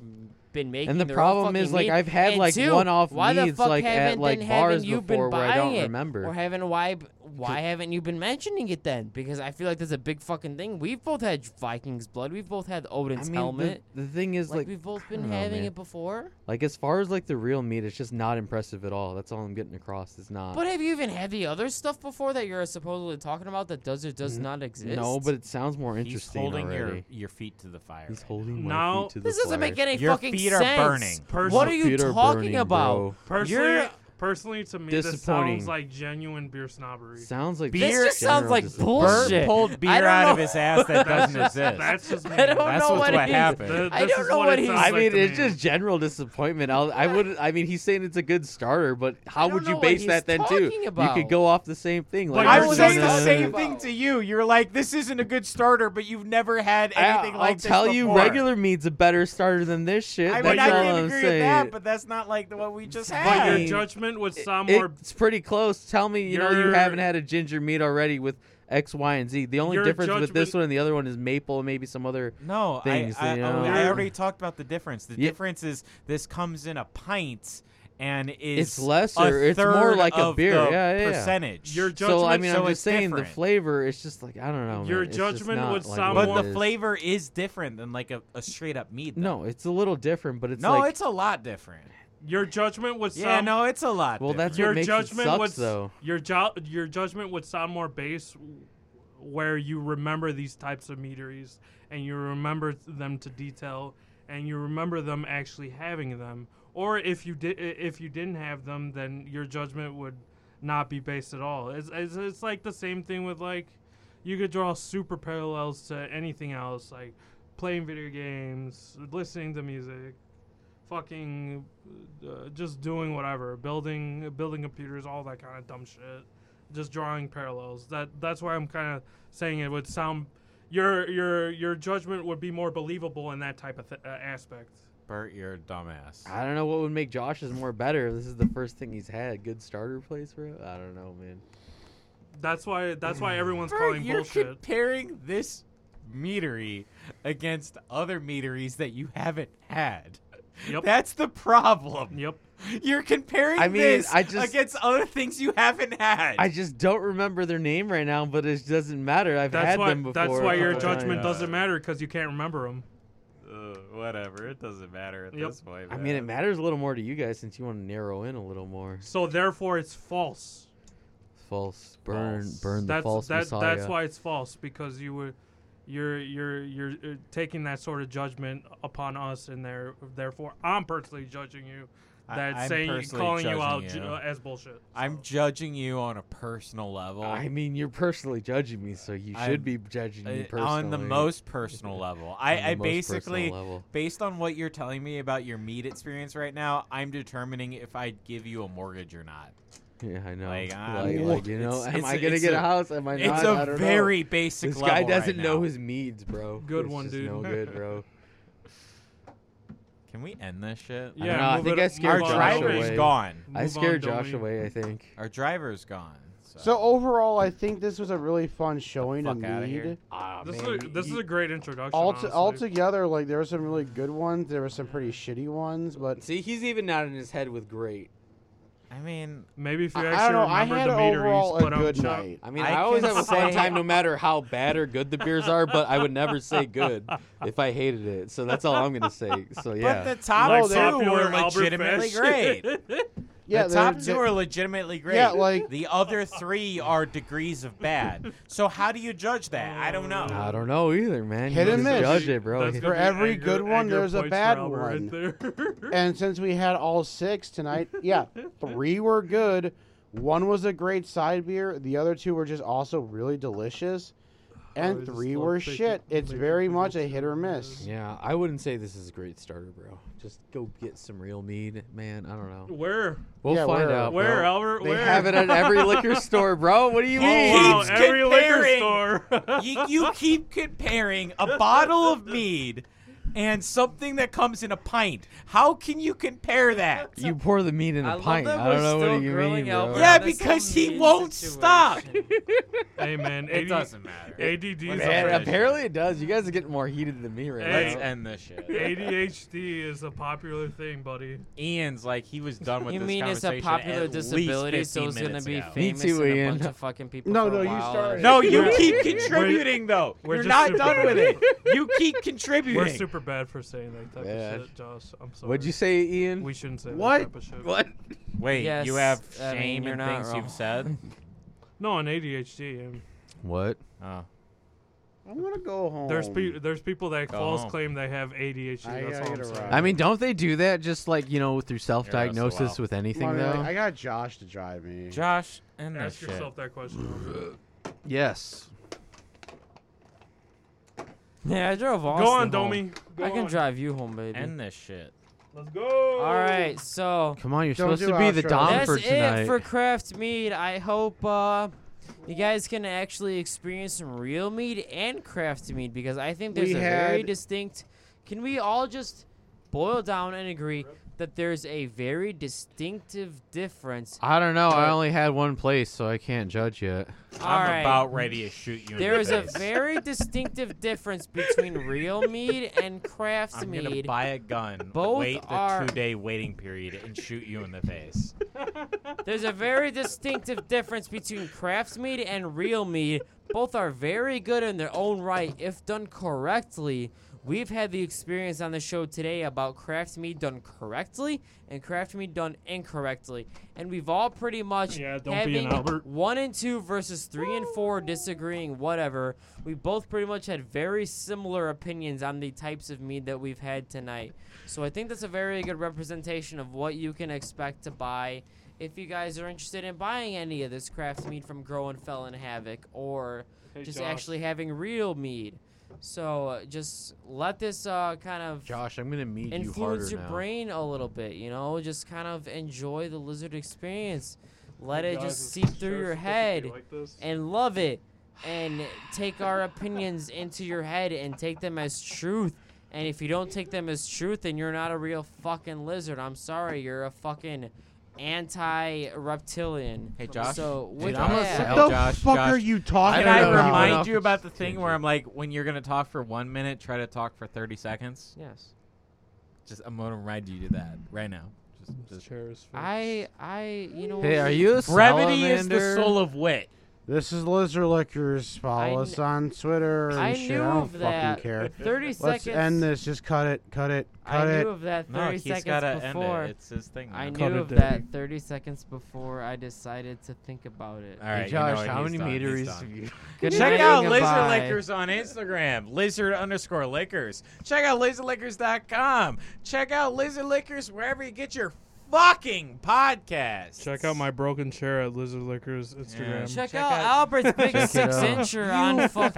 S1: been making?
S4: And the
S1: their own
S4: problem is
S1: fucking mead?
S4: like I've had
S1: And
S4: like
S1: two,
S4: one-off
S1: why the
S4: meads
S1: fuck
S4: like at
S1: haven't-
S4: like
S1: then haven't
S4: bars
S1: you been
S4: before where I don't
S1: buying it?
S4: remember.
S1: Or haven't why why haven't you been mentioning it then? Because I feel like that's a big fucking thing. We've both had Vikings blood. We've both had
S4: I
S1: Odin's
S4: mean,
S1: helmet.
S4: The, the thing is
S1: like,
S4: like,
S1: we've
S4: I
S1: both been
S4: don't know,
S1: having
S4: man.
S1: it before.
S4: Like as far as like the real meat, it's just not impressive at all. That's all I'm getting across. It's not.
S1: But have you even had the other stuff before that you're supposedly talking about that does or does not exist?
S4: no, but it sounds more
S3: He's
S4: interesting
S3: holding
S4: already.
S3: your, your feet to the fire.
S4: He's
S3: right
S4: holding my
S2: Now-
S4: feet to the
S1: This doesn't
S4: fire.
S1: make any
S3: Your
S1: fucking
S3: feet are
S1: sense.
S3: burning.
S1: What
S2: Personally-
S1: are
S4: My
S1: you
S4: feet are
S1: talking
S4: burning,
S1: about?
S4: bro.
S2: Personally,
S1: You're-
S2: personally to me, this sounds
S4: Disappointing.
S2: like genuine beer snobbery.
S4: Sounds like
S1: This just sounds
S4: general
S1: like
S4: dis-
S3: Bert
S1: bullshit.
S3: pulled beer
S1: I don't
S3: out of
S1: know.
S3: his ass that
S2: That's
S3: doesn't
S2: just,
S3: exist.
S2: that's just me.
S1: [laughs] [laughs] I don't
S3: That's
S1: know what,
S3: what's what
S1: it is.
S3: happened.
S2: Th-
S1: I
S2: this
S1: don't
S2: is
S1: know what
S2: it
S1: he's-
S2: sounds
S4: I
S2: like
S4: mean,
S2: to
S4: it's
S2: me.
S4: just general disappointment. I'll, I would. I mean, he's saying it's a good starter, but how
S1: don't
S4: would
S1: know
S4: you
S1: what
S4: base
S1: he's
S4: that then too?
S1: talking
S4: You
S1: about.
S4: could go off the same thing.
S2: But
S4: Like
S2: I
S3: I
S2: you're
S3: was
S2: was saying
S3: saying
S2: saying
S3: the
S2: the
S3: same thing to you. You're like, this isn't a good starter, but you've never had anything
S4: I,
S3: like
S4: will
S3: this
S4: tell you,
S3: before.
S4: regular meat's a better starter than this shit.
S3: I mean,
S4: That's
S3: I
S4: all
S3: can
S4: I'm
S3: agree with
S4: saying.
S3: that, but that's not like the, what we just
S2: But
S3: had.
S2: your
S4: Hey,
S2: judgment would sound more.
S4: it's pretty close. Tell me, you know, you
S2: Your-
S4: haven't had a ginger meat already with X, Y, and Z. The only
S2: Your
S4: difference with this
S2: judgment-
S4: one and the other one is maple, and maybe some other.
S3: No,
S4: things,
S3: I, I,
S4: you know?
S3: oh, I already talked about the difference. The
S4: Yeah.
S3: difference is this comes in a pint and is
S4: It's
S3: a
S4: lesser. It's more
S3: third
S4: like a
S3: of
S4: beer. Yeah,
S3: the
S4: yeah, yeah.
S3: percentage.
S2: Your
S4: So I
S2: judgment-
S4: mean,
S3: so
S4: I'm
S3: it's
S4: just saying the
S3: different.
S4: flavor. It's just like I don't know.
S2: Your
S4: man. It's just
S2: judgment
S4: not
S2: would
S4: like
S2: sound
S4: what
S3: but
S4: it
S2: more-
S3: the
S4: is.
S3: flavor is different than like a, a straight up mead. though.
S4: No, it's a little different, but it's
S3: no,
S4: like
S3: it's a lot different.
S2: your judgment would
S3: Yeah,
S2: sound.
S3: no, it's um, a lot.
S4: well, that's
S2: your
S4: what makes
S2: judgment
S4: it sucks,
S2: would s-
S4: though.
S2: Your ju- your judgment would sound more based w- where you remember these types of meteries and you remember them to detail and you remember them actually having them. Or if you did if you didn't have them, then your judgment would not be based at all. It's it's, it's like the same thing with like you could draw super parallels to anything else like playing video games, listening to music, fucking uh, just doing whatever, building building computers, all that kind of dumb shit. Just drawing parallels. That that's why I'm kind of saying it would sound your your your judgment would be more believable in that type of th- uh, aspect.
S3: Bert, you're a dumbass.
S4: I don't know what would make Josh's more better. This is the first thing he's had. Good starter place for it. I don't know, man.
S2: That's why that's why everyone's
S3: Bert,
S2: calling
S3: you're
S2: bullshit.
S3: comparing this meadery against other meaderies that you haven't had.
S2: Yep.
S3: That's the problem.
S2: Yep.
S3: You're comparing
S4: I mean,
S3: this
S4: I just-
S3: against other things you haven't had.
S4: I just don't remember their name right now, but it doesn't matter. I've
S2: That's
S4: had
S2: why
S4: them before.
S2: that's
S4: a
S2: why your
S4: couple
S2: judgment
S4: times.
S2: doesn't matter because you can't remember them.
S3: Uh, whatever. It doesn't matter at
S2: Yep.
S3: this point.
S4: I mean, it
S3: man.
S4: matters a little more to you guys since you want to narrow in a little more.
S2: So therefore, it's false.
S4: false. Burn,
S2: False.
S4: burn the
S2: that's,
S4: false
S2: that,
S4: messiah.
S2: That's why it's false because you were, you're you're you're uh, taking that sort of judgment upon us, and there therefore I'm personally judging you.
S3: I-
S2: That's
S3: I'm
S2: saying
S3: personally
S2: calling you
S3: judging
S2: out
S3: you.
S2: ju- uh, as bullshit.
S3: I'm judging you on a personal level.
S4: I mean, you're personally judging me, so you
S3: I'm-
S4: should be judging me
S3: Uh,
S4: personally.
S3: on the most personal level.
S4: On the
S3: I, I
S4: most personal
S3: basically,
S4: level.
S3: based on what you're telling me about your meat experience right now, I'm determining if I'd give you a mortgage or not.
S4: Yeah, I know.
S3: Like,
S4: Like,
S3: I'm-
S4: like, you know,
S3: it's-
S4: am
S3: it's-
S4: I gonna
S3: it's
S4: get a,
S3: a-
S4: house? Am I not?
S3: it's
S4: I
S3: a
S4: don't
S3: very
S4: know.
S3: basic
S4: This
S3: level.
S4: guy doesn't
S3: right
S4: know
S3: now.
S4: his needs, bro.
S2: Good
S4: It's
S2: one,
S4: just
S2: dude.
S4: No good, bro.
S3: Can we end this shit?
S4: I don't know,
S2: Yeah,
S4: I
S2: move
S4: think
S2: it-
S4: I
S2: move on.
S4: scared
S3: Our
S4: Josh
S3: driver's
S4: away.
S3: gone.
S4: I
S2: Move on,
S4: scared Josh
S2: dummy.
S4: away. I think.
S3: Our driver's gone. So,
S5: So overall, I think this was a really fun showing
S3: fuck
S5: to
S3: out of here.
S5: Mead.
S3: Ah,
S2: This
S3: man,
S2: is a, this is a great introduction.
S5: All to, all
S2: honestly.
S5: together, like there were some really good ones. There were some pretty shitty ones, but
S4: See, he's even nodding his head with great.
S3: I mean,
S2: Maybe if you
S5: I,
S2: actually
S5: I don't know. I
S2: remembered
S5: had
S2: the meter,
S5: overall a
S2: but
S5: good
S2: um,
S5: night.
S4: I mean,
S3: I
S4: I, always
S3: can
S4: have a fun
S3: say-
S4: time no matter how bad or good the beers are, but I would never say good if I hated it. So that's all I'm going to say. So yeah.
S3: [laughs] but the top
S2: Like
S3: two
S2: popular
S3: were
S2: Albert
S3: legitimately
S2: Fish. [laughs]
S3: great.
S5: Yeah,
S3: the top
S5: there-
S3: two are legitimately great.
S5: Yeah, like-
S3: the other three are degrees of bad. So how do you judge that? I don't know.
S4: I don't know either, man.
S5: Hit
S4: you
S5: and
S4: just
S5: miss.
S4: judge it, bro.
S2: That's
S4: Hit-
S2: gonna be
S5: every
S2: anger-
S5: good one,
S2: anger
S5: there's a
S2: points for
S5: bad
S2: Albert
S5: one.
S2: Right there.
S5: [laughs] And since we had all six
S2: [laughs]
S5: tonight, yeah, three were good. One was a great side beer. The other two were just also really delicious.
S2: I
S5: And
S2: Oh, just
S5: three
S2: love
S5: were
S2: baking-
S5: shit. It's
S2: baking
S5: very
S2: people
S5: much a
S2: shit.
S5: hit or miss.
S4: yeah, I wouldn't say this is a great starter, bro. Just go get some real mead, man. I don't know.
S2: Where?
S4: We'll
S5: Yeah,
S4: find
S5: where-
S3: Uh,
S4: out. bro.
S2: Where, Albert?
S4: They
S2: where? Oh,
S4: have it at every liquor store, bro. What do you
S3: He
S4: mean?
S2: wow,
S3: keeps
S2: every liquor
S3: comparing.
S2: store. [laughs]
S3: you, you keep comparing a bottle of mead and something that comes in a pint. How can you compare that?
S4: [laughs] You pour the meat in
S1: I
S4: a
S1: love
S4: pint.
S1: that
S4: I
S1: we're
S4: don't know
S1: still
S4: what you mean,
S1: grilling
S4: bro.
S1: Albert.
S3: Yeah,
S1: That's a
S3: because he
S1: mean
S3: won't
S1: situation.
S3: stop.
S2: hey man,
S3: It
S2: AD
S3: doesn't matter.
S2: ADD is
S3: Man,
S2: a
S4: Man,
S3: Let's-
S4: apparently it does. You guys are getting more heated than me right
S2: Hey.
S3: Let's
S4: now.
S3: end this shit.
S2: ADHD is a popular thing, buddy.
S3: Ian's like he was done with
S1: You
S3: this
S1: mean it's
S3: conversation
S1: a popular
S3: at least
S1: disability,
S3: 15
S1: so it's gonna
S3: minutes
S1: be
S3: ago.
S1: famous
S4: too,
S1: in a
S4: Ian.
S1: bunch of fucking people.
S5: No,
S1: for
S5: no,
S1: a
S5: you
S1: while
S5: started.
S3: No, you [laughs] keep
S2: We're-
S3: contributing though.
S2: we're
S3: You're
S2: just
S3: not
S2: super-
S3: done with it. [laughs] You keep
S2: We're
S3: contributing.
S2: super bad for saying that type
S4: Yeah.
S2: of shit, Josh. I'm sorry.
S4: What'd you say,
S2: [laughs]
S4: Ian?
S2: We shouldn't say
S4: What?
S2: that type of shit.
S4: what?
S3: Wait,
S1: Yes,
S3: you have
S1: I mean,
S3: shame
S1: you're
S3: in
S1: not
S3: things
S1: wrong. [laughs]
S3: you've said?
S2: No, on ADHD, and
S4: What?
S3: Oh.
S5: I'm gonna go home.
S2: there's pe- there's people that
S3: Go
S2: false
S3: home.
S2: claim they have ADHD.
S5: I
S2: That's
S5: gotta
S2: all I'm
S5: get a
S2: saying.
S5: ride.
S4: I mean, don't they do that just like, you know, through self
S3: Yeah, that's
S4: diagnosis
S3: a
S4: with anything,
S5: Money,
S4: though?
S5: like, I got Josh to drive me.
S3: Josh, end this
S2: Ask
S3: shit.
S2: yourself that question.
S4: yes.
S1: [laughs] Yeah, I drove Austin.
S2: Go on,
S1: home.
S2: Domi. Go
S1: I can
S2: on.
S1: drive you home, baby.
S3: End this shit.
S2: Let's go.
S1: All right, so
S4: Come on, you're
S5: Don't
S4: supposed
S5: do
S4: to be the
S5: outro.
S4: Dom
S1: that's
S4: for tonight.
S1: it for craft mead. I hope uh, you guys can actually experience some real mead and craft mead because I think there's
S5: We
S1: a very
S5: had-
S1: distinct. Can we all just boil down and agree that there's a very distinctive difference?
S4: I don't know. I only had one place, so I can't judge yet.
S1: all
S3: I'm
S1: right.
S3: about ready to shoot you.
S1: there
S3: in
S1: is
S3: the
S1: a
S3: face.
S1: very distinctive difference between real mead and craft
S3: I'm gonna
S1: mead.
S3: buy a gun,
S1: Both
S3: wait the
S1: are-
S3: two-day waiting period, and shoot you in the face.
S1: There's a very distinctive difference between craft mead and real mead. Both are very good in their own right if done correctly. We've had the experience on the show today about craft mead done correctly and craft mead done incorrectly. And we've all pretty much
S2: Yeah, don't
S1: having
S2: be an Albert.
S1: one and two versus three and four disagreeing, whatever. We both pretty much had very similar opinions on the types of mead that we've had tonight. So I think that's a very good representation of what you can expect to buy if you guys are interested in buying any of this craft mead from Grow and Fell and Havoc or
S2: Hey,
S1: just
S2: Josh.
S1: actually having real mead. So uh, just let this uh, kind of
S4: Josh, I'm going to meet you harder
S1: influence your
S4: now.
S1: brain a little bit, you know? Just kind of enjoy the lizard experience. Let
S2: Hey,
S1: it
S2: guys,
S1: just
S2: is
S1: seep
S2: the
S1: through
S2: show
S1: your
S2: supposed to be
S1: head
S2: like this?
S1: and love it and take our opinions into your head and take them as truth. And if you don't take them as truth, then you're not a real fucking lizard. I'm sorry, you're a fucking anti reptilian.
S3: Hey, Josh.
S1: So with
S3: Dude, I'm gonna
S1: that,
S3: sell
S5: What the
S3: Josh,
S5: fuck
S3: Josh.
S5: are you talking
S3: Can
S4: don't
S3: I
S4: know how
S5: about?
S4: enough
S3: remind you about the
S4: to
S3: thing
S4: change
S3: where
S4: it.
S3: I'm like, when you're gonna talk for one minute, try to talk for 30 seconds?
S1: yes,
S3: Just I'm gonna remind you to that right now. Just, just.
S1: I, I, you know,
S4: Hey, are you a
S3: Brevity is
S4: salamander?
S3: the soul of wit.
S5: This is Lizard Liquors. Follow
S1: I
S5: us
S1: kn-
S5: on Twitter. and
S1: I
S5: shit.
S1: knew
S5: I don't
S1: of
S5: fucking
S1: that.
S5: care.
S1: 30
S5: Let's
S1: seconds.
S5: end this. Just cut it. Cut it. Cut
S1: I
S5: it.
S1: knew of that 30
S3: No, he's
S1: seconds
S3: gotta
S1: before.
S3: end it. It's his thing.
S1: I
S3: now.
S1: knew
S2: it,
S1: of
S2: Diddy.
S1: that 30 seconds before I decided to think about it.
S3: All right,
S4: hey,
S3: you
S4: Josh,
S3: know what?
S4: how
S3: He's
S4: many
S3: done. He's
S4: meters
S3: done.
S4: have you?
S1: Good
S3: Check
S1: night
S3: out
S1: and
S3: Laser
S1: goodbye.
S3: Lakers on Instagram, lizard underscore Lakers. Check out laserlakers.com. Check out Lizard Lakers wherever you get your fucking podcast.
S2: Check out my broken chair at Lizard Liquors Instagram.
S1: Check,
S3: Check
S1: out,
S3: out-
S4: [laughs]
S1: Albert's big
S4: Check it
S1: six
S4: out.
S1: incher on fucking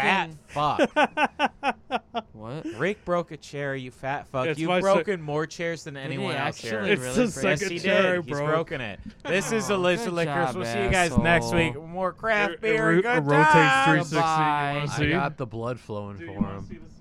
S3: fat fuck.
S1: [laughs] what?
S3: Rick broke a chair, you fat fuck.
S2: It's my
S3: You've
S2: se-
S3: broken more chairs than
S1: he
S3: anyone else here.
S1: actually?
S2: it's
S1: really
S2: the
S1: break-
S3: Yes,
S2: second
S3: he
S2: chair I
S3: did. He's
S2: broke.
S3: broken it. This is
S1: Aw,
S3: the Lizard
S1: good
S3: Liquors.
S1: job,
S3: We'll see you guys next
S1: asshole.
S3: week. More craft
S2: It- it
S3: beer.
S2: ro-
S3: good
S2: rotates
S3: times.
S2: 360. You
S1: Goodbye.
S2: wanna
S1: I
S4: I
S2: see?
S4: [laughs] got the blood flowing
S2: Dude,
S4: for
S2: you wanna
S4: him.
S2: see this